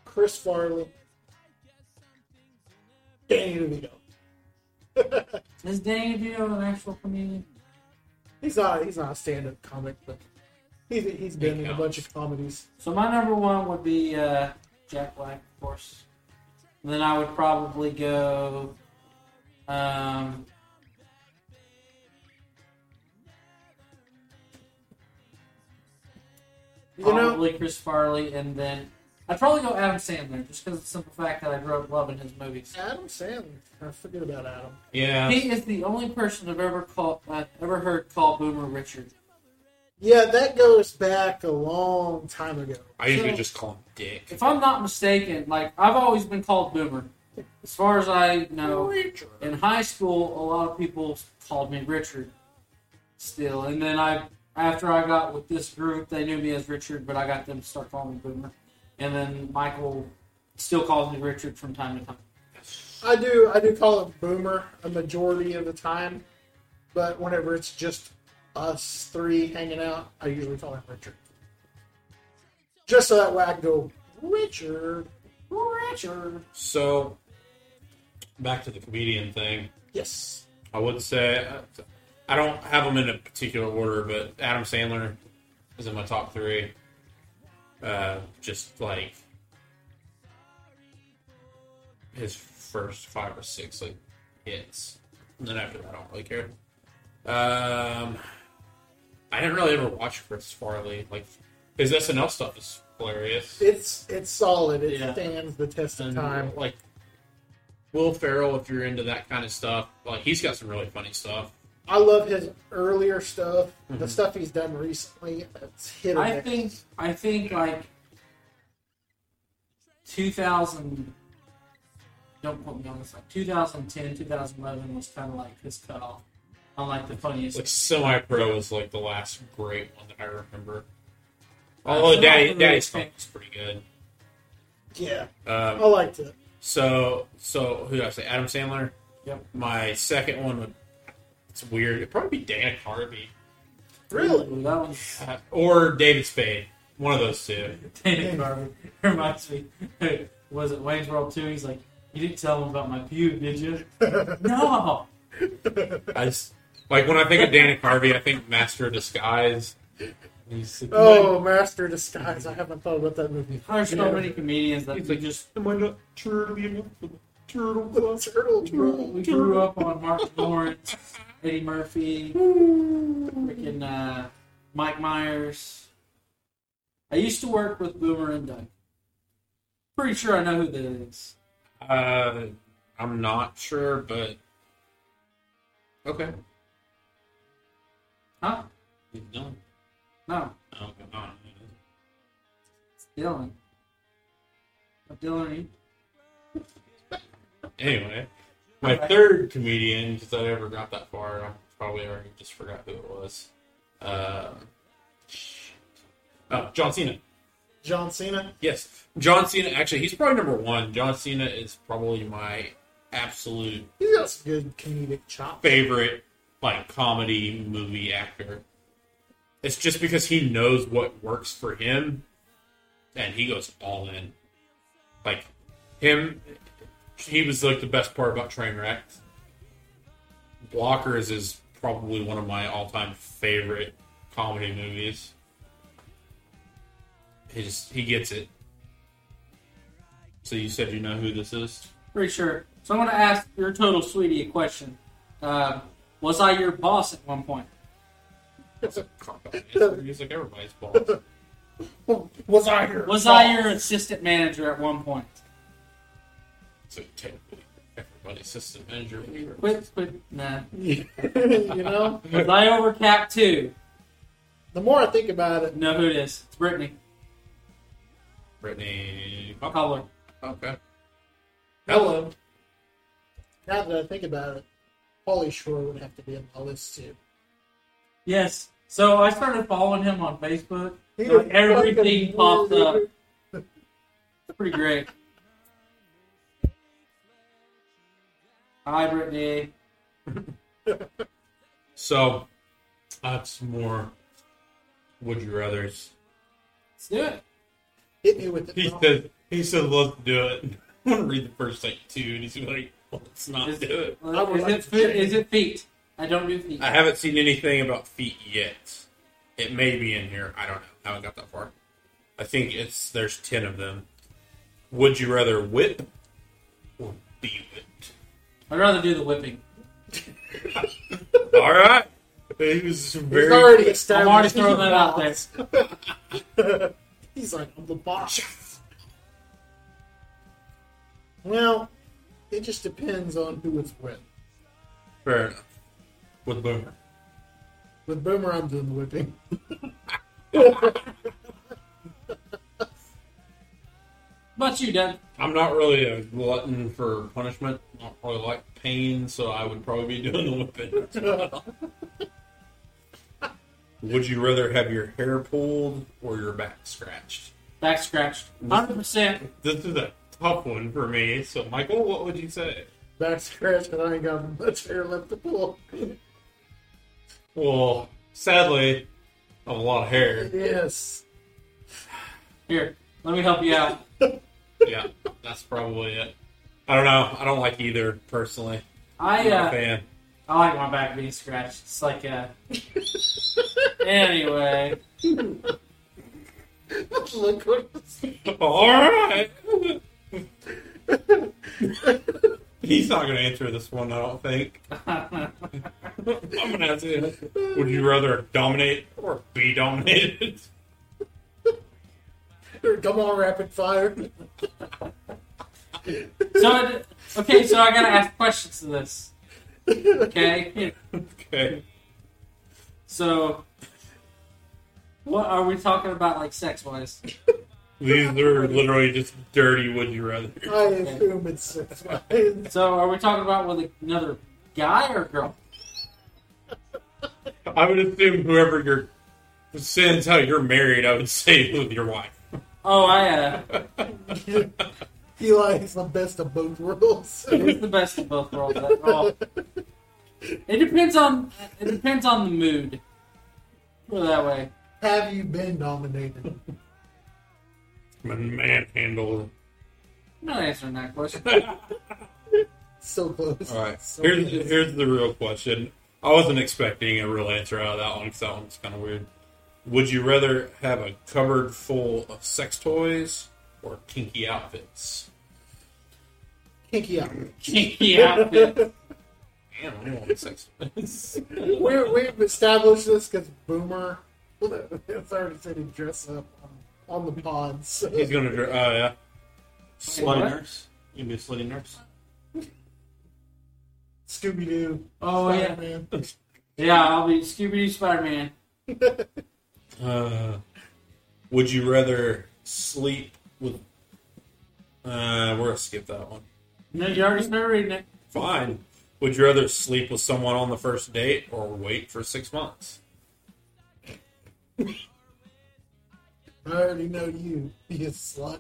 Speaker 3: Chris Farley. Danny DeVito.
Speaker 1: Is Danny DeVito an actual comedian?
Speaker 3: he's not he's not a stand up comic, but he's he's been
Speaker 2: He
Speaker 3: in a
Speaker 2: counts.
Speaker 3: bunch of comedies.
Speaker 1: So my number one would be uh, Jack Black, of course. And then I would probably go. Um,
Speaker 3: You know,
Speaker 1: probably Chris Farley, and then I'd probably go Adam Sandler, just because of the simple fact that I grew up loving his movies.
Speaker 3: Adam Sandler. I forget about Adam.
Speaker 2: Yeah.
Speaker 1: He is the only person I've ever called, I've ever heard call Boomer Richard.
Speaker 3: Yeah, that goes back a long time ago.
Speaker 2: I usually
Speaker 1: So-
Speaker 2: just call him Dick.
Speaker 1: If I'm not mistaken, like I've always been called Boomer, as far as I know. in high school, a lot of people called me Richard still. And then I, after I got with this group, they knew me as Richard, but I got them to start calling me Boomer. And then Michael still calls me Richard from time to time.
Speaker 3: I do I do call it boomer a majority of the time, but whenever it's just us three hanging out, I usually call him Richard. Just so that way I can go Richard, Richard.
Speaker 2: So, back to the comedian thing.
Speaker 3: Yes,
Speaker 2: I would say I don't have them in a particular order, but Adam Sandler is in my top three. Uh, just like his first five or six like hits, and then after that, I don't really care. Um, I didn't really ever watch Chris Farley. Like his SNL stuff is hilarious.
Speaker 3: it's it's solid. It
Speaker 1: Yeah.
Speaker 3: stands the test of
Speaker 2: And, uh,
Speaker 3: time.
Speaker 2: Like Will Ferrell, if you're into that kind of stuff, like he's got some really funny stuff.
Speaker 3: I love his earlier stuff. The
Speaker 2: Mhm.
Speaker 3: stuff he's done recently, it's hit or
Speaker 1: I
Speaker 3: miss.
Speaker 1: think, I think like 2000, don't quote me on this, like 2010, 2011 was kind of like his cutoff on like the funniest.
Speaker 2: Like semi pro is like the last great one that I remember. Although Daddy Daddy's Funk was pretty good.
Speaker 3: yeah, I
Speaker 2: Um,
Speaker 3: liked it.
Speaker 2: so so who did I say? Adam Sandler.
Speaker 1: Yep.
Speaker 2: My second one would it's weird. It'd probably be Dan Carvey
Speaker 3: Really,
Speaker 1: Ooh, that was
Speaker 2: Uh, or David Spade. one of those two.
Speaker 1: David Carver reminds me. Was it Wayne's World 2? He's like, You didn't tell him about my pube, did you? no!
Speaker 2: I just, like when I think of Dan Carvey, I think Master of Disguise. He's
Speaker 3: oh, Master of Disguise. I haven't thought about that movie.
Speaker 1: There's so many comedians that
Speaker 2: He's like-
Speaker 1: just
Speaker 2: Am I not turtly enough for the turtle
Speaker 3: Little turtle
Speaker 1: we grew up on Mark Lawrence, Eddie Murphy, freaking uh, Mike Myers. I used to work with Boomer and Doug. Pretty sure I know who that is.
Speaker 2: Uh, I'm not sure, but okay.
Speaker 1: Huh?
Speaker 2: He's done.
Speaker 1: No,
Speaker 2: Oh, come on.
Speaker 1: it's Dylan. What Dylan, are you?
Speaker 2: Anyway, my third comedian, because I never got that far, I probably already just forgot who it was. Um, oh, John Cena.
Speaker 3: John Cena.
Speaker 2: Yes, John Cena. Actually, he's probably number one. John Cena is probably my absolute
Speaker 3: He's got some good comedic chops.
Speaker 2: favorite like comedy movie actor. It's just because he knows what works for him, and he goes all in. Like him, he was like the best part about Trainwreck. Blockers is probably one of my all-time favorite comedy movies. He just he gets it. So you said you know who this is?
Speaker 1: Pretty sure. So I'm going to ask your total sweetie a question. Uh, was I your boss at one point?
Speaker 2: It's a cop out. He's like everybody's boss.
Speaker 3: Was I your
Speaker 1: Was I your assistant manager at one point?
Speaker 2: So technically, everybody's system manager.
Speaker 1: Quit, quit. Nah.
Speaker 3: you know?
Speaker 1: Was I overcapped too?
Speaker 3: The more I think about it,
Speaker 1: Know who it is? It's Brittany.
Speaker 2: Brittany.
Speaker 1: I'll call her.
Speaker 2: Okay. Hello.
Speaker 3: now that I think about it, Pauly Shore would have to be on my list too.
Speaker 1: Yes. So I started following him on Facebook.
Speaker 3: He
Speaker 1: Like,
Speaker 3: is
Speaker 1: everything
Speaker 3: fucking
Speaker 1: popped up.
Speaker 3: weird.
Speaker 1: It's pretty great. Hi, Brittany.
Speaker 2: So, I have some more would you rather's.
Speaker 1: Let's do it.
Speaker 3: Hit me with
Speaker 2: He
Speaker 3: it. bro.
Speaker 2: said, he said, let's do it. I want to read the first like two, and he's like, let's not
Speaker 1: Is,
Speaker 2: do it.
Speaker 1: well,
Speaker 3: I would
Speaker 1: is
Speaker 3: like
Speaker 1: it
Speaker 3: to
Speaker 1: fe-
Speaker 3: check.
Speaker 1: is it feet? I don't do feet.
Speaker 2: I haven't seen anything about feet yet. It may be in here. I don't know. I haven't got that far. I think it's there's ten of them. Would you rather whip or be whipped?
Speaker 1: I'd rather do the whipping.
Speaker 2: All right. He was very.
Speaker 3: He's already
Speaker 1: I'm
Speaker 3: established.
Speaker 1: already
Speaker 3: he's
Speaker 1: throwing
Speaker 3: the
Speaker 1: that out there.
Speaker 3: boss. He's like, I'm the boss. Well, it just depends on who it's with.
Speaker 2: Fair enough. With Boomer.
Speaker 3: With Boomer, I'm doing the whipping.
Speaker 1: But you, Doug.
Speaker 2: I'm not really a glutton for punishment. I don't really like pain, so I would probably be doing the whipping. as well. would you rather have your hair pulled or your back scratched?
Speaker 1: Back scratched. 100%.
Speaker 2: This is a tough one for me. So, Michael, what would you say?
Speaker 3: Back scratch, and I ain't got much hair left to pull.
Speaker 2: Well, sadly, I have a lot of hair.
Speaker 3: yes.
Speaker 1: Here, let me help you out.
Speaker 2: yeah, that's probably it. I don't know. I don't like either personally.
Speaker 1: I,
Speaker 2: I'm not a
Speaker 1: uh,
Speaker 2: fan.
Speaker 1: I like my back being scratched. It's like, uh. anyway.
Speaker 3: Look what it's
Speaker 2: All right. He's not going to answer this one, I don't think. I'm going to answer it. Would you rather dominate or be dominated?
Speaker 3: Come on, rapid fire.
Speaker 1: So, it, okay, so I gotta ask questions to this. Okay?
Speaker 2: okay.
Speaker 1: So, what are we talking about, like, sex wise?
Speaker 2: These are literally just dirty would you rather.
Speaker 3: I assume it's six ways.
Speaker 1: So, are we talking about with another guy or girl?
Speaker 2: I would assume whoever you're, since how you're married, I would say with your wife.
Speaker 1: Oh, I, uh.
Speaker 3: Eli is the best of both worlds.
Speaker 1: It's the best of both worlds. At all. It depends on it depends on the mood. Put it that way.
Speaker 3: Have you been dominated?
Speaker 2: Man- Manhandled.
Speaker 1: I'm not answering that question.
Speaker 3: So close.
Speaker 2: All right.
Speaker 3: So
Speaker 2: Here's
Speaker 3: close.
Speaker 2: here's the real question. I wasn't expecting a real answer out of that one because that one's kind of weird. Would you rather have a cupboard full of sex toys or kinky outfits?
Speaker 3: Kinky out.
Speaker 1: Kinky outfit.
Speaker 2: Damn, I don't want sex toys.
Speaker 3: We're, we've established this because Boomer has already said he dress up on, on the pods.
Speaker 2: He's gonna dr- uh, yeah. Slutty
Speaker 1: what?
Speaker 2: nurse. You gonna be a slutty nurse?
Speaker 3: Scooby Doo.
Speaker 1: Oh yeah,
Speaker 3: Man.
Speaker 1: yeah. I'll be Scooby Doo, Spider Man.
Speaker 2: Uh, would you rather sleep with? Uh, we're gonna skip that one.
Speaker 1: No, you already started reading it.
Speaker 2: Fine. Would you rather sleep with someone on the first date or wait for six months?
Speaker 3: I already know you. You slut.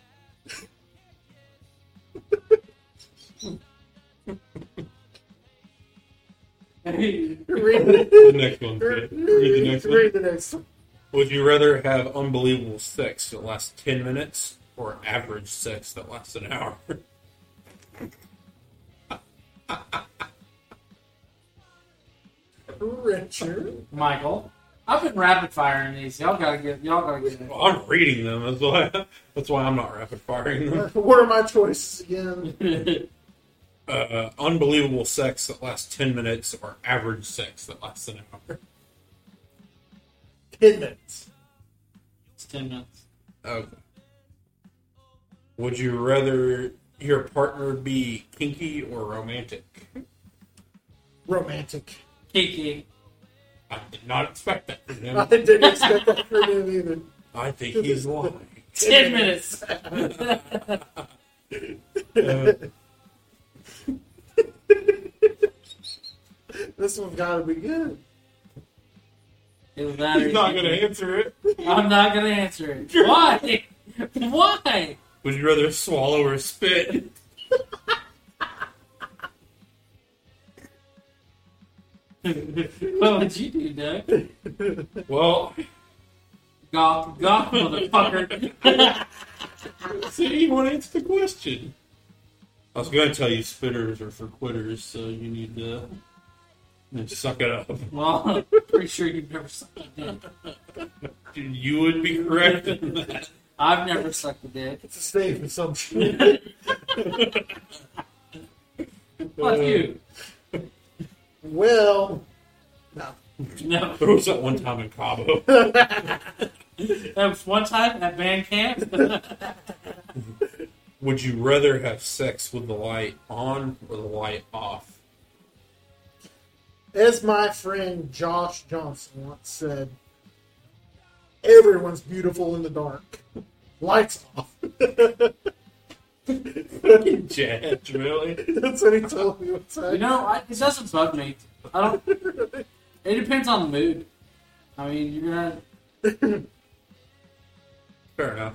Speaker 3: Read
Speaker 2: The
Speaker 3: the,
Speaker 2: next one. Read
Speaker 3: read,
Speaker 2: the next one.
Speaker 3: the next one.
Speaker 2: Would you rather have unbelievable sex that lasts 10 minutes or average sex that lasts an hour?
Speaker 3: Richard.
Speaker 1: Michael, I've been rapid firing these. Y'all gotta get. Y'all gotta get. It.
Speaker 2: Well, I'm reading them. That's why, that's why I'm not rapid firing them.
Speaker 3: What are my choices again?
Speaker 2: Uh, unbelievable sex that lasts 10 minutes or average sex that lasts an hour.
Speaker 3: Ten minutes.
Speaker 1: It's ten minutes.
Speaker 2: Okay. Would you rather your partner be kinky or romantic?
Speaker 3: Romantic.
Speaker 1: Kinky.
Speaker 2: I did not expect that from
Speaker 3: I
Speaker 2: him.
Speaker 3: didn't expect that from him either.
Speaker 2: I think he's lying.
Speaker 1: Ten minutes.
Speaker 2: Uh,
Speaker 3: This one's gotta be good.
Speaker 1: Either that or
Speaker 2: he's not
Speaker 1: you-
Speaker 2: going to answer it.
Speaker 1: I'm not gonna answer it. Why? Why?
Speaker 2: Would you rather swallow or spit?
Speaker 1: what would you do, Doug?
Speaker 2: Well,
Speaker 1: Golf, golf, motherfucker.
Speaker 2: see, you want to answer the question. I was going to tell you spitters are for quitters, so you need to to suck it up.
Speaker 1: well, I'm pretty sure you've never sucked a dick.
Speaker 2: You would be correct in that.
Speaker 1: I've never sucked a dick.
Speaker 3: It's a safe assumption.
Speaker 1: Fuck you.
Speaker 2: Uh,
Speaker 3: well, no.
Speaker 1: No.
Speaker 2: There was that one time in Cabo.
Speaker 1: That was one time at band camp.
Speaker 2: Would you rather have sex with the light on or the light off?
Speaker 3: As my friend Josh Johnson once said, everyone's beautiful in the dark. Lights off. That's
Speaker 2: Judge, really?
Speaker 3: what he told me one time.
Speaker 1: You know, I, it doesn't bug me. I don't. It depends on the mood. I mean, you're gonna.
Speaker 2: Fair enough.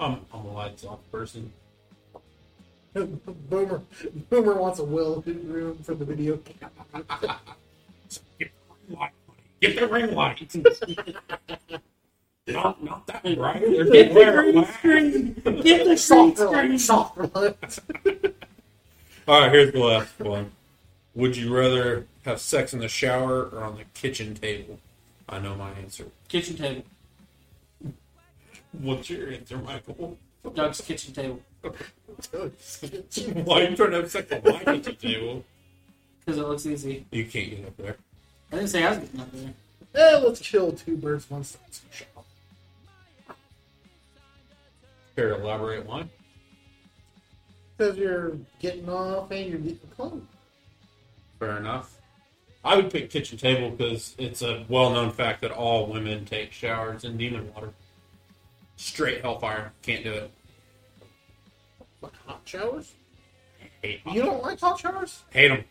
Speaker 2: I'm, I'm a lights off person.
Speaker 3: Boomer, Boomer wants a well-lit room for the video camera.
Speaker 2: Get the ring light, buddy. Get the ring light. not, not that bright.
Speaker 1: Get the green
Speaker 2: screen.
Speaker 1: Get the
Speaker 3: Soft light, soft light.
Speaker 2: All right, here's the last one. Would you rather have sex in the shower or on the kitchen table? I know my answer.
Speaker 1: kitchen table.
Speaker 2: What's your answer, Michael?
Speaker 1: Doug's kitchen table
Speaker 2: Why are you trying to have sex on my kitchen table?
Speaker 1: because it looks easy.
Speaker 2: You can't get up there.
Speaker 1: I didn't say I was getting up there.
Speaker 3: Eh, let's kill two birds one stone.
Speaker 2: Here, elaborate one.
Speaker 3: Because you're getting off and you're getting close.
Speaker 2: Fair enough. I would pick kitchen table because it's a well-known fact that all women take showers in demon water. Straight hellfire, can't do it.
Speaker 3: Like hot showers?
Speaker 2: Hate
Speaker 3: You don't like hot showers?
Speaker 2: hate them.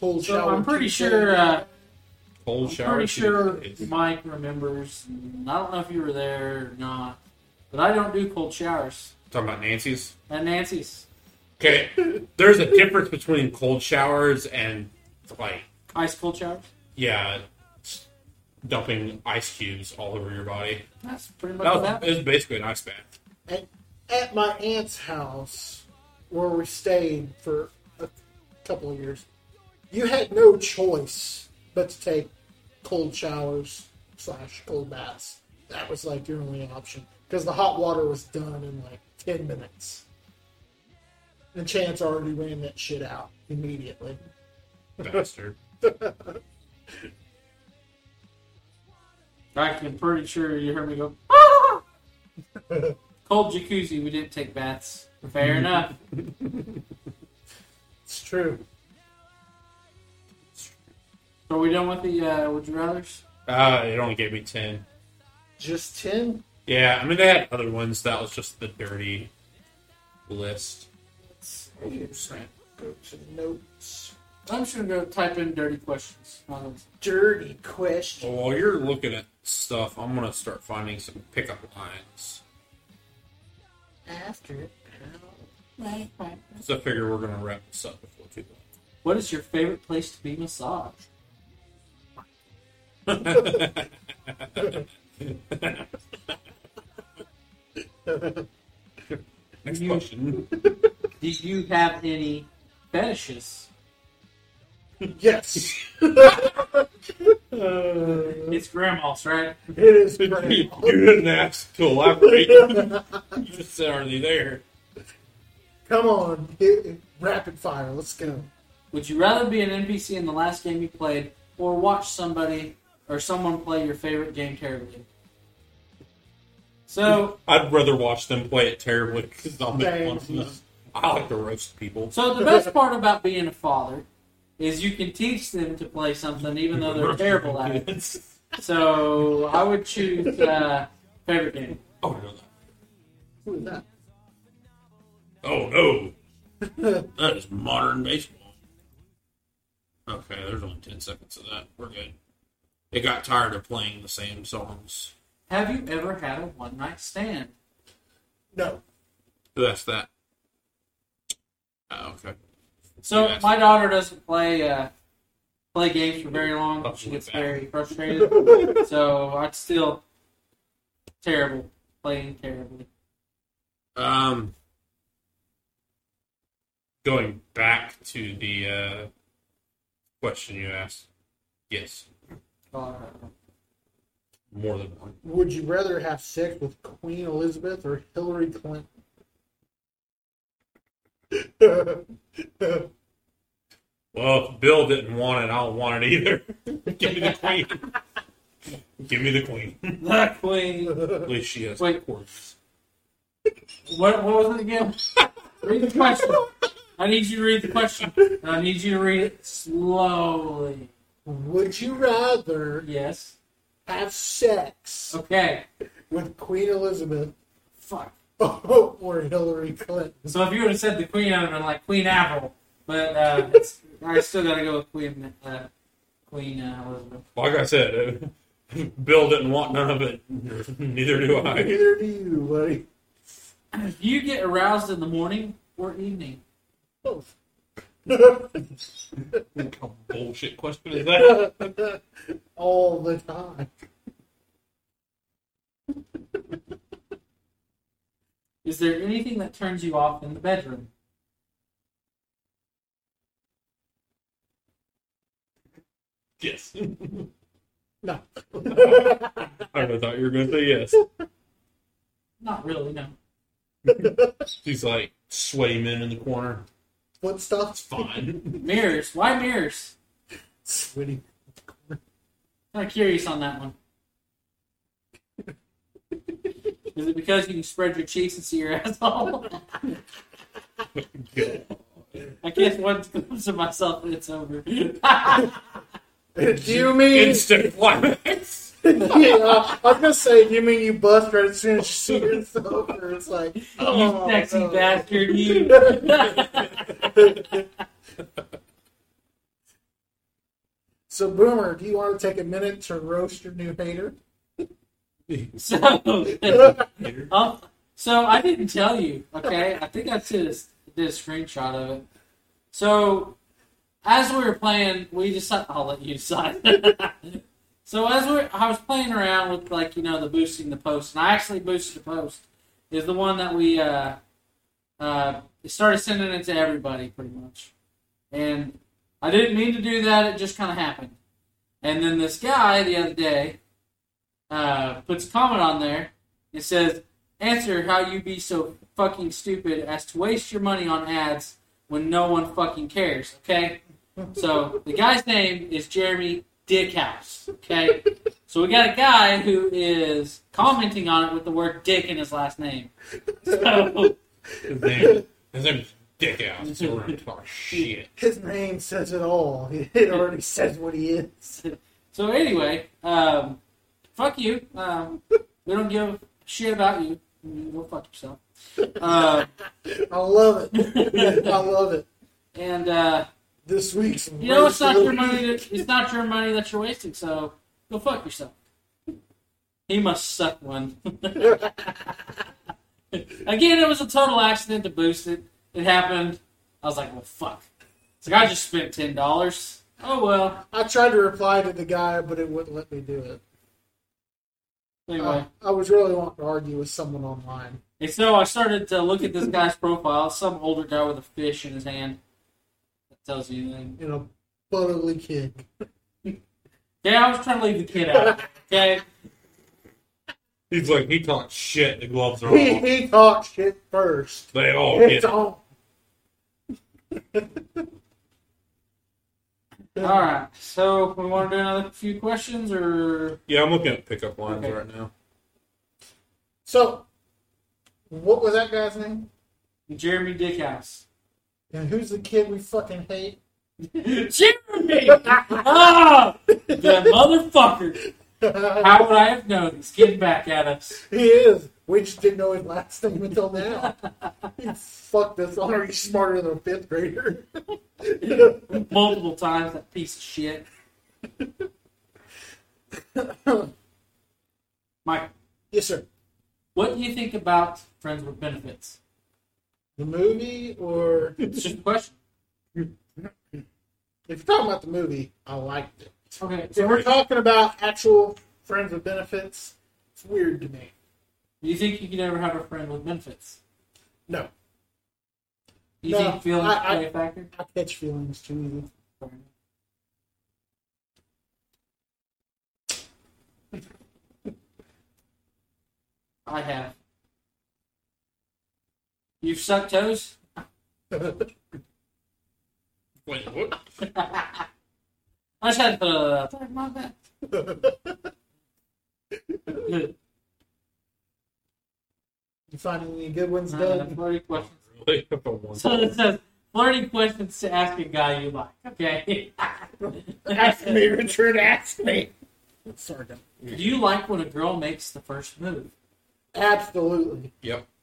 Speaker 3: Cold
Speaker 1: So
Speaker 3: shower.
Speaker 1: I'm pretty
Speaker 3: Tuesday.
Speaker 1: sure. Uh,
Speaker 2: Cold
Speaker 1: I'm
Speaker 2: shower.
Speaker 1: pretty sure
Speaker 2: Tuesdays.
Speaker 1: Mike remembers. and I don't know if you were there or not, but I don't do cold showers
Speaker 2: Talking about Nancy's.
Speaker 1: at Nancy's.
Speaker 2: Okay, there's a difference between cold showers and like
Speaker 1: Ice cold showers.
Speaker 2: yeah, dumping ice cubes all over your body.
Speaker 1: That's pretty much
Speaker 2: That
Speaker 1: what
Speaker 2: was,
Speaker 1: happened.
Speaker 2: it was basically an ice bath.
Speaker 3: At, at my aunt's house, where we stayed for a couple of years, you had no choice but to take cold showers slash cold baths. That was like your only option because the hot water was done in like ten minutes, and Chance already ran that shit out immediately.
Speaker 2: Bastard.
Speaker 1: I can pretty sure you heard me go. cold jacuzzi. We didn't take baths. Fair enough.
Speaker 3: It's true.
Speaker 1: So are we done with the uh, would you rather's?
Speaker 2: Uh, it only gave me ten.
Speaker 3: Just ten.
Speaker 2: Yeah, I mean they had other ones. That was just the dirty list.
Speaker 3: Let's see. Go to the notes.
Speaker 1: I'm just gonna go type in dirty questions.
Speaker 3: Dirty question.
Speaker 2: Well, while you're looking at stuff, I'm gonna start finding some pickup lines.
Speaker 3: Oh. After it.
Speaker 2: So I figure we're gonna wrap this up before too
Speaker 1: What is your favorite place to be massaged?
Speaker 2: long. Next
Speaker 1: You-
Speaker 2: question.
Speaker 1: Do you have any fetishes?
Speaker 3: Yes. Uh,
Speaker 1: It's grandma's, right?
Speaker 3: it is
Speaker 2: you
Speaker 3: great.
Speaker 2: didn't ask to elaborate. you just said, "Are they there?"
Speaker 3: Come on, hit it. rapid fire. Let's go.
Speaker 1: Would you rather be an NPC in the last game you played or watch somebody or someone play your favorite game terribly? So
Speaker 2: I'd rather watch them play it terribly because I'll make fun
Speaker 3: Same.
Speaker 2: of them. I like to roast people.
Speaker 1: so the best part about being a father is you can teach them to play something even though they're terrible at it. So I would choose uh, favorite game.
Speaker 2: Oh no!
Speaker 3: Who is that?
Speaker 2: Oh no! That is modern baseball. Okay, there's only ten seconds of that. We're good. It got tired of playing the same songs.
Speaker 1: Have you ever had a one night stand?
Speaker 3: No.
Speaker 2: That's that. Oh, okay.
Speaker 1: So
Speaker 2: Yes.
Speaker 1: my daughter doesn't play uh, play games for very long. She
Speaker 2: Probably
Speaker 1: gets
Speaker 2: Oh, bad.
Speaker 1: very frustrated. so I'm still terrible playing terribly.
Speaker 2: Um, going back to the uh, question you asked, yes,
Speaker 1: Uh,
Speaker 2: more than one.
Speaker 3: Would you rather have sex with Queen Elizabeth or Hillary Clinton?
Speaker 2: Well, if Bill didn't want it, I don't want it either. Give me the queen. Give me the queen.
Speaker 1: the queen.
Speaker 2: At least she has
Speaker 1: Wait.
Speaker 2: corpse.
Speaker 1: What, what was it again? read the question. I need you to read the question. And I need you to read it slowly.
Speaker 3: Would you rather
Speaker 1: Yes.
Speaker 3: have sex
Speaker 1: Okay.
Speaker 3: with Queen Elizabeth
Speaker 1: Fuck.
Speaker 3: or Hillary Clinton?
Speaker 1: So if you would have said the queen, I would have been like Queen Apple. But uh, it's, I still got to go with Queen uh, Queen uh, Elizabeth.
Speaker 2: Like I said, uh, Bill didn't want none of it. Neither do I.
Speaker 3: Neither do you, buddy.
Speaker 1: Do you get aroused in the morning or evening?
Speaker 3: Both.
Speaker 2: Bullshit question is that?
Speaker 3: All the time.
Speaker 1: Is there anything that turns you off in the bedroom?
Speaker 2: Yes.
Speaker 3: No.
Speaker 2: I thought you were going to say yes.
Speaker 1: Not really, no.
Speaker 2: She's like sway men in the corner.
Speaker 3: Foot stuff?
Speaker 2: Fine.
Speaker 1: Mirrors. Why mirrors?
Speaker 3: Sweaty.
Speaker 1: Kind of curious on that one. Is it because you can spread your cheeks and see your asshole?
Speaker 2: Good.
Speaker 1: I guess once it comes to myself, it's over.
Speaker 3: Do you mean?
Speaker 2: Instant climax.
Speaker 3: yeah, I was gonna say, you mean you bust right as soon as you see yourself? Or it's like, oh,
Speaker 1: you sexy
Speaker 3: no.
Speaker 1: bastard, you.
Speaker 3: So, Boomer, do you want to take a minute to roast your new hater?
Speaker 1: so, um, so I didn't tell you, okay? I think I did a, did a screenshot of it. So, as we were playing, we decided. I'll let you decide. so, as we I was playing around with, like, you know, the boosting the post, and I actually boosted the post, is the one that we uh, uh, started sending it to everybody, pretty much. And I didn't mean to do that, it just kind of happened. And then this guy the other day uh, puts a comment on there. It says, "Answer how you be so fucking stupid as to waste your money on ads when no one fucking cares." Okay, so the guy's name is Jeremy Dickhouse. Okay, so we got a guy who is commenting on it with the word "dick" in his last name. So
Speaker 2: His name, his name's Dick Out. So we're going to talk shit.
Speaker 3: His name says it all. It already says what he is.
Speaker 1: So anyway, um, fuck you. Um, we don't give a shit about you. You Go fuck yourself. Uh,
Speaker 3: I love it. I love it.
Speaker 1: and uh,
Speaker 3: This week's
Speaker 1: you know it's not your
Speaker 3: roast
Speaker 1: money. That, it's not your money that you're wasting. So go fuck yourself. He must suck one. Again, it was a total accident to boost it. It happened. I was like, well, fuck. It's like I just spent ten dollars. Oh well.
Speaker 3: I tried to reply to the guy, but it wouldn't let me do it.
Speaker 1: Anyway.
Speaker 3: I, I was really wanting to argue with someone online.
Speaker 1: And so I started to look at this guy's profile, some older guy with a fish in his hand. That tells you anything.
Speaker 3: You know, butterly kid.
Speaker 1: Yeah, I was trying to leave the kid out. Okay.
Speaker 2: He's like, he talks shit. The gloves are
Speaker 3: He,
Speaker 2: off.
Speaker 3: he talked shit first.
Speaker 2: They all get
Speaker 3: It's
Speaker 2: it.
Speaker 3: on.
Speaker 1: Alright. So we wanna do another few questions or
Speaker 2: Yeah, I'm looking at pickup lines
Speaker 1: Okay.
Speaker 2: right now.
Speaker 3: So, what was that guy's name?
Speaker 1: Jeremy Dickhouse.
Speaker 3: And who's the kid we fucking hate?
Speaker 1: Jeremy! ah! That motherfucker! How would I have known? He's getting back at us.
Speaker 3: He is. We just didn't know his last name until now. he fucked us on. He's smarter than a fifth grader.
Speaker 1: Multiple times, that piece of shit. Mike,
Speaker 3: yes, sir.
Speaker 1: what do you think about friends with benefits?
Speaker 3: The movie, or
Speaker 1: It's just a question.
Speaker 3: if you're talking about the movie, I liked it.
Speaker 1: Okay.
Speaker 3: If we're talking about actual friends with benefits, it's weird to me.
Speaker 1: Do you think you could ever have a friend with benefits?
Speaker 3: No,
Speaker 1: Do you
Speaker 3: No,
Speaker 1: think feelings
Speaker 3: I- I-
Speaker 1: play a factor?
Speaker 3: I catch feelings too easy.
Speaker 1: I have. You've sucked toes?
Speaker 2: Wait, what?
Speaker 1: I just had uh, to put it out there. My bad. Good.
Speaker 3: You finding any good ones,
Speaker 1: Uh,
Speaker 3: Doug?
Speaker 1: flirty questions.
Speaker 2: Really? If I want
Speaker 1: So it says flirty questions to ask a guy you like. Okay.
Speaker 3: ask me, Richard. Ask me. Sorry, Doug.
Speaker 1: Do you like when a girl makes the first move?
Speaker 3: Absolutely
Speaker 2: Yep.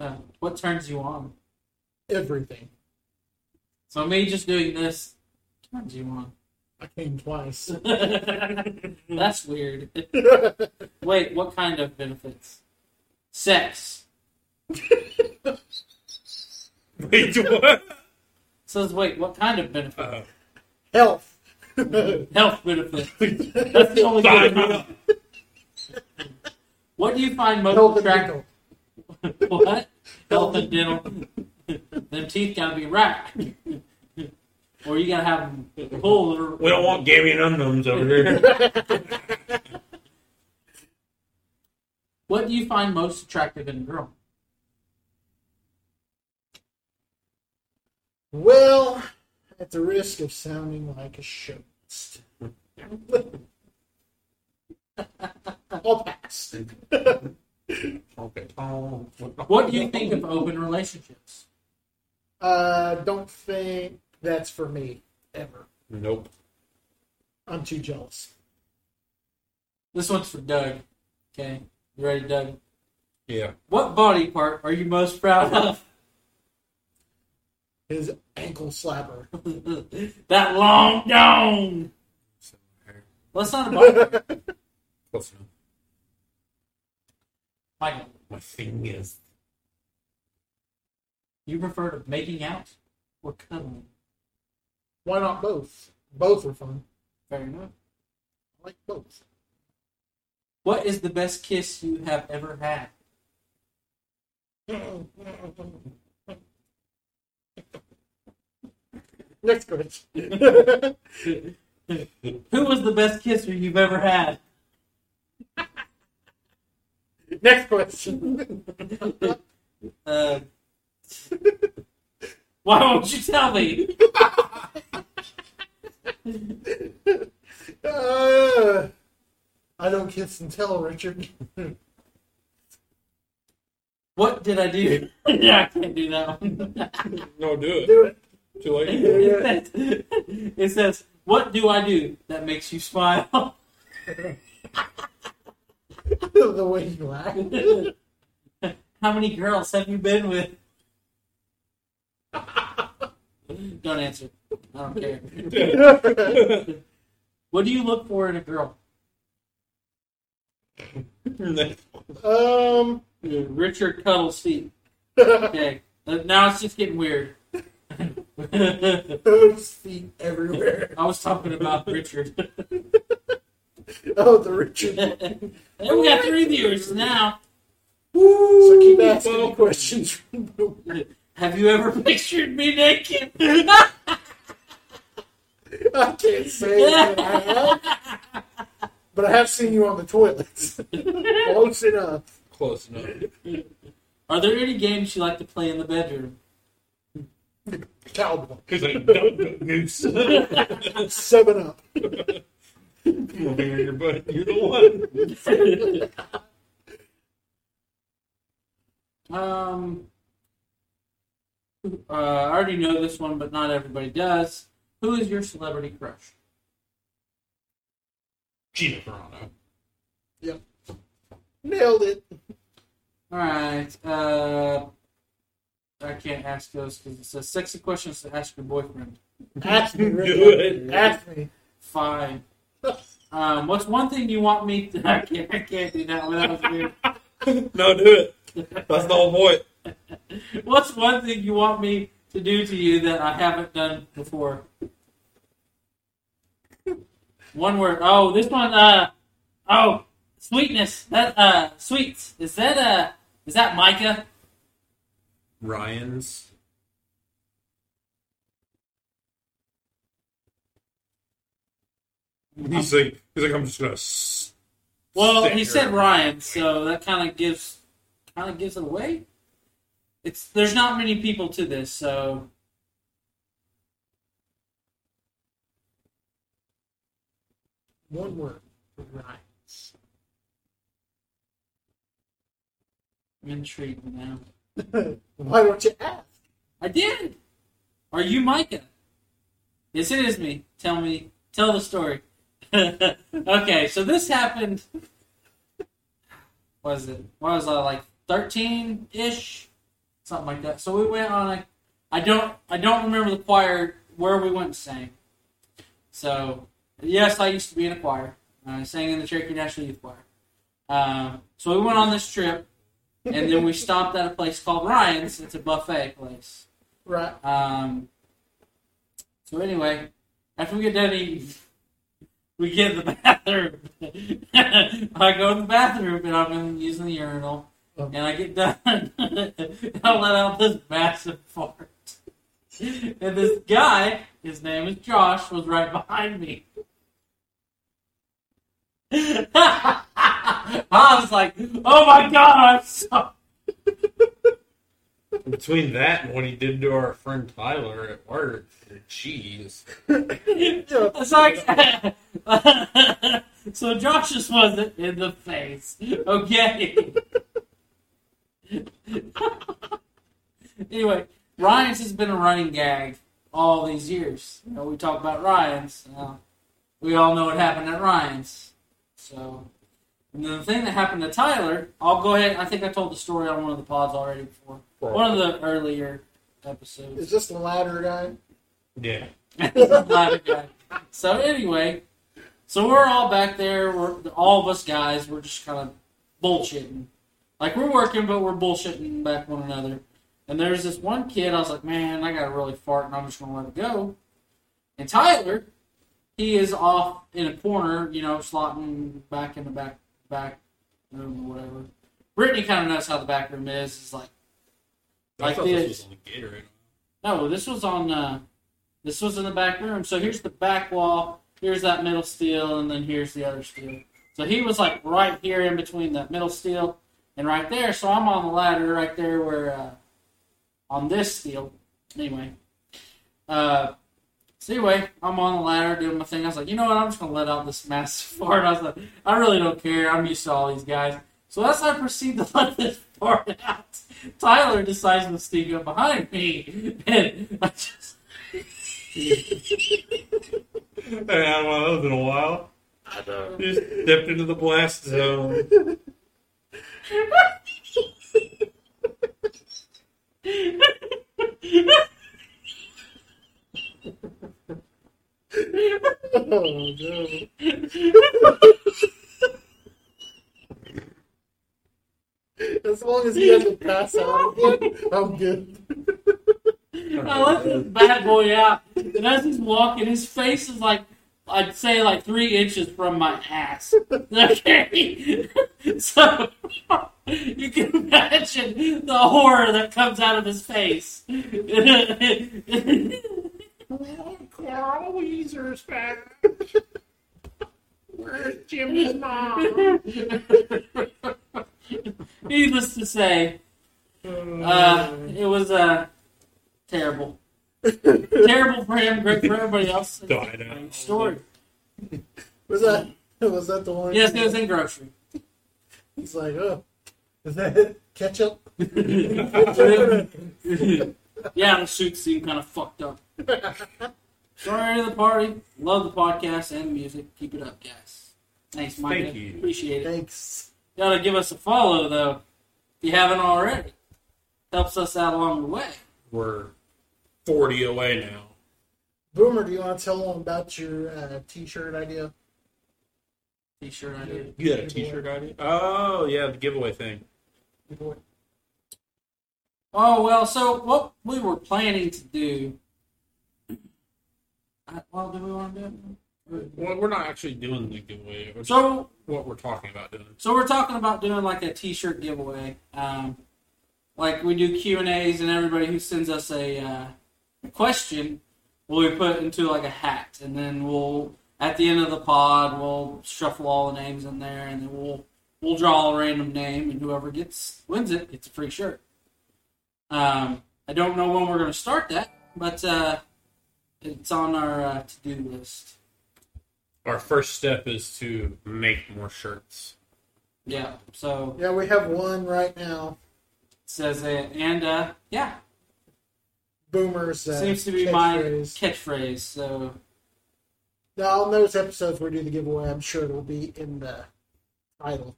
Speaker 1: Uh, what turns you on?
Speaker 3: everything.
Speaker 1: So me just doing this turns you on.
Speaker 3: I came twice.
Speaker 1: That's weird. Wait, what kind of benefits? Sex.
Speaker 2: Wait, what?
Speaker 1: It says, wait, what kind of benefit?
Speaker 2: Uh,
Speaker 3: Health.
Speaker 1: Health benefit. That's the only
Speaker 2: Sorry.
Speaker 1: good one. What do you find
Speaker 3: Health
Speaker 1: most
Speaker 3: and
Speaker 1: attractive?
Speaker 3: dental.
Speaker 1: what? Health and dental. Them teeth gotta be right. or you gotta have them pulled. Or...
Speaker 2: we don't want gaming unknowns over here.
Speaker 1: What do you find most attractive in a girl?
Speaker 3: Well, at the risk of sounding like a chauvinist, I'll pass.
Speaker 2: okay. Oh,
Speaker 1: What do you think of open relationships?
Speaker 3: Uh, don't think that's for me ever.
Speaker 2: Nope.
Speaker 3: I'm too jealous.
Speaker 1: This one's for Doug. Okay, you ready, Doug?
Speaker 2: Yeah.
Speaker 1: What body part are you most proud of?
Speaker 3: His ankle slapper.
Speaker 1: that long dong. Let's not about
Speaker 2: Close enough.
Speaker 1: Michael.
Speaker 2: My thing is.
Speaker 1: You prefer to making out or cuddling?
Speaker 3: Why not both? Both are fun.
Speaker 1: Fair enough.
Speaker 3: I like both.
Speaker 1: What is the best kiss you have ever had?
Speaker 3: Next question.
Speaker 1: Who was the best kisser you've ever had?
Speaker 3: Next question.
Speaker 1: Uh, why won't you tell me?
Speaker 3: Uh, I don't kiss and tell, Richard.
Speaker 1: What did I do? yeah, I can't do that one.
Speaker 2: No, do it.
Speaker 3: Do it.
Speaker 2: Too late.
Speaker 1: it, says, it says, "What do I do that makes you smile?"
Speaker 3: the way you laugh.
Speaker 1: How many girls have you been with? don't answer. I don't care. What do you look for in a girl?
Speaker 3: um,
Speaker 1: Richard Cuddle seat. Okay. Uh, Now it's just getting weird. I
Speaker 3: those feet everywhere.
Speaker 1: was talking about Richard.
Speaker 3: Oh, the Richard.
Speaker 1: and we got three viewers now.
Speaker 3: So keep asking me
Speaker 2: Well-
Speaker 3: questions.
Speaker 1: Have you ever pictured me naked?
Speaker 3: I can't say that I have, but I have seen you on the toilets. Close enough.
Speaker 2: Close enough.
Speaker 1: Are there any games you like to play in the bedroom?
Speaker 3: Cowboy.
Speaker 2: Because I don't do goose.
Speaker 3: Seven up.
Speaker 2: Come over here, buddy. You're the one.
Speaker 1: Um, uh, I already know this one, but not everybody does. Who is your celebrity crush?
Speaker 2: Gina Carano.
Speaker 3: Nailed it.
Speaker 1: All right. Uh, I can't ask those because it says sexy questions to ask your boyfriend.
Speaker 3: Ask me,
Speaker 2: Good.
Speaker 3: Richard. Ask me.
Speaker 1: Fine. Um, what's one thing you want me to? I can't. I can't do that without you.
Speaker 2: No, do it. That's the whole point.
Speaker 1: What's one thing you want me to do to you that I haven't done before? One word. Oh, this one. Uh, oh, sweetness. That uh, sweets. Is that uh, is that Micah?
Speaker 2: Ryan's. He's like, he's like, I'm just gonna. s-
Speaker 1: Well,
Speaker 2: sit
Speaker 1: he
Speaker 2: here."
Speaker 1: said Ryan, so that kind of gives kind of gives it away. It's there's not many people to this, so
Speaker 3: One word. Ryan's.
Speaker 1: I'm intrigued now.
Speaker 3: Why don't you ask?
Speaker 1: I did. Are you Micah? Yes, it is me. Tell me. Tell the story. okay, so this happened. What is it? What was I like? Thirteen ish, something like that. So we went on a. I don't. I don't remember the choir where we went and sang. So yes, I used to be in a choir. I sang in the Cherokee National Youth Choir. Um, so we went on this trip, and then we stopped at a place called Ryan's. It's a buffet place.
Speaker 3: Right.
Speaker 1: Um, so anyway, after we get done eating, we get in the bathroom. I go to the bathroom and I'm using the urinal, and I get done. and I let out this massive fart, and this guy, his name is Josh, was right behind me. I was like, "Oh my god, I'm so."
Speaker 2: Between that and what he did to our friend Tyler at work, jeez.
Speaker 1: it's like so Josh just wasn't in the face. Okay. anyway, Ryan's has been a running gag all these years. You know, we talk about Ryan's. You know, we all know what happened at Ryan's. So, and then the thing that happened to Tyler, I'll go ahead. I think I told the story on one of the pods already before. One of the earlier episodes.
Speaker 3: Is this the ladder guy?
Speaker 2: Yeah.
Speaker 1: Laugh guy. So anyway, so we're all back there. We're all of us guys. We're just kind of bullshitting. Like we're working, but we're bullshitting back one another. And there's this one kid. I was like, man, I gotta really fart, and I'm just gonna let it go. And Tyler, he is off in a corner, you know, slotting back in the back back room or whatever. Brittany kind of knows how the back room is. It's like
Speaker 2: I
Speaker 1: Like
Speaker 2: thought
Speaker 1: this.
Speaker 2: this was on the Gatorade.
Speaker 1: no, this was on. Uh, this was in the back room. So here's the back wall. Here's that middle steel, and then here's the other steel. So he was like right here in between that middle steel and right there. So I'm on the ladder right there where uh, on this steel. Anyway, uh, so anyway, I'm on the ladder doing my thing. I was like, you know what? I'm just gonna let out this massive fart. I was like, I really don't care. I'm used to all these guys. So as I proceed to let this fart out, Tyler decides to sneak up behind me, and I just
Speaker 2: I haven't had one of those in a while.
Speaker 1: I don't.
Speaker 2: Just stepped into the blast zone.
Speaker 3: Oh, no. As long as he doesn't pass out, I'm good.
Speaker 1: I let this bad boy out, and as he's walking, his face is like I'd say like three inches from my ass. Okay, so you can imagine the horror that comes out of his face.
Speaker 2: Carl Weezer's back. Where's Jimmy's mom?
Speaker 1: Needless to say, uh, it was uh, terrible. terrible for him, great for everybody else.
Speaker 2: Died out.
Speaker 1: Story.
Speaker 3: was that was that the one?
Speaker 1: Yes, it was in grocery.
Speaker 3: He's like, oh, is that it? ketchup?
Speaker 1: yeah, the suit seemed kind of fucked up. Sorry to the party. Love the podcast and music. Keep it up, guys. Thanks, Mike.
Speaker 2: Thank you.
Speaker 1: Appreciate it.
Speaker 3: Thanks.
Speaker 1: Gotta give us a follow though, if you haven't already. Helps us out along the way.
Speaker 2: We're 40 away now.
Speaker 3: Boomer, do you want to tell them about your uh, t-shirt idea?
Speaker 1: T-shirt I did.
Speaker 2: You got a t shirt idea? Oh, yeah, the giveaway thing.
Speaker 1: Oh well, so what we were planning to do. I- Well, do we want to do
Speaker 2: Well, we're not actually doing the giveaway.
Speaker 1: it?
Speaker 2: It's
Speaker 1: So,
Speaker 2: what we're talking about doing.
Speaker 1: so we're talking about doing like a T-shirt giveaway. Um, like we do Q and A's, and everybody who sends us a, uh, a question will be put into like a hat, and then we'll at the end of the pod we'll shuffle all the names in there, and then we'll we'll draw a random name, and whoever gets wins it gets a free shirt. Um, I don't know when we're going to start that, but uh, it's on our uh, to do list.
Speaker 2: Our first step is to make more shirts.
Speaker 1: Yeah, so
Speaker 3: Yeah, we have one right now.
Speaker 1: it says it, and uh, yeah,
Speaker 3: Boomers uh,
Speaker 1: seems to be my
Speaker 3: catchphrase.
Speaker 1: catchphrase. So
Speaker 3: Now, on those episodes where we do the giveaway, I'm sure it'll be in the title.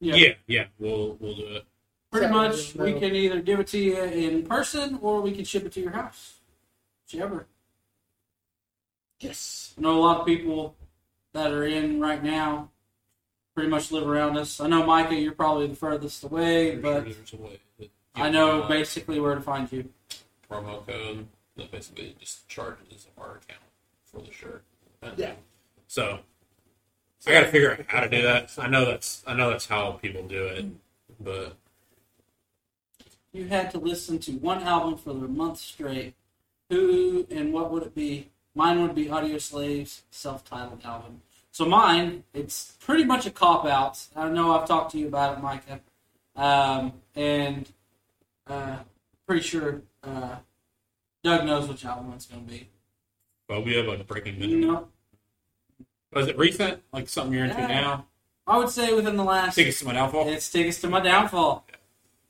Speaker 1: yeah,
Speaker 2: yeah, yeah, we'll we'll do it.
Speaker 1: pretty
Speaker 3: Sounds
Speaker 1: much
Speaker 3: good,
Speaker 1: we
Speaker 3: though.
Speaker 1: can either give it to you in person or we can ship it to your house, whichever.
Speaker 3: Yes.
Speaker 1: I know a lot of people that are in right now pretty much live around us. I know Micah, you're probably the furthest away,
Speaker 2: I'm
Speaker 1: but
Speaker 2: sure there's a way to
Speaker 1: I
Speaker 2: get
Speaker 1: know
Speaker 2: the
Speaker 1: basically where to find you.
Speaker 2: promo code that basically just charges our account for the shirt.
Speaker 3: Yeah.
Speaker 2: So I got to figure out how to do that. I know that's I know that's how people do it, but
Speaker 1: You had to listen to one album for the month straight. Who and what would it be? Mine would be Audio Slave's self-titled album. So mine, it's pretty much a cop out. I know I've talked to you about it, Micah, um, and uh, pretty sure uh, Doug knows which album it's going to be.
Speaker 2: but we have a breaking
Speaker 1: You
Speaker 2: minimum.
Speaker 1: know,
Speaker 2: Was it recent? Like something you're into
Speaker 1: Yeah.
Speaker 2: now?
Speaker 1: I would say within the last.
Speaker 2: Tickets to my downfall.
Speaker 1: It's tickets to my downfall.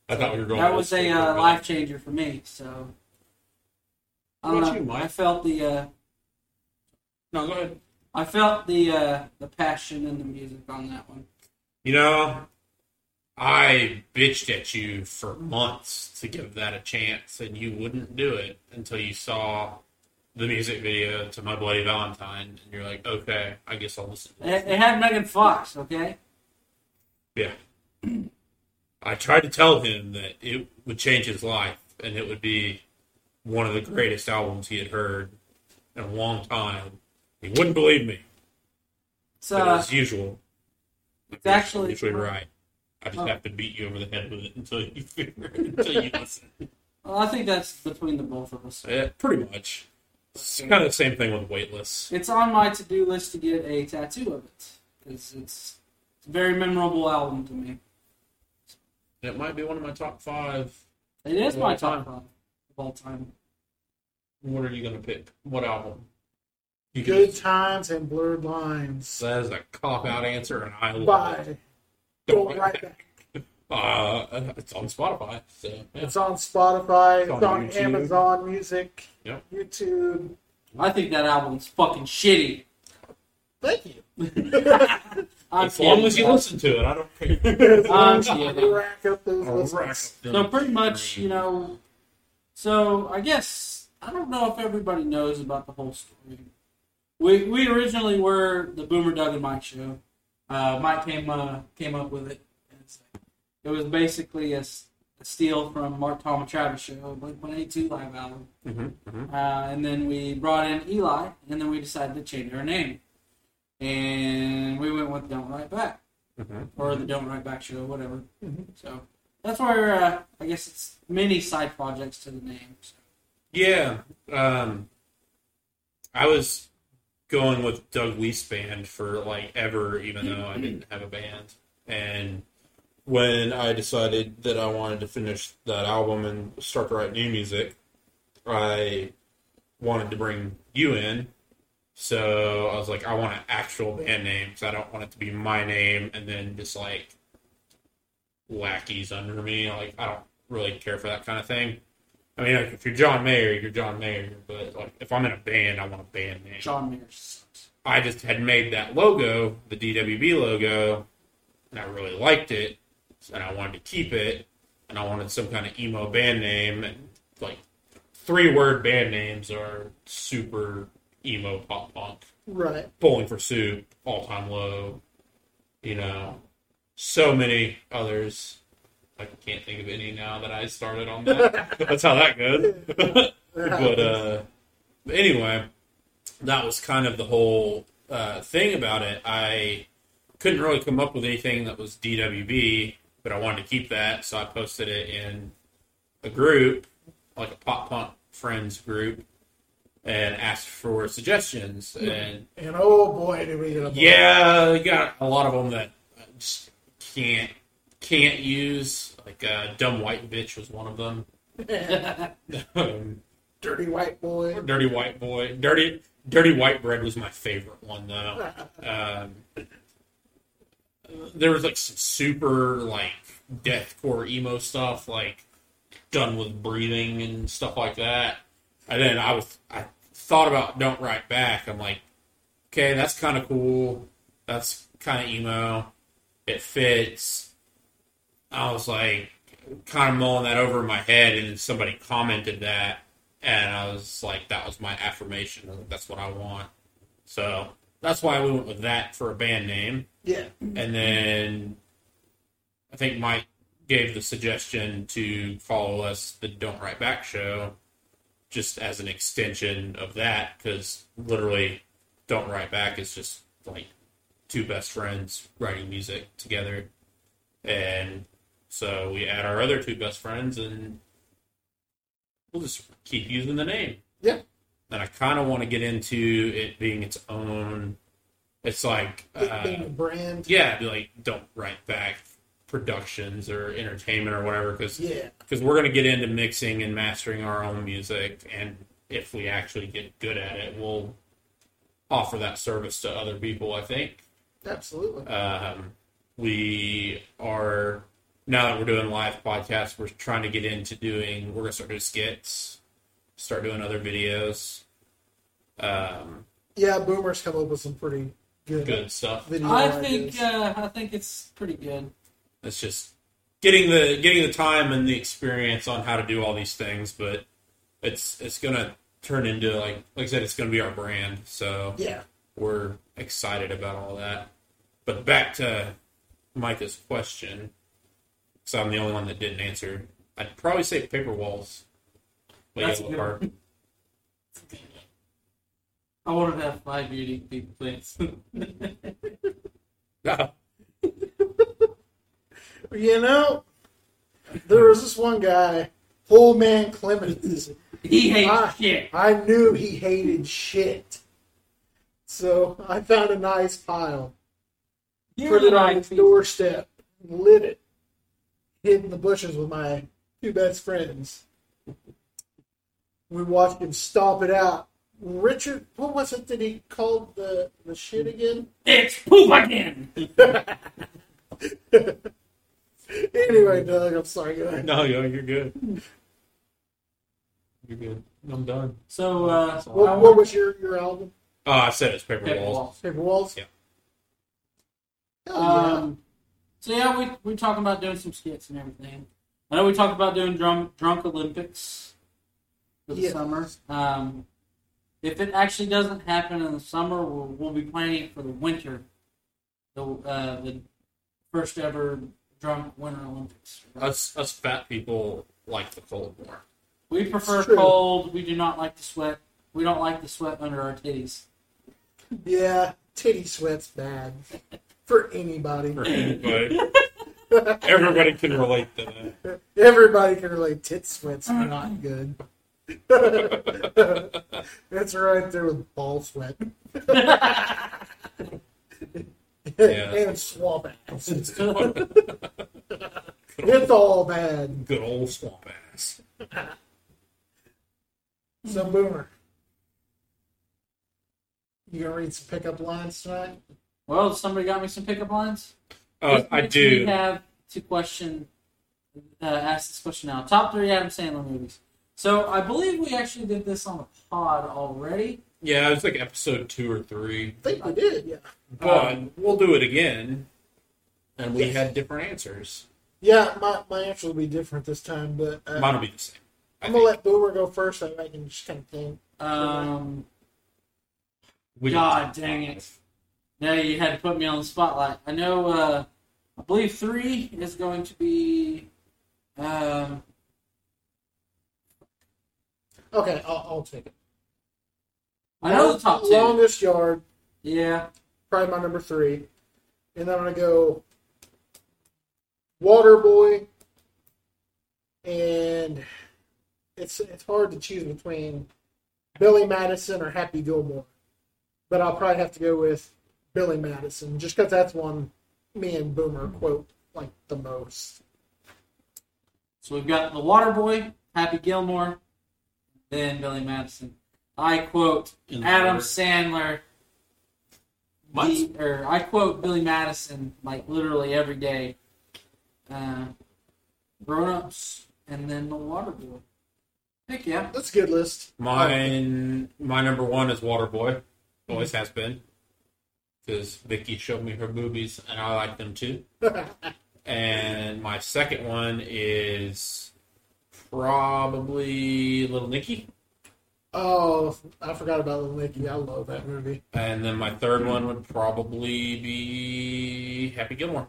Speaker 2: I thought we were going.
Speaker 1: That
Speaker 2: old
Speaker 1: was a
Speaker 2: school,
Speaker 1: uh,
Speaker 2: but-
Speaker 1: life changer for me. So I
Speaker 2: What about you,
Speaker 1: don't know.
Speaker 2: Mike?
Speaker 1: I felt the uh,
Speaker 2: No, go ahead.
Speaker 1: I felt the uh, the passion in the music on that one.
Speaker 2: You know, I bitched at you for months to give that a chance, and you wouldn't do it until you saw the music video to My Bloody Valentine, and you're like, okay, I guess I'll listen to
Speaker 1: It,
Speaker 2: this.
Speaker 1: it had Megan Fox. Okay.
Speaker 2: Yeah. I tried to tell him that it would change his life, and it would be one of the greatest albums he had heard in a long time. He wouldn't believe me,
Speaker 1: So
Speaker 2: but as usual.
Speaker 1: it's actually- Oh.
Speaker 2: usually right. I just have to beat you over the head with it until you figure, until you listen.
Speaker 1: well, I think that's between the both of us.
Speaker 2: Yeah, pretty much. It's kind of the same thing with weightless.
Speaker 1: It's on my to do list to get a tattoo of it because it's, it's a very memorable album to me.
Speaker 2: It might be one of my top five.
Speaker 1: It is
Speaker 2: Of
Speaker 1: my
Speaker 2: all
Speaker 1: top
Speaker 2: time.
Speaker 1: five of all time.
Speaker 2: What are you gonna pick? What album? You can-
Speaker 3: Good Times and Blurred Lines.
Speaker 2: That is a cop out answer, and I love it.
Speaker 3: Bye.
Speaker 2: Don't
Speaker 3: Go
Speaker 2: like
Speaker 3: right
Speaker 2: that.
Speaker 3: back.
Speaker 2: Uh, it's on Spotify. So yeah.
Speaker 3: It's on Spotify.
Speaker 2: It's
Speaker 3: It's
Speaker 2: on
Speaker 3: on,
Speaker 2: YouTube.
Speaker 3: Amazon Music.
Speaker 2: Yep.
Speaker 3: YouTube.
Speaker 1: I think that album's fucking shitty.
Speaker 3: Thank you.
Speaker 1: I'm
Speaker 2: as long
Speaker 1: kidding,
Speaker 2: as you
Speaker 1: but-
Speaker 2: listen to it, I don't care.
Speaker 3: As long
Speaker 1: Um,
Speaker 3: as
Speaker 1: yeah.
Speaker 3: you rack up those
Speaker 2: I'll rack
Speaker 3: listens.
Speaker 2: them.
Speaker 1: So pretty much, you know. So I guess I don't know if everybody knows about the whole story. We we originally were the Boomer Doug and Mike show. Uh, Mike came uh, came up with it. It's- It was basically a, s- a steal from Mark Tom and Travis show, Blink One Eight Two live album.
Speaker 2: Mhm, mhm.
Speaker 1: Uh, and then we brought in Eli, and then we decided to change our name, and we went with Don't Write Back
Speaker 2: Mhm.
Speaker 1: or the Don't Write Back show, whatever.
Speaker 3: Mhm.
Speaker 1: So that's where uh, I guess it's many side projects to the name. So.
Speaker 2: Yeah, um, I was going with Doug Weiss band for like ever, even though I didn't have a band. And when I decided that I wanted to finish that album and start to write new music, I wanted to bring you in. So I was like, I want an actual band name, so I don't want it to be my name and then just like lackeys under me. Like I don't really care for that kind of thing. I mean, like, if you're John Mayer, you're John Mayer. But like, if I'm in a band, I want a band name.
Speaker 1: John Mayer sucks.
Speaker 2: I just had made that logo, the DWB logo, and I really liked it, and I wanted to keep it, and I wanted some kind of emo band name, and like three word band names are super emo pop punk
Speaker 3: Right.
Speaker 2: bowling for soup, all time low, you know, so many others. I can't think of any now that I started on that. That's how that goes. but uh, anyway, that was kind of the whole uh, thing about it. I couldn't really come up with anything that was DWB, but I wanted to keep that, so I posted it in a group, like a pop punk friends group, and asked for suggestions. And
Speaker 3: And oh boy, did we get a
Speaker 2: yeah, you got a lot of them that I just can't can't use. Like uh, dumb white bitch was one of them. Um,
Speaker 3: dirty white boy.
Speaker 2: dirty white boy, dirty dirty white bread was my favorite one though. Um, there was like some super like deathcore emo stuff, like done with breathing and stuff like that. And then I was I thought about don't write back. I'm like, okay, that's kind of cool. That's kind of emo. It fits. I was like, kind of mulling that over in my head, and then somebody commented that, and I was like, that was my affirmation. That's what I want. So that's why we went with that for a band name.
Speaker 3: Yeah.
Speaker 2: And then I think Mike gave the suggestion to follow us, the Don't Write Back show, just as an extension of that, because literally, Don't Write Back is just like two best friends writing music together. And so we add our other two best friends, and we'll just keep using the name.
Speaker 3: Yeah.
Speaker 2: And I kind of want to get into it being its own. It's like
Speaker 3: Big
Speaker 2: uh,
Speaker 3: thing, brand.
Speaker 2: yeah, be like don't write back productions or entertainment or whatever because
Speaker 3: Yeah.
Speaker 2: we're going to get into mixing and mastering our own music and if we actually get good at it we'll offer that service to other people i think
Speaker 3: Absolutely.
Speaker 2: um, we are now that we're doing live podcasts we're trying to get into doing we're going to start doing skits start doing other videos um,
Speaker 3: Yeah, boomers come up with some pretty good,
Speaker 2: good stuff
Speaker 3: video
Speaker 1: I think
Speaker 3: ideas.
Speaker 1: uh, I think it's pretty good.
Speaker 2: it's just getting the getting the time and the experience on how to do all these things but it's it's gonna turn into like like i said it's gonna be our brand so
Speaker 3: yeah.
Speaker 2: we're excited about all that but back to micah's question because i'm the only one that didn't answer i'd probably say paper walls but
Speaker 1: That's
Speaker 2: yeah,
Speaker 1: a good
Speaker 2: or-
Speaker 1: I wanted to have five unique people, please.
Speaker 3: You know, there was this one guy, whole man Clemens.
Speaker 1: he hates
Speaker 3: Ah.
Speaker 1: shit.
Speaker 3: I knew he hated shit. So I found a nice pile,
Speaker 1: You're
Speaker 3: put it on
Speaker 1: the
Speaker 3: his doorstep, lit it, hid in the bushes with my two best friends. We watched him stomp it out. Richard, what was it that he called the, the shit again?
Speaker 1: It's poop again.
Speaker 3: Anyway, Doug, I'm sorry. Go ahead.
Speaker 2: no yo, you're good you're good i'm done
Speaker 1: So uh, I
Speaker 3: What, what was your, your album?
Speaker 2: oh i said it's paper,
Speaker 1: Paper
Speaker 2: walls.
Speaker 1: walls.
Speaker 3: Paper Walls?
Speaker 2: Yeah.
Speaker 3: Hell yeah.
Speaker 1: Um, so yeah, we we talking about doing some skits and everything. I know we talked about doing drunk drunk Olympics for the
Speaker 3: Yes.
Speaker 1: summer. Um, if it actually doesn't happen in the summer, we'll, we'll be planning it for the winter. The uh, the first ever drunk winter Olympics.
Speaker 2: us us fat people like the cold more.
Speaker 1: We prefer
Speaker 3: true.
Speaker 1: cold. We do not like to sweat. We don't like the sweat under our titties.
Speaker 3: Yeah, titty sweat's bad for anybody.
Speaker 2: for anybody. Everybody can relate to that.
Speaker 3: Everybody can relate. Tit sweat's not good. it's right there with ball sweat. and swamp ass. It's all bad.
Speaker 2: Good old swamp ass.
Speaker 3: So, Boomer, you gonna read some pickup lines tonight?
Speaker 1: Well, somebody got me some pickup lines.
Speaker 2: Oh,
Speaker 1: Which
Speaker 2: I
Speaker 1: makes me
Speaker 2: do.
Speaker 1: have to question, uh, ask this question now. Top three Adam Sandler movies. So I believe we actually did this on the pod already.
Speaker 2: Yeah, it's like episode two or three,
Speaker 3: I think we did, yeah.
Speaker 2: but we'll do it again. And we
Speaker 3: Yes.
Speaker 2: had different answers.
Speaker 3: Yeah, my, my answer will be different this time, but uh,
Speaker 2: Mine will be the same. I
Speaker 3: I'm
Speaker 2: think.
Speaker 3: gonna let Boomer go first. so I can just kind of think.
Speaker 1: Um,
Speaker 2: We-
Speaker 1: God dang it! Now you had to put me on the spotlight. I know. Uh, I believe three is going to be Um,
Speaker 3: Okay, I'll, I'll take it.
Speaker 1: I know the top two.
Speaker 3: Longest yard,
Speaker 1: Yeah,
Speaker 3: probably my number three. And then I'm going to go Water Boy. And it's it's hard to choose between Billy Madison or Happy Gilmore. But I'll probably have to go with Billy Madison just because that's one me and Boomer quote like the most.
Speaker 1: so we've got the Water Boy, Happy Gilmore, then Billy Madison. I quote
Speaker 2: In
Speaker 1: Adam
Speaker 2: order.
Speaker 1: Sandler.
Speaker 2: Mine's-
Speaker 1: the- or I quote Billy Madison like literally every day. Uh, grown ups and then the Water Boy. Heck yeah.
Speaker 3: That's a good list.
Speaker 2: Mine, my number one is Waterboy. Always has been. Because Vicky showed me her movies and I like them too. and my second one is probably Little Nicky.
Speaker 3: Oh, I forgot about Little Nicky. I love that movie.
Speaker 2: And then my third one would probably be Happy Gilmore.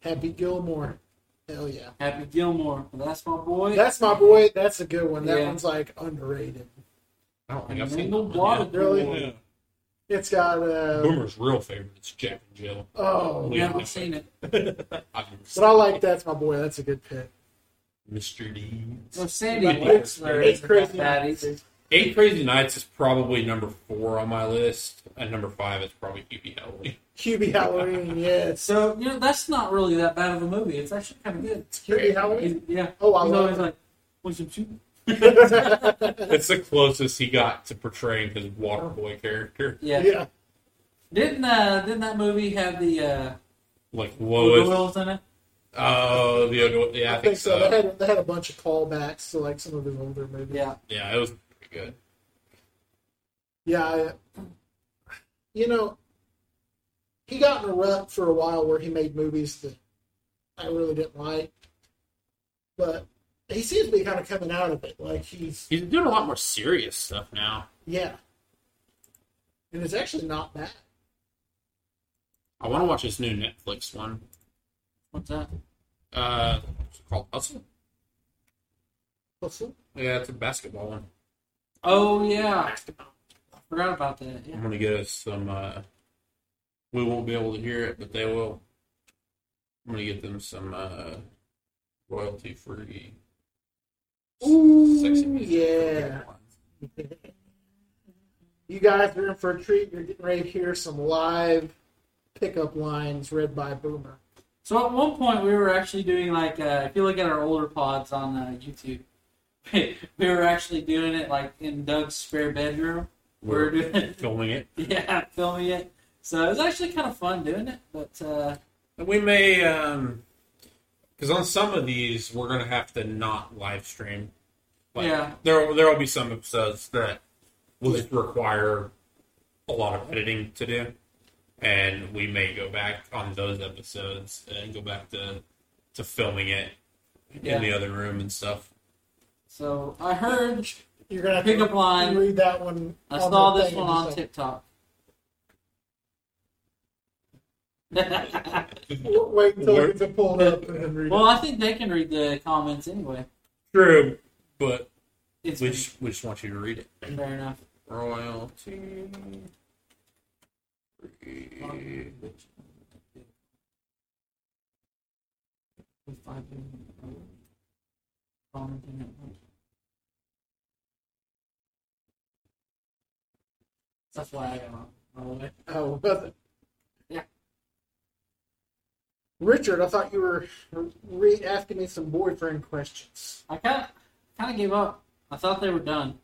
Speaker 3: Happy Gilmore. Hell yeah.
Speaker 1: Happy Gilmore. That's my boy.
Speaker 3: That's my boy. That's a good one. That
Speaker 1: Yeah.
Speaker 3: one's like underrated.
Speaker 2: I don't think
Speaker 1: and
Speaker 2: I've seen
Speaker 1: then the
Speaker 2: that
Speaker 1: Water
Speaker 2: one yet.
Speaker 1: Boy.
Speaker 3: Really? It's got uh
Speaker 2: Boomer's real favorite is Jack and Jill.
Speaker 3: oh,
Speaker 1: Yeah, I've seen it.
Speaker 2: I've never
Speaker 3: but I
Speaker 2: seen
Speaker 3: like that's my boy. That's a good pick.
Speaker 2: Mr. Deeds.
Speaker 1: So Sandy
Speaker 2: Yeah.
Speaker 1: Wexler is
Speaker 3: It's crazy.
Speaker 1: that easy.
Speaker 2: Eight Crazy Nights is probably number four on my list, and number five is probably QB Halloween.
Speaker 3: QB Halloween. Yeah, it's,
Speaker 1: So you know that's not really that bad of a movie. It's actually kind of good.
Speaker 3: it's QB Halloween.
Speaker 1: He's- yeah.
Speaker 3: Oh, I
Speaker 1: He's always
Speaker 3: love
Speaker 1: like, want some soup?
Speaker 3: it.
Speaker 2: It's the closest he got to portraying his Waterboy character,
Speaker 1: Yeah.
Speaker 3: yeah.
Speaker 1: Didn't uh, didn't that movie have the uh,
Speaker 2: like lowest.
Speaker 1: Wills in it?
Speaker 2: Oh, the other one. Yeah, I think
Speaker 3: They
Speaker 2: so.
Speaker 3: had they had a bunch of callbacks to like some of his older movies.
Speaker 1: Yeah.
Speaker 2: Yeah, it was pretty good.
Speaker 3: Yeah, I, you know, he got in a rut for a while where he made movies that I really didn't like, but he seems to be kind of coming out of it. Like he's
Speaker 2: He's doing a lot more serious stuff now.
Speaker 3: yeah, and it's actually not bad.
Speaker 2: I want to watch his new Netflix one.
Speaker 1: What's that?
Speaker 2: Uh, it's called Hustle.
Speaker 3: What's it?
Speaker 2: Yeah, it's a basketball one.
Speaker 1: Oh yeah. I forgot about that. Yeah.
Speaker 2: I'm gonna get us some. Uh, we won't be able to hear it, but they will. I'm gonna get them some uh, royalty free.
Speaker 3: Ooh,
Speaker 2: sexy music
Speaker 3: yeah. You guys are in for a treat. You're getting ready to hear some live pickup lines read by Boomer.
Speaker 1: So at one point we were actually doing like uh, if you look at our older pods on uh, YouTube, we were actually doing it like in Doug's spare bedroom. We were
Speaker 2: We're
Speaker 1: doing it,
Speaker 2: filming it.
Speaker 1: yeah, filming it. So it was actually kind of fun doing it, but uh,
Speaker 2: And we may, because on some of these we're gonna have to not live stream.
Speaker 1: Yeah.
Speaker 2: There, there will be some episodes that will just require a lot of editing to do, and we may go back on those episodes and go back to to filming it
Speaker 1: Yeah.
Speaker 2: in the other room and stuff.
Speaker 1: so I heard
Speaker 3: You're gonna have to
Speaker 1: pickup line.
Speaker 3: read that one.
Speaker 1: I
Speaker 3: on
Speaker 1: saw
Speaker 3: the
Speaker 1: this
Speaker 3: thing
Speaker 1: one
Speaker 3: and
Speaker 1: on
Speaker 3: just say,
Speaker 1: TikTok.
Speaker 3: "W- Wait until
Speaker 2: Where-
Speaker 3: it gets pulled up and then read it.
Speaker 1: well, I think they can read the comments anyway.
Speaker 2: True, but
Speaker 1: It's
Speaker 2: we just, we just want you to read it.
Speaker 1: fair enough.
Speaker 2: Royalty.
Speaker 1: If I can- commenting at once. That's why I got wrong. By the way.
Speaker 3: Oh, was it?
Speaker 1: Yeah.
Speaker 3: Richard, I thought you were re asking me some boyfriend questions.
Speaker 1: I kind of kind of gave up. I thought they were done.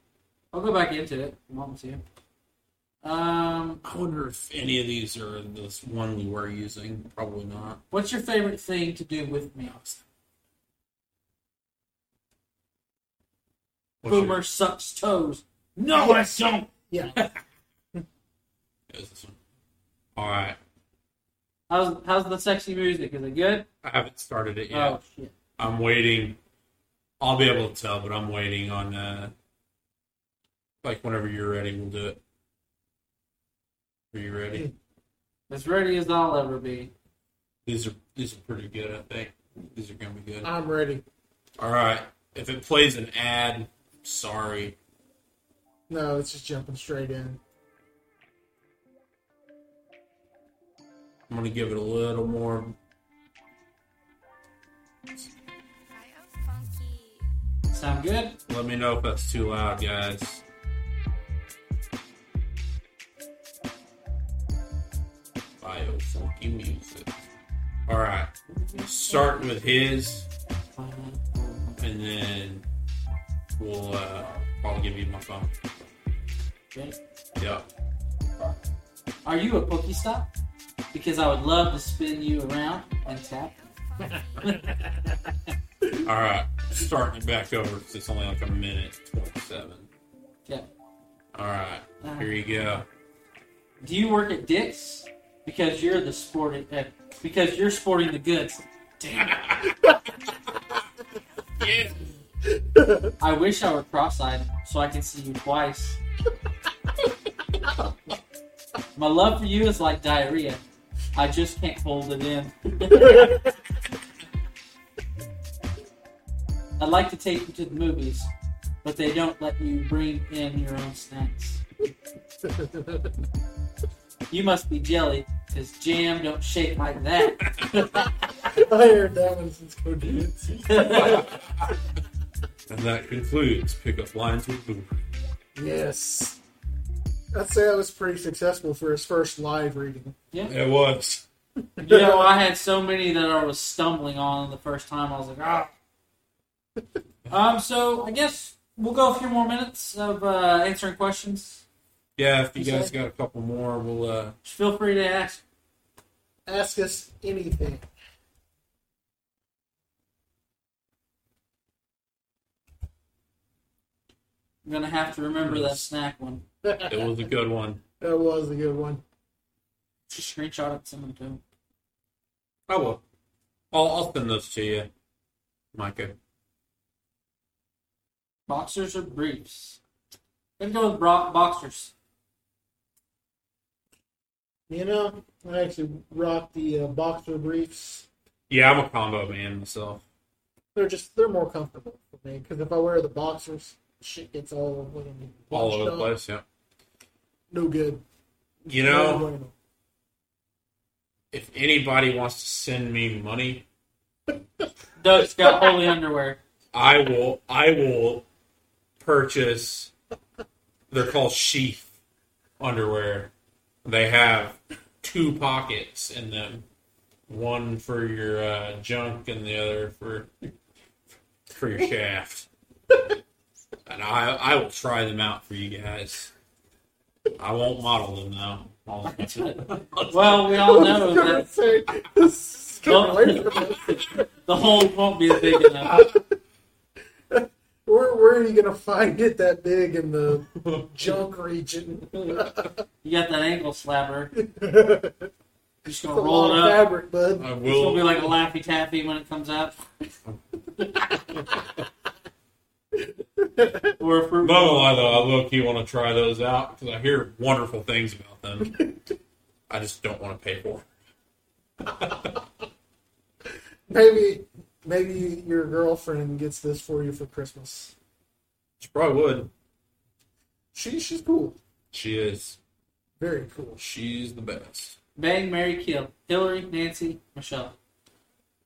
Speaker 1: I'll go back into it. if you want me to. Um,
Speaker 2: I wonder if any of these are this one we were using. Probably not.
Speaker 1: what's your favorite thing to do with me?
Speaker 2: What's your-
Speaker 1: Boomer sucks toes. No, I don't.
Speaker 3: Yeah.
Speaker 2: Yeah, it's this one. All right,
Speaker 1: How's how's the sexy music? Is it good?
Speaker 2: I haven't started it yet.
Speaker 1: Oh shit.
Speaker 2: I'm waiting. I'll be able to tell, but I'm waiting on. Uh, like whenever you're ready, we'll do it. Are you ready?
Speaker 1: As ready as I'll ever be.
Speaker 2: These are these are pretty good. I think these are gonna be good.
Speaker 3: I'm ready.
Speaker 2: All right. If it plays an ad, sorry.
Speaker 3: No, it's just jumping straight in.
Speaker 2: I'm gonna give it a little more.
Speaker 4: funky.
Speaker 1: Sound good?
Speaker 2: Let me know if that's too loud, guys. Bio funky music. All right. Starting with his, and then we'll. Uh, I'll give you my phone.
Speaker 1: Okay.
Speaker 2: Yep.
Speaker 1: Are you a Pokestop? Because I would love to spin you around and tap.
Speaker 2: All right. Starting it back over 'cause it's only like a minute twenty-seven.
Speaker 1: Yeah.
Speaker 2: All right. Here you go.
Speaker 1: Uh, Do you work at Dick's? Because you're the sporting, uh, because you're sporting the goods. Damn.
Speaker 2: Yeah.
Speaker 1: I wish I were cross-eyed so I can see you twice. My love for you is like diarrhea. I just can't hold it in. I'd like to take you to the movies, but they don't let you bring in your own snacks. You must be jelly, because jam don't shake like that.
Speaker 3: I heard that one since Code Geass.
Speaker 2: And that concludes Pickup Lines with Boomer.
Speaker 3: Yes. I'd say I was pretty successful for his first live reading.
Speaker 2: It was.
Speaker 1: you know, I had so many that I was stumbling on the first time. I was like, ah. Um, so I guess we'll go a few more minutes of uh, answering questions.
Speaker 2: Yeah, if you
Speaker 1: You
Speaker 2: guys
Speaker 1: said-
Speaker 2: got a couple more, we'll uh
Speaker 1: Just feel free to ask.
Speaker 3: Ask us anything.
Speaker 1: I'm gonna have to remember that snack one.
Speaker 3: that
Speaker 2: it was a good one.
Speaker 3: was a good one.
Speaker 1: Just screenshot it, send it to him.
Speaker 2: I will. I'll I'll send those to you, Micah.
Speaker 1: Boxers or briefs? Let's go with bro- boxers.
Speaker 3: You know, I actually rocked the uh, boxer briefs.
Speaker 2: Yeah, I'm a combo man myself.
Speaker 3: They're just, they're more comfortable for me because if I wear the boxers, shit gets all over me.
Speaker 2: All over the place, yeah.
Speaker 3: No good.
Speaker 2: You
Speaker 3: No
Speaker 2: know,
Speaker 3: bueno.
Speaker 2: if anybody wants to send me money,
Speaker 1: Doug's got holy underwear.
Speaker 2: I will I will purchase they're called sheath underwear. They have two pockets in them. One for your uh, junk and the other for for your shaft. And I I will try them out for you guys. I won't model them though. I'll-
Speaker 1: Well, we all know
Speaker 3: I
Speaker 1: that
Speaker 3: was gonna say, this is getting away from us.
Speaker 1: the hole won't be big enough.
Speaker 3: Where, where are you gonna find it that big in the junk region?
Speaker 1: You got that ankle slapper. You're
Speaker 3: It's
Speaker 1: just
Speaker 3: a
Speaker 1: gonna roll
Speaker 3: lot
Speaker 1: it
Speaker 3: of
Speaker 1: up.
Speaker 3: fabric, bud.
Speaker 2: I
Speaker 1: It's gonna be
Speaker 2: will
Speaker 1: like a Laffy Taffy when it comes out. or a fruit
Speaker 2: not gonna
Speaker 1: roll.
Speaker 2: lie though, I low key want to try those out because I hear wonderful things about them. I just don't want to pay for. 'em.
Speaker 3: Maybe, maybe your girlfriend gets this for you for Christmas.
Speaker 2: She probably would.
Speaker 3: She, she's cool,
Speaker 2: She is.
Speaker 3: very cool.
Speaker 2: She's the best.
Speaker 1: Bang, Mary, kill. Hillary, Nancy, Michelle.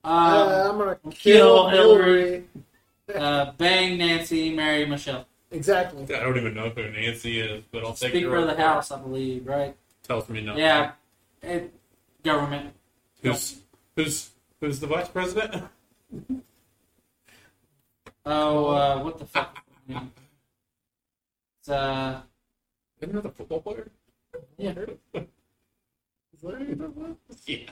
Speaker 3: Uh,
Speaker 1: Uh,
Speaker 3: I'm gonna kill,
Speaker 1: kill
Speaker 3: Hillary.
Speaker 1: Hillary. uh, bang, Nancy, Mary, Michelle.
Speaker 3: Exactly.
Speaker 2: I don't even know who Nancy is, but I'll take
Speaker 1: Speaker
Speaker 2: her.
Speaker 1: of the House, I believe, right?
Speaker 2: Tells me no.
Speaker 1: Yeah. It, government.
Speaker 2: Who's who's who's the vice president?
Speaker 1: Oh, uh, what the fuck? is her name? It's, uh,
Speaker 2: Isn't that the football player?
Speaker 1: yeah.
Speaker 3: Is Larry the one?
Speaker 2: Yeah.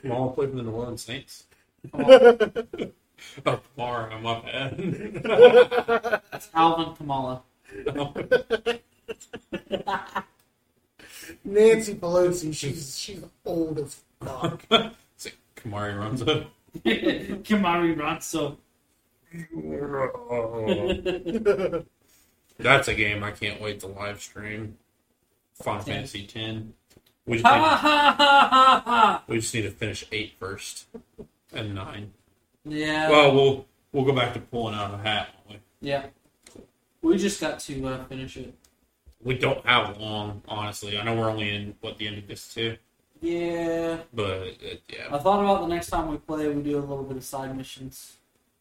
Speaker 2: Tomorrow play for the New Orleans Saints. Oh, tomorrow, my bad.
Speaker 1: It's Alvin Kamala.
Speaker 3: Nancy Pelosi. She's she's old as fuck.
Speaker 2: It's like Kamari runs up.
Speaker 1: Kamari Ronso.
Speaker 2: That's a game I can't wait to live stream. Final
Speaker 1: Ten.
Speaker 2: Fantasy ten. We just,
Speaker 1: Ha
Speaker 2: need,
Speaker 1: ha ha ha ha!
Speaker 2: we just need to finish eight first and nine.
Speaker 1: Yeah.
Speaker 2: Well, we'll we'll go back to pulling out of a hat. won't
Speaker 1: yeah. We just got to uh, finish it.
Speaker 2: We We don't have long, honestly. I know we're only in what the end of this too,
Speaker 1: Yeah.
Speaker 2: but uh, yeah,
Speaker 1: I thought about the next time we play, we do a little bit of side missions.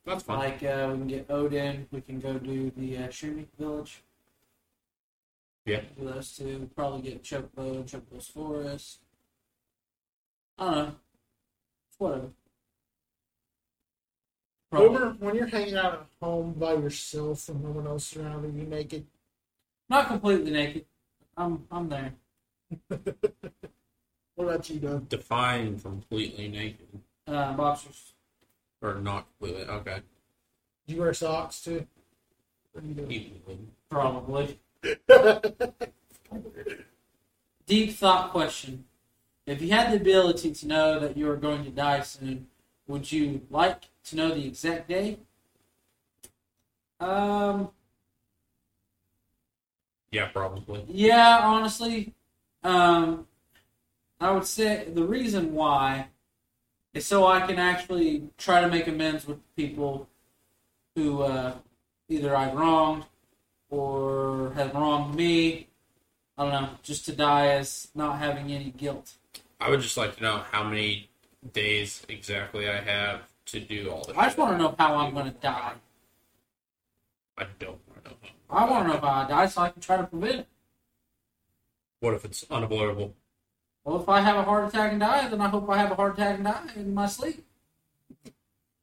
Speaker 2: that's fine.
Speaker 1: Like uh, we can get Odin, we can go do the uh, Shumi village.
Speaker 2: Yeah.
Speaker 1: Do those two. Probably get Chocobo and Chocobo's forest. I don't know. Whatever. Probably.
Speaker 3: Over when you're hanging out at home by yourself and no one else around and you make it
Speaker 1: Not completely naked. I'm I'm there.
Speaker 3: what about you, Doug?
Speaker 2: Define completely naked
Speaker 1: Uh, boxers.
Speaker 2: or not completely. Okay,
Speaker 3: Do you wear socks too? What do you do?
Speaker 2: evenly.
Speaker 1: Probably. Deep thought question. If you had the ability to know that you were going to die soon, would you like to know the exact day? Um,
Speaker 2: Yeah, probably.
Speaker 1: yeah, honestly, um, I would say the reason why is so I can actually try to make amends with people who uh, either I've wronged or have wronged me. I don't know, just to die as not having any guilt.
Speaker 2: I would just like to know how many days exactly I have to do all this.
Speaker 1: I just want to know how I'm going to die.
Speaker 2: I don't want to know.
Speaker 1: I want to know how I die so I can try to prevent it.
Speaker 2: What if it's unavoidable?
Speaker 1: Well, if I have a heart attack and die, then I hope I have a heart attack and die in my sleep.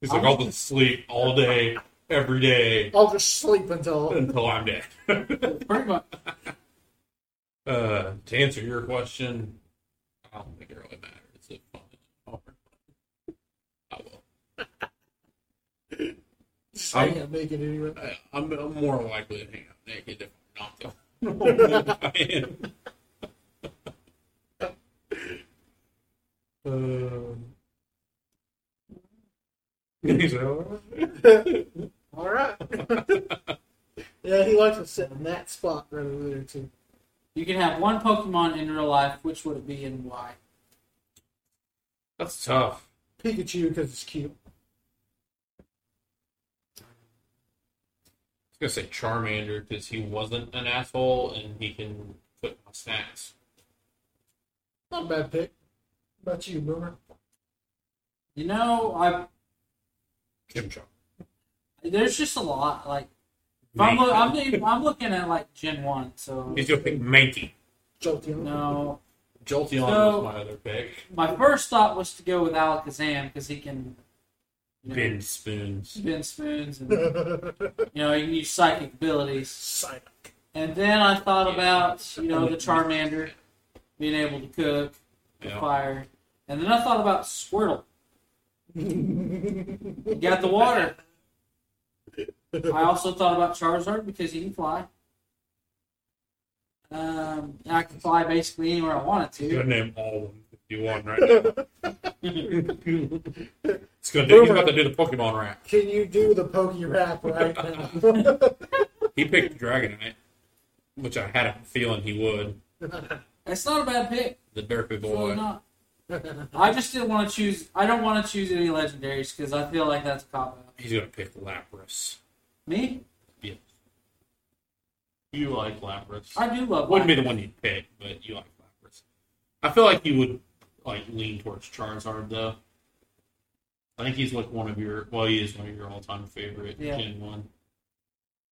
Speaker 2: He's like, I'll be asleep all day, every day
Speaker 3: I'll just sleep until
Speaker 2: until I'm dead.
Speaker 1: Pretty much.
Speaker 2: uh, to answer your question, I don't think it really matters. If I'm hard. I will.
Speaker 3: I can't make it anyway.
Speaker 2: I, I'm, I'm more likely to hang out naked if I'm not the I am.
Speaker 3: Uh,
Speaker 2: Um, he's like, "All right."
Speaker 3: All right. yeah, he likes to sit in that spot right over there too.
Speaker 1: You can have one Pokemon in real life. Which would it be and why?
Speaker 2: That's tough.
Speaker 3: Pikachu because it's cute.
Speaker 2: I was gonna say Charmander because he wasn't an asshole and he can put my snacks.
Speaker 3: Not a bad pick. What about you, Boomer?
Speaker 1: You know, I
Speaker 2: Jim Char.
Speaker 1: there's just a lot. Like if I'm, loo- I'm, loo- I'm looking at like Gen One, so
Speaker 2: He's gonna pick Mankey.
Speaker 3: Jolteon.
Speaker 1: no.
Speaker 2: Jolteon
Speaker 1: So-
Speaker 2: was my other pick.
Speaker 1: My first thought was to go with Alakazam because he can you know,
Speaker 2: Bin spoons.
Speaker 1: spin spoons and you know you can use psychic abilities.
Speaker 3: Psyduck.
Speaker 1: And then I thought about you know the Charmander being able to cook the
Speaker 2: Yeah.
Speaker 1: fire, and then I thought about Squirtle. You got the water. I also thought about Charizard because he can fly. Um, I can fly basically anywhere I wanted
Speaker 2: He's
Speaker 1: to.
Speaker 2: gonna name all of them if you want right now. He's gonna do, he's about to do the Pokemon rap.
Speaker 3: Can you do the pokey rap right now?
Speaker 2: He picked Dragonite, which I had a feeling he would.
Speaker 1: It's not a bad pick.
Speaker 2: The derpy
Speaker 1: It's really
Speaker 2: boy.
Speaker 1: not. I just didn't want to choose. I don't want to choose any legendaries because I feel like that's a cop out.
Speaker 2: He's gonna pick Lapras.
Speaker 1: Me,
Speaker 2: Yeah. You like Lapras.
Speaker 1: I do love.
Speaker 2: Wouldn't be
Speaker 1: Lapras.
Speaker 2: the one you'd pick, but you like Lapras. I feel like you would like lean towards Charizard though. I think he's like one of your well, he is one of your all time favorite
Speaker 1: Yeah.
Speaker 2: Gen one.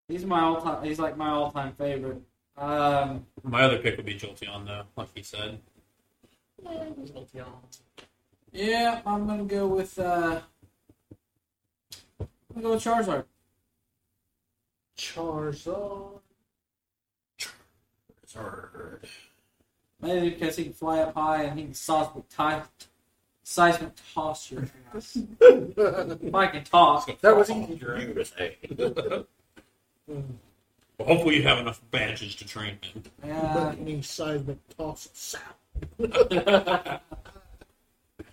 Speaker 1: He's my all time. He's like my all time favorite. Um,
Speaker 2: My other pick would be Jolteon though, like he said.
Speaker 1: yeah, I'm gonna go with. Uh, I'm gonna go with Charizard.
Speaker 3: Charizard.
Speaker 2: Charizard.
Speaker 1: Maybe because he can fly up high and he can seismic, tie, seismic toss your ass. if I can toss.
Speaker 3: That was easy.
Speaker 2: Well, hopefully you have enough badges to train him.
Speaker 1: Uh,
Speaker 3: Any seismic toss sound.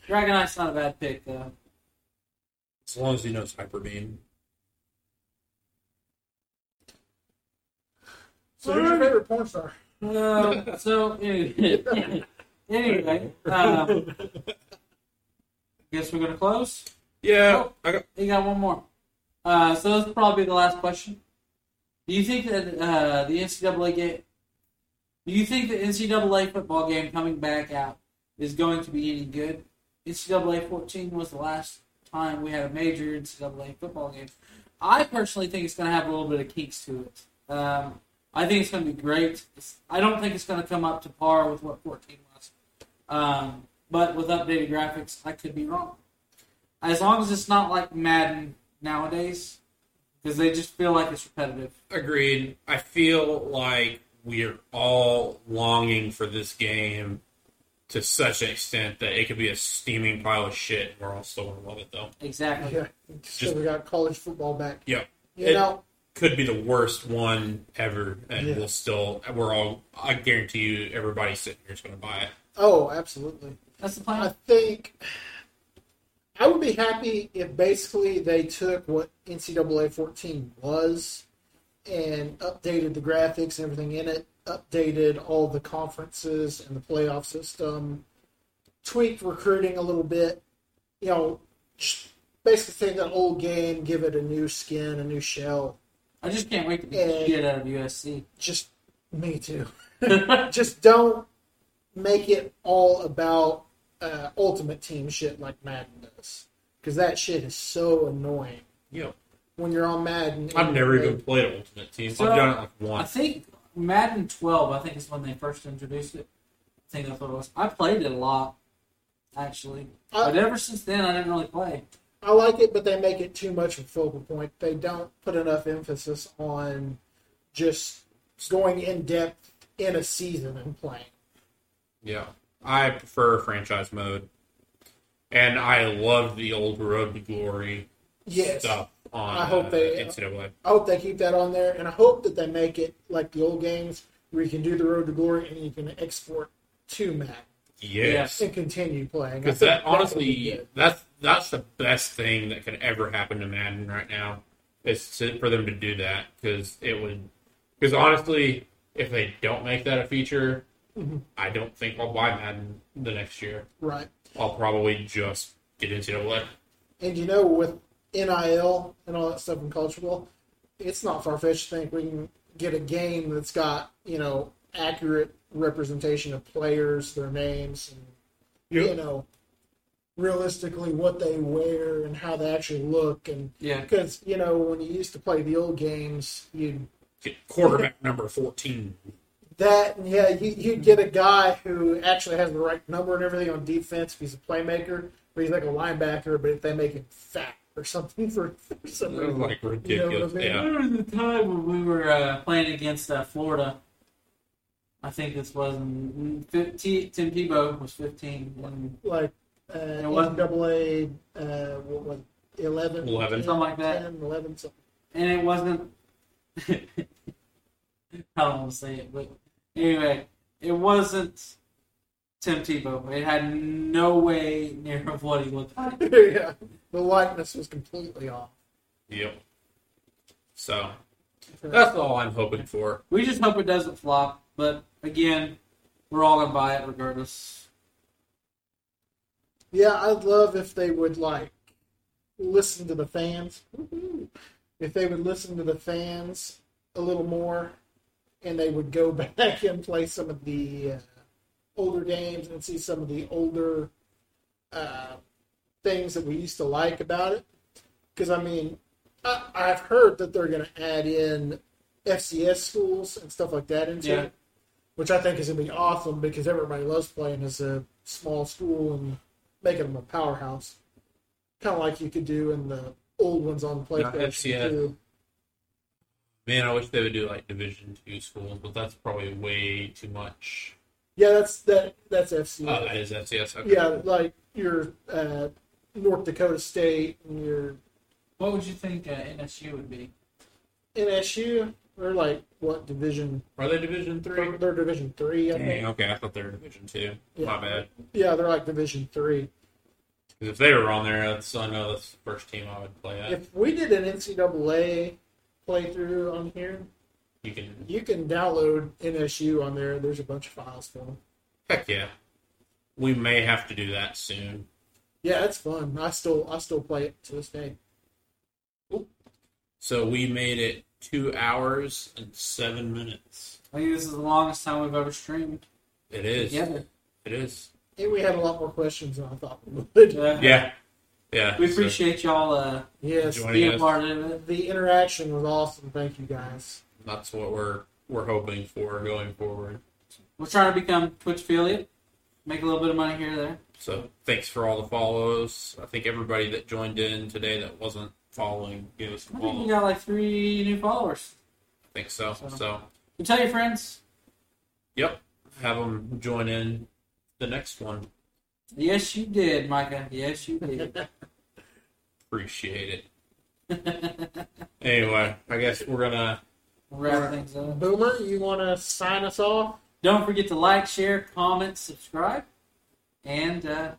Speaker 1: Dragonite's not a bad pick, though.
Speaker 2: As long as he knows Hyper Beam.
Speaker 3: So who's your favorite porn star?
Speaker 1: Um, so, anyway. anyway um, guess we're going to close.
Speaker 2: Yeah, I got,
Speaker 1: You got one more. Uh, so this will probably be the last question. Do you think that uh, the NCAA game? Do you think the NCAA football game coming back out is going to be any good? NCAA 14 was the last time we had a major NCAA football game. I personally think it's going to have a little bit of kinks to it. Um, I think it's going to be great. It's- I don't think it's going to come up to par with what 14 was. Um, but with updated graphics, I could be wrong as long as it's not like Madden nowadays, because they just feel like it's repetitive.
Speaker 2: agreed. I feel like we're all longing for this game to such an extent that it could be a steaming pile of shit. and We're all still gonna love it though.
Speaker 1: Exactly.
Speaker 3: Yeah, so we got college football back.
Speaker 2: Yep.
Speaker 3: You
Speaker 2: It-
Speaker 3: know,
Speaker 2: could be the worst one ever, and
Speaker 3: Yeah.
Speaker 2: we'll still we're all. I guarantee you, everybody sitting here is going to buy it.
Speaker 3: oh, absolutely.
Speaker 1: That's the
Speaker 3: I
Speaker 1: plan.
Speaker 3: think I would be happy if basically they took what NCAA 14 was and updated the graphics and everything in it, updated all the conferences and the playoff system, tweaked recruiting a little bit, you know, just basically take that old game, give it a new skin, a new shell.
Speaker 1: I just can't wait to get the
Speaker 3: Eh.
Speaker 1: shit out of USC.
Speaker 3: Just me too.
Speaker 1: yeah,
Speaker 3: just don't make it all about uh, ultimate team shit like Madden does, because that shit is so annoying
Speaker 2: Yeah,
Speaker 3: when you're on Madden. and
Speaker 2: I've never
Speaker 3: they-
Speaker 2: even played Ultimate Team.
Speaker 1: So,
Speaker 2: I've done it like
Speaker 1: I
Speaker 2: once.
Speaker 1: think Madden 12. I think is when they first introduced it. I think that's what it was. I played it a lot, actually, but
Speaker 3: I,
Speaker 1: ever since then I didn't really play.
Speaker 3: I like it, but they make it too much of a focal point. They don't put enough emphasis on just going in depth in a season and playing.
Speaker 2: Yeah, I prefer franchise mode, and I love the old Road to Glory
Speaker 3: Yes,
Speaker 2: stuff on
Speaker 3: I hope
Speaker 2: uh,
Speaker 3: they-
Speaker 2: NCAA.
Speaker 3: I hope they keep that on there, and I hope that they make it like the old games where you can do the Road to Glory and you can export to Madden.
Speaker 2: Yes,
Speaker 3: and continue playing.
Speaker 2: because
Speaker 3: I
Speaker 2: that
Speaker 3: think would be
Speaker 2: honestly,
Speaker 3: good.
Speaker 2: that's that's the best thing that could ever happen to Madden right now is to, for them to do that because it would because honestly, if they don't make that a feature,
Speaker 3: Mhm.
Speaker 2: I don't think I'll buy Madden the next year.
Speaker 3: right.
Speaker 2: I'll probably just get NCAA.
Speaker 3: And you know, with NIL and all that stuff in college football, it's not far fetched to think we can get a game that's got you know accurate representation of players, their names, and you know realistically what they wear and how they actually look and
Speaker 1: Yeah,
Speaker 3: because you know when you used to play the old games you'd
Speaker 2: Get quarterback number fourteen.
Speaker 3: That and yeah, you you get a guy who actually has the right number and everything on defense. If he's a playmaker, but he's like a linebacker. But if they make him fat or something for, for some
Speaker 2: That was,
Speaker 3: reason,
Speaker 2: like
Speaker 3: Oh, You know what I
Speaker 2: ridiculous.
Speaker 3: mean?
Speaker 1: I
Speaker 2: yeah.
Speaker 1: remember the time when we were uh, playing against uh, Florida. I think this was in 15, Tim Tebow was 15, and
Speaker 3: like uh,
Speaker 1: It wasn't-
Speaker 3: NCAA, uh, what was it, 11,
Speaker 2: 11.
Speaker 3: 10,
Speaker 1: Something like that.
Speaker 3: 10, 11, something.
Speaker 1: and it wasn't. I don't want to say it, but anyway, it wasn't Tim Tebow. It had no way near of what he looked like.
Speaker 3: yeah, the likeness was completely off.
Speaker 2: Yep. So that's all I'm hoping for.
Speaker 1: We just hope it doesn't flop. But again, we're all gonna buy it regardless.
Speaker 3: Yeah, I'd love if they would like listen to the fans. If they would listen to the fans a little more, and they would go back and play some of the uh, older games and see some of the older uh, things that we used to like about it. Because I mean, I, I've heard that they're going to add in FCS schools and stuff like that into
Speaker 1: Yeah.
Speaker 3: it, which I think is going to be awesome because everybody loves playing as a small school and making them a powerhouse, kind of like you could do in the old ones on
Speaker 2: Yeah,
Speaker 3: PlayStation.
Speaker 2: FCS.
Speaker 3: too.
Speaker 2: Man, I wish they would do like Division Two schools, but that's probably way too much.
Speaker 3: Yeah, that's that. That's FCS.
Speaker 2: Oh, that is FCS. Okay.
Speaker 3: yeah, like your uh, North Dakota State and your
Speaker 1: What would you think uh, NSU would be?
Speaker 3: NSU. They're like what division?
Speaker 2: Are they Division Three?
Speaker 3: They're, they're Division Three. I
Speaker 2: Dang,
Speaker 3: think.
Speaker 2: okay, I thought they were Division Two. My
Speaker 3: Yeah.
Speaker 2: bad.
Speaker 3: Yeah, they're like Division Three.
Speaker 2: 'Cause if they were on there, that's I know that's the first team I would play at.
Speaker 3: If we did an NCAA playthrough on here,
Speaker 2: You can,
Speaker 3: you can download NSU on there. There's a bunch of files for them.
Speaker 2: heck yeah. We may have to do that soon.
Speaker 3: Yeah, it's fun. I still I still play it to this day.
Speaker 2: So we made it two hours and seven minutes.
Speaker 1: I think this is the longest time we've ever streamed
Speaker 2: It is.
Speaker 1: together.
Speaker 2: It is.
Speaker 3: And we had a lot more questions than I thought we would.
Speaker 1: Uh,
Speaker 2: Yeah. Yeah.
Speaker 1: We
Speaker 2: so-
Speaker 1: appreciate y'all uh,
Speaker 3: Yes,
Speaker 2: Join-
Speaker 1: being a part of it.
Speaker 3: the interaction was awesome. Thank you guys.
Speaker 2: that's what we're we're hoping for going forward.
Speaker 1: We're trying to become Twitch affiliate, make a little bit of money here or there.
Speaker 2: So thanks for all the follows. I think everybody that joined in today that wasn't following gave us a
Speaker 1: I think we
Speaker 2: follow. I
Speaker 1: got like three new followers.
Speaker 2: think so. So
Speaker 1: So tell your friends.
Speaker 2: yep, have them join in the next one.
Speaker 1: Yes, you did, Micah. Yes, you did.
Speaker 2: Appreciate it. anyway, I guess we're gonna
Speaker 1: Wrap things up.
Speaker 3: Boomer, you want to sign us off?
Speaker 1: Don't forget to like, share, comment, subscribe, and uh,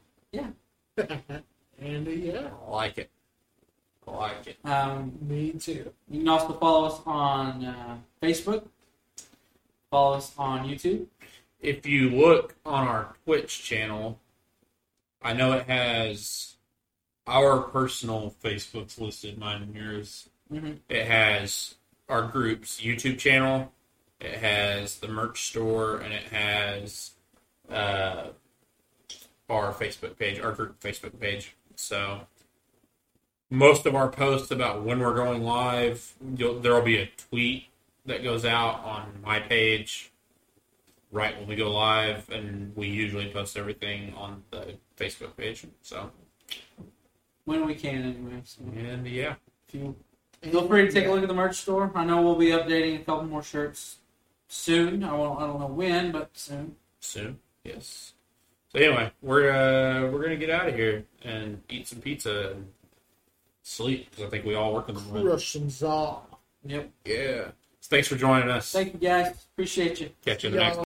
Speaker 3: and yeah,
Speaker 2: I like it. I like it.
Speaker 1: um,
Speaker 3: me too.
Speaker 1: you can also follow us on uh, Facebook. Follow us on YouTube.
Speaker 2: If you look on our Twitch channel, I know it has our personal Facebooks listed, mine and yours.
Speaker 1: Mhm.
Speaker 2: It has our group's YouTube channel. It has the merch store, and it has uh, our Facebook page, our group Facebook page. So most of our posts about when we're going live, you'll, there'll be a tweet that goes out on my page right when we go live, and we usually post everything on the Facebook page. So
Speaker 1: When we can, anyway. So
Speaker 2: and yeah,
Speaker 1: if you Feel free to take a look at the merch store. I know we'll be updating a couple more shirts soon. I won't, I don't know when, but soon.
Speaker 2: soon. Yes. So anyway, we're uh, we're gonna get out of here and eat some pizza and sleep because I think we all work in the morning.
Speaker 3: Crush them all.
Speaker 1: Yep.
Speaker 2: Yeah. So thanks for joining us.
Speaker 1: Thank you guys. Appreciate you.
Speaker 2: Catch you in the next.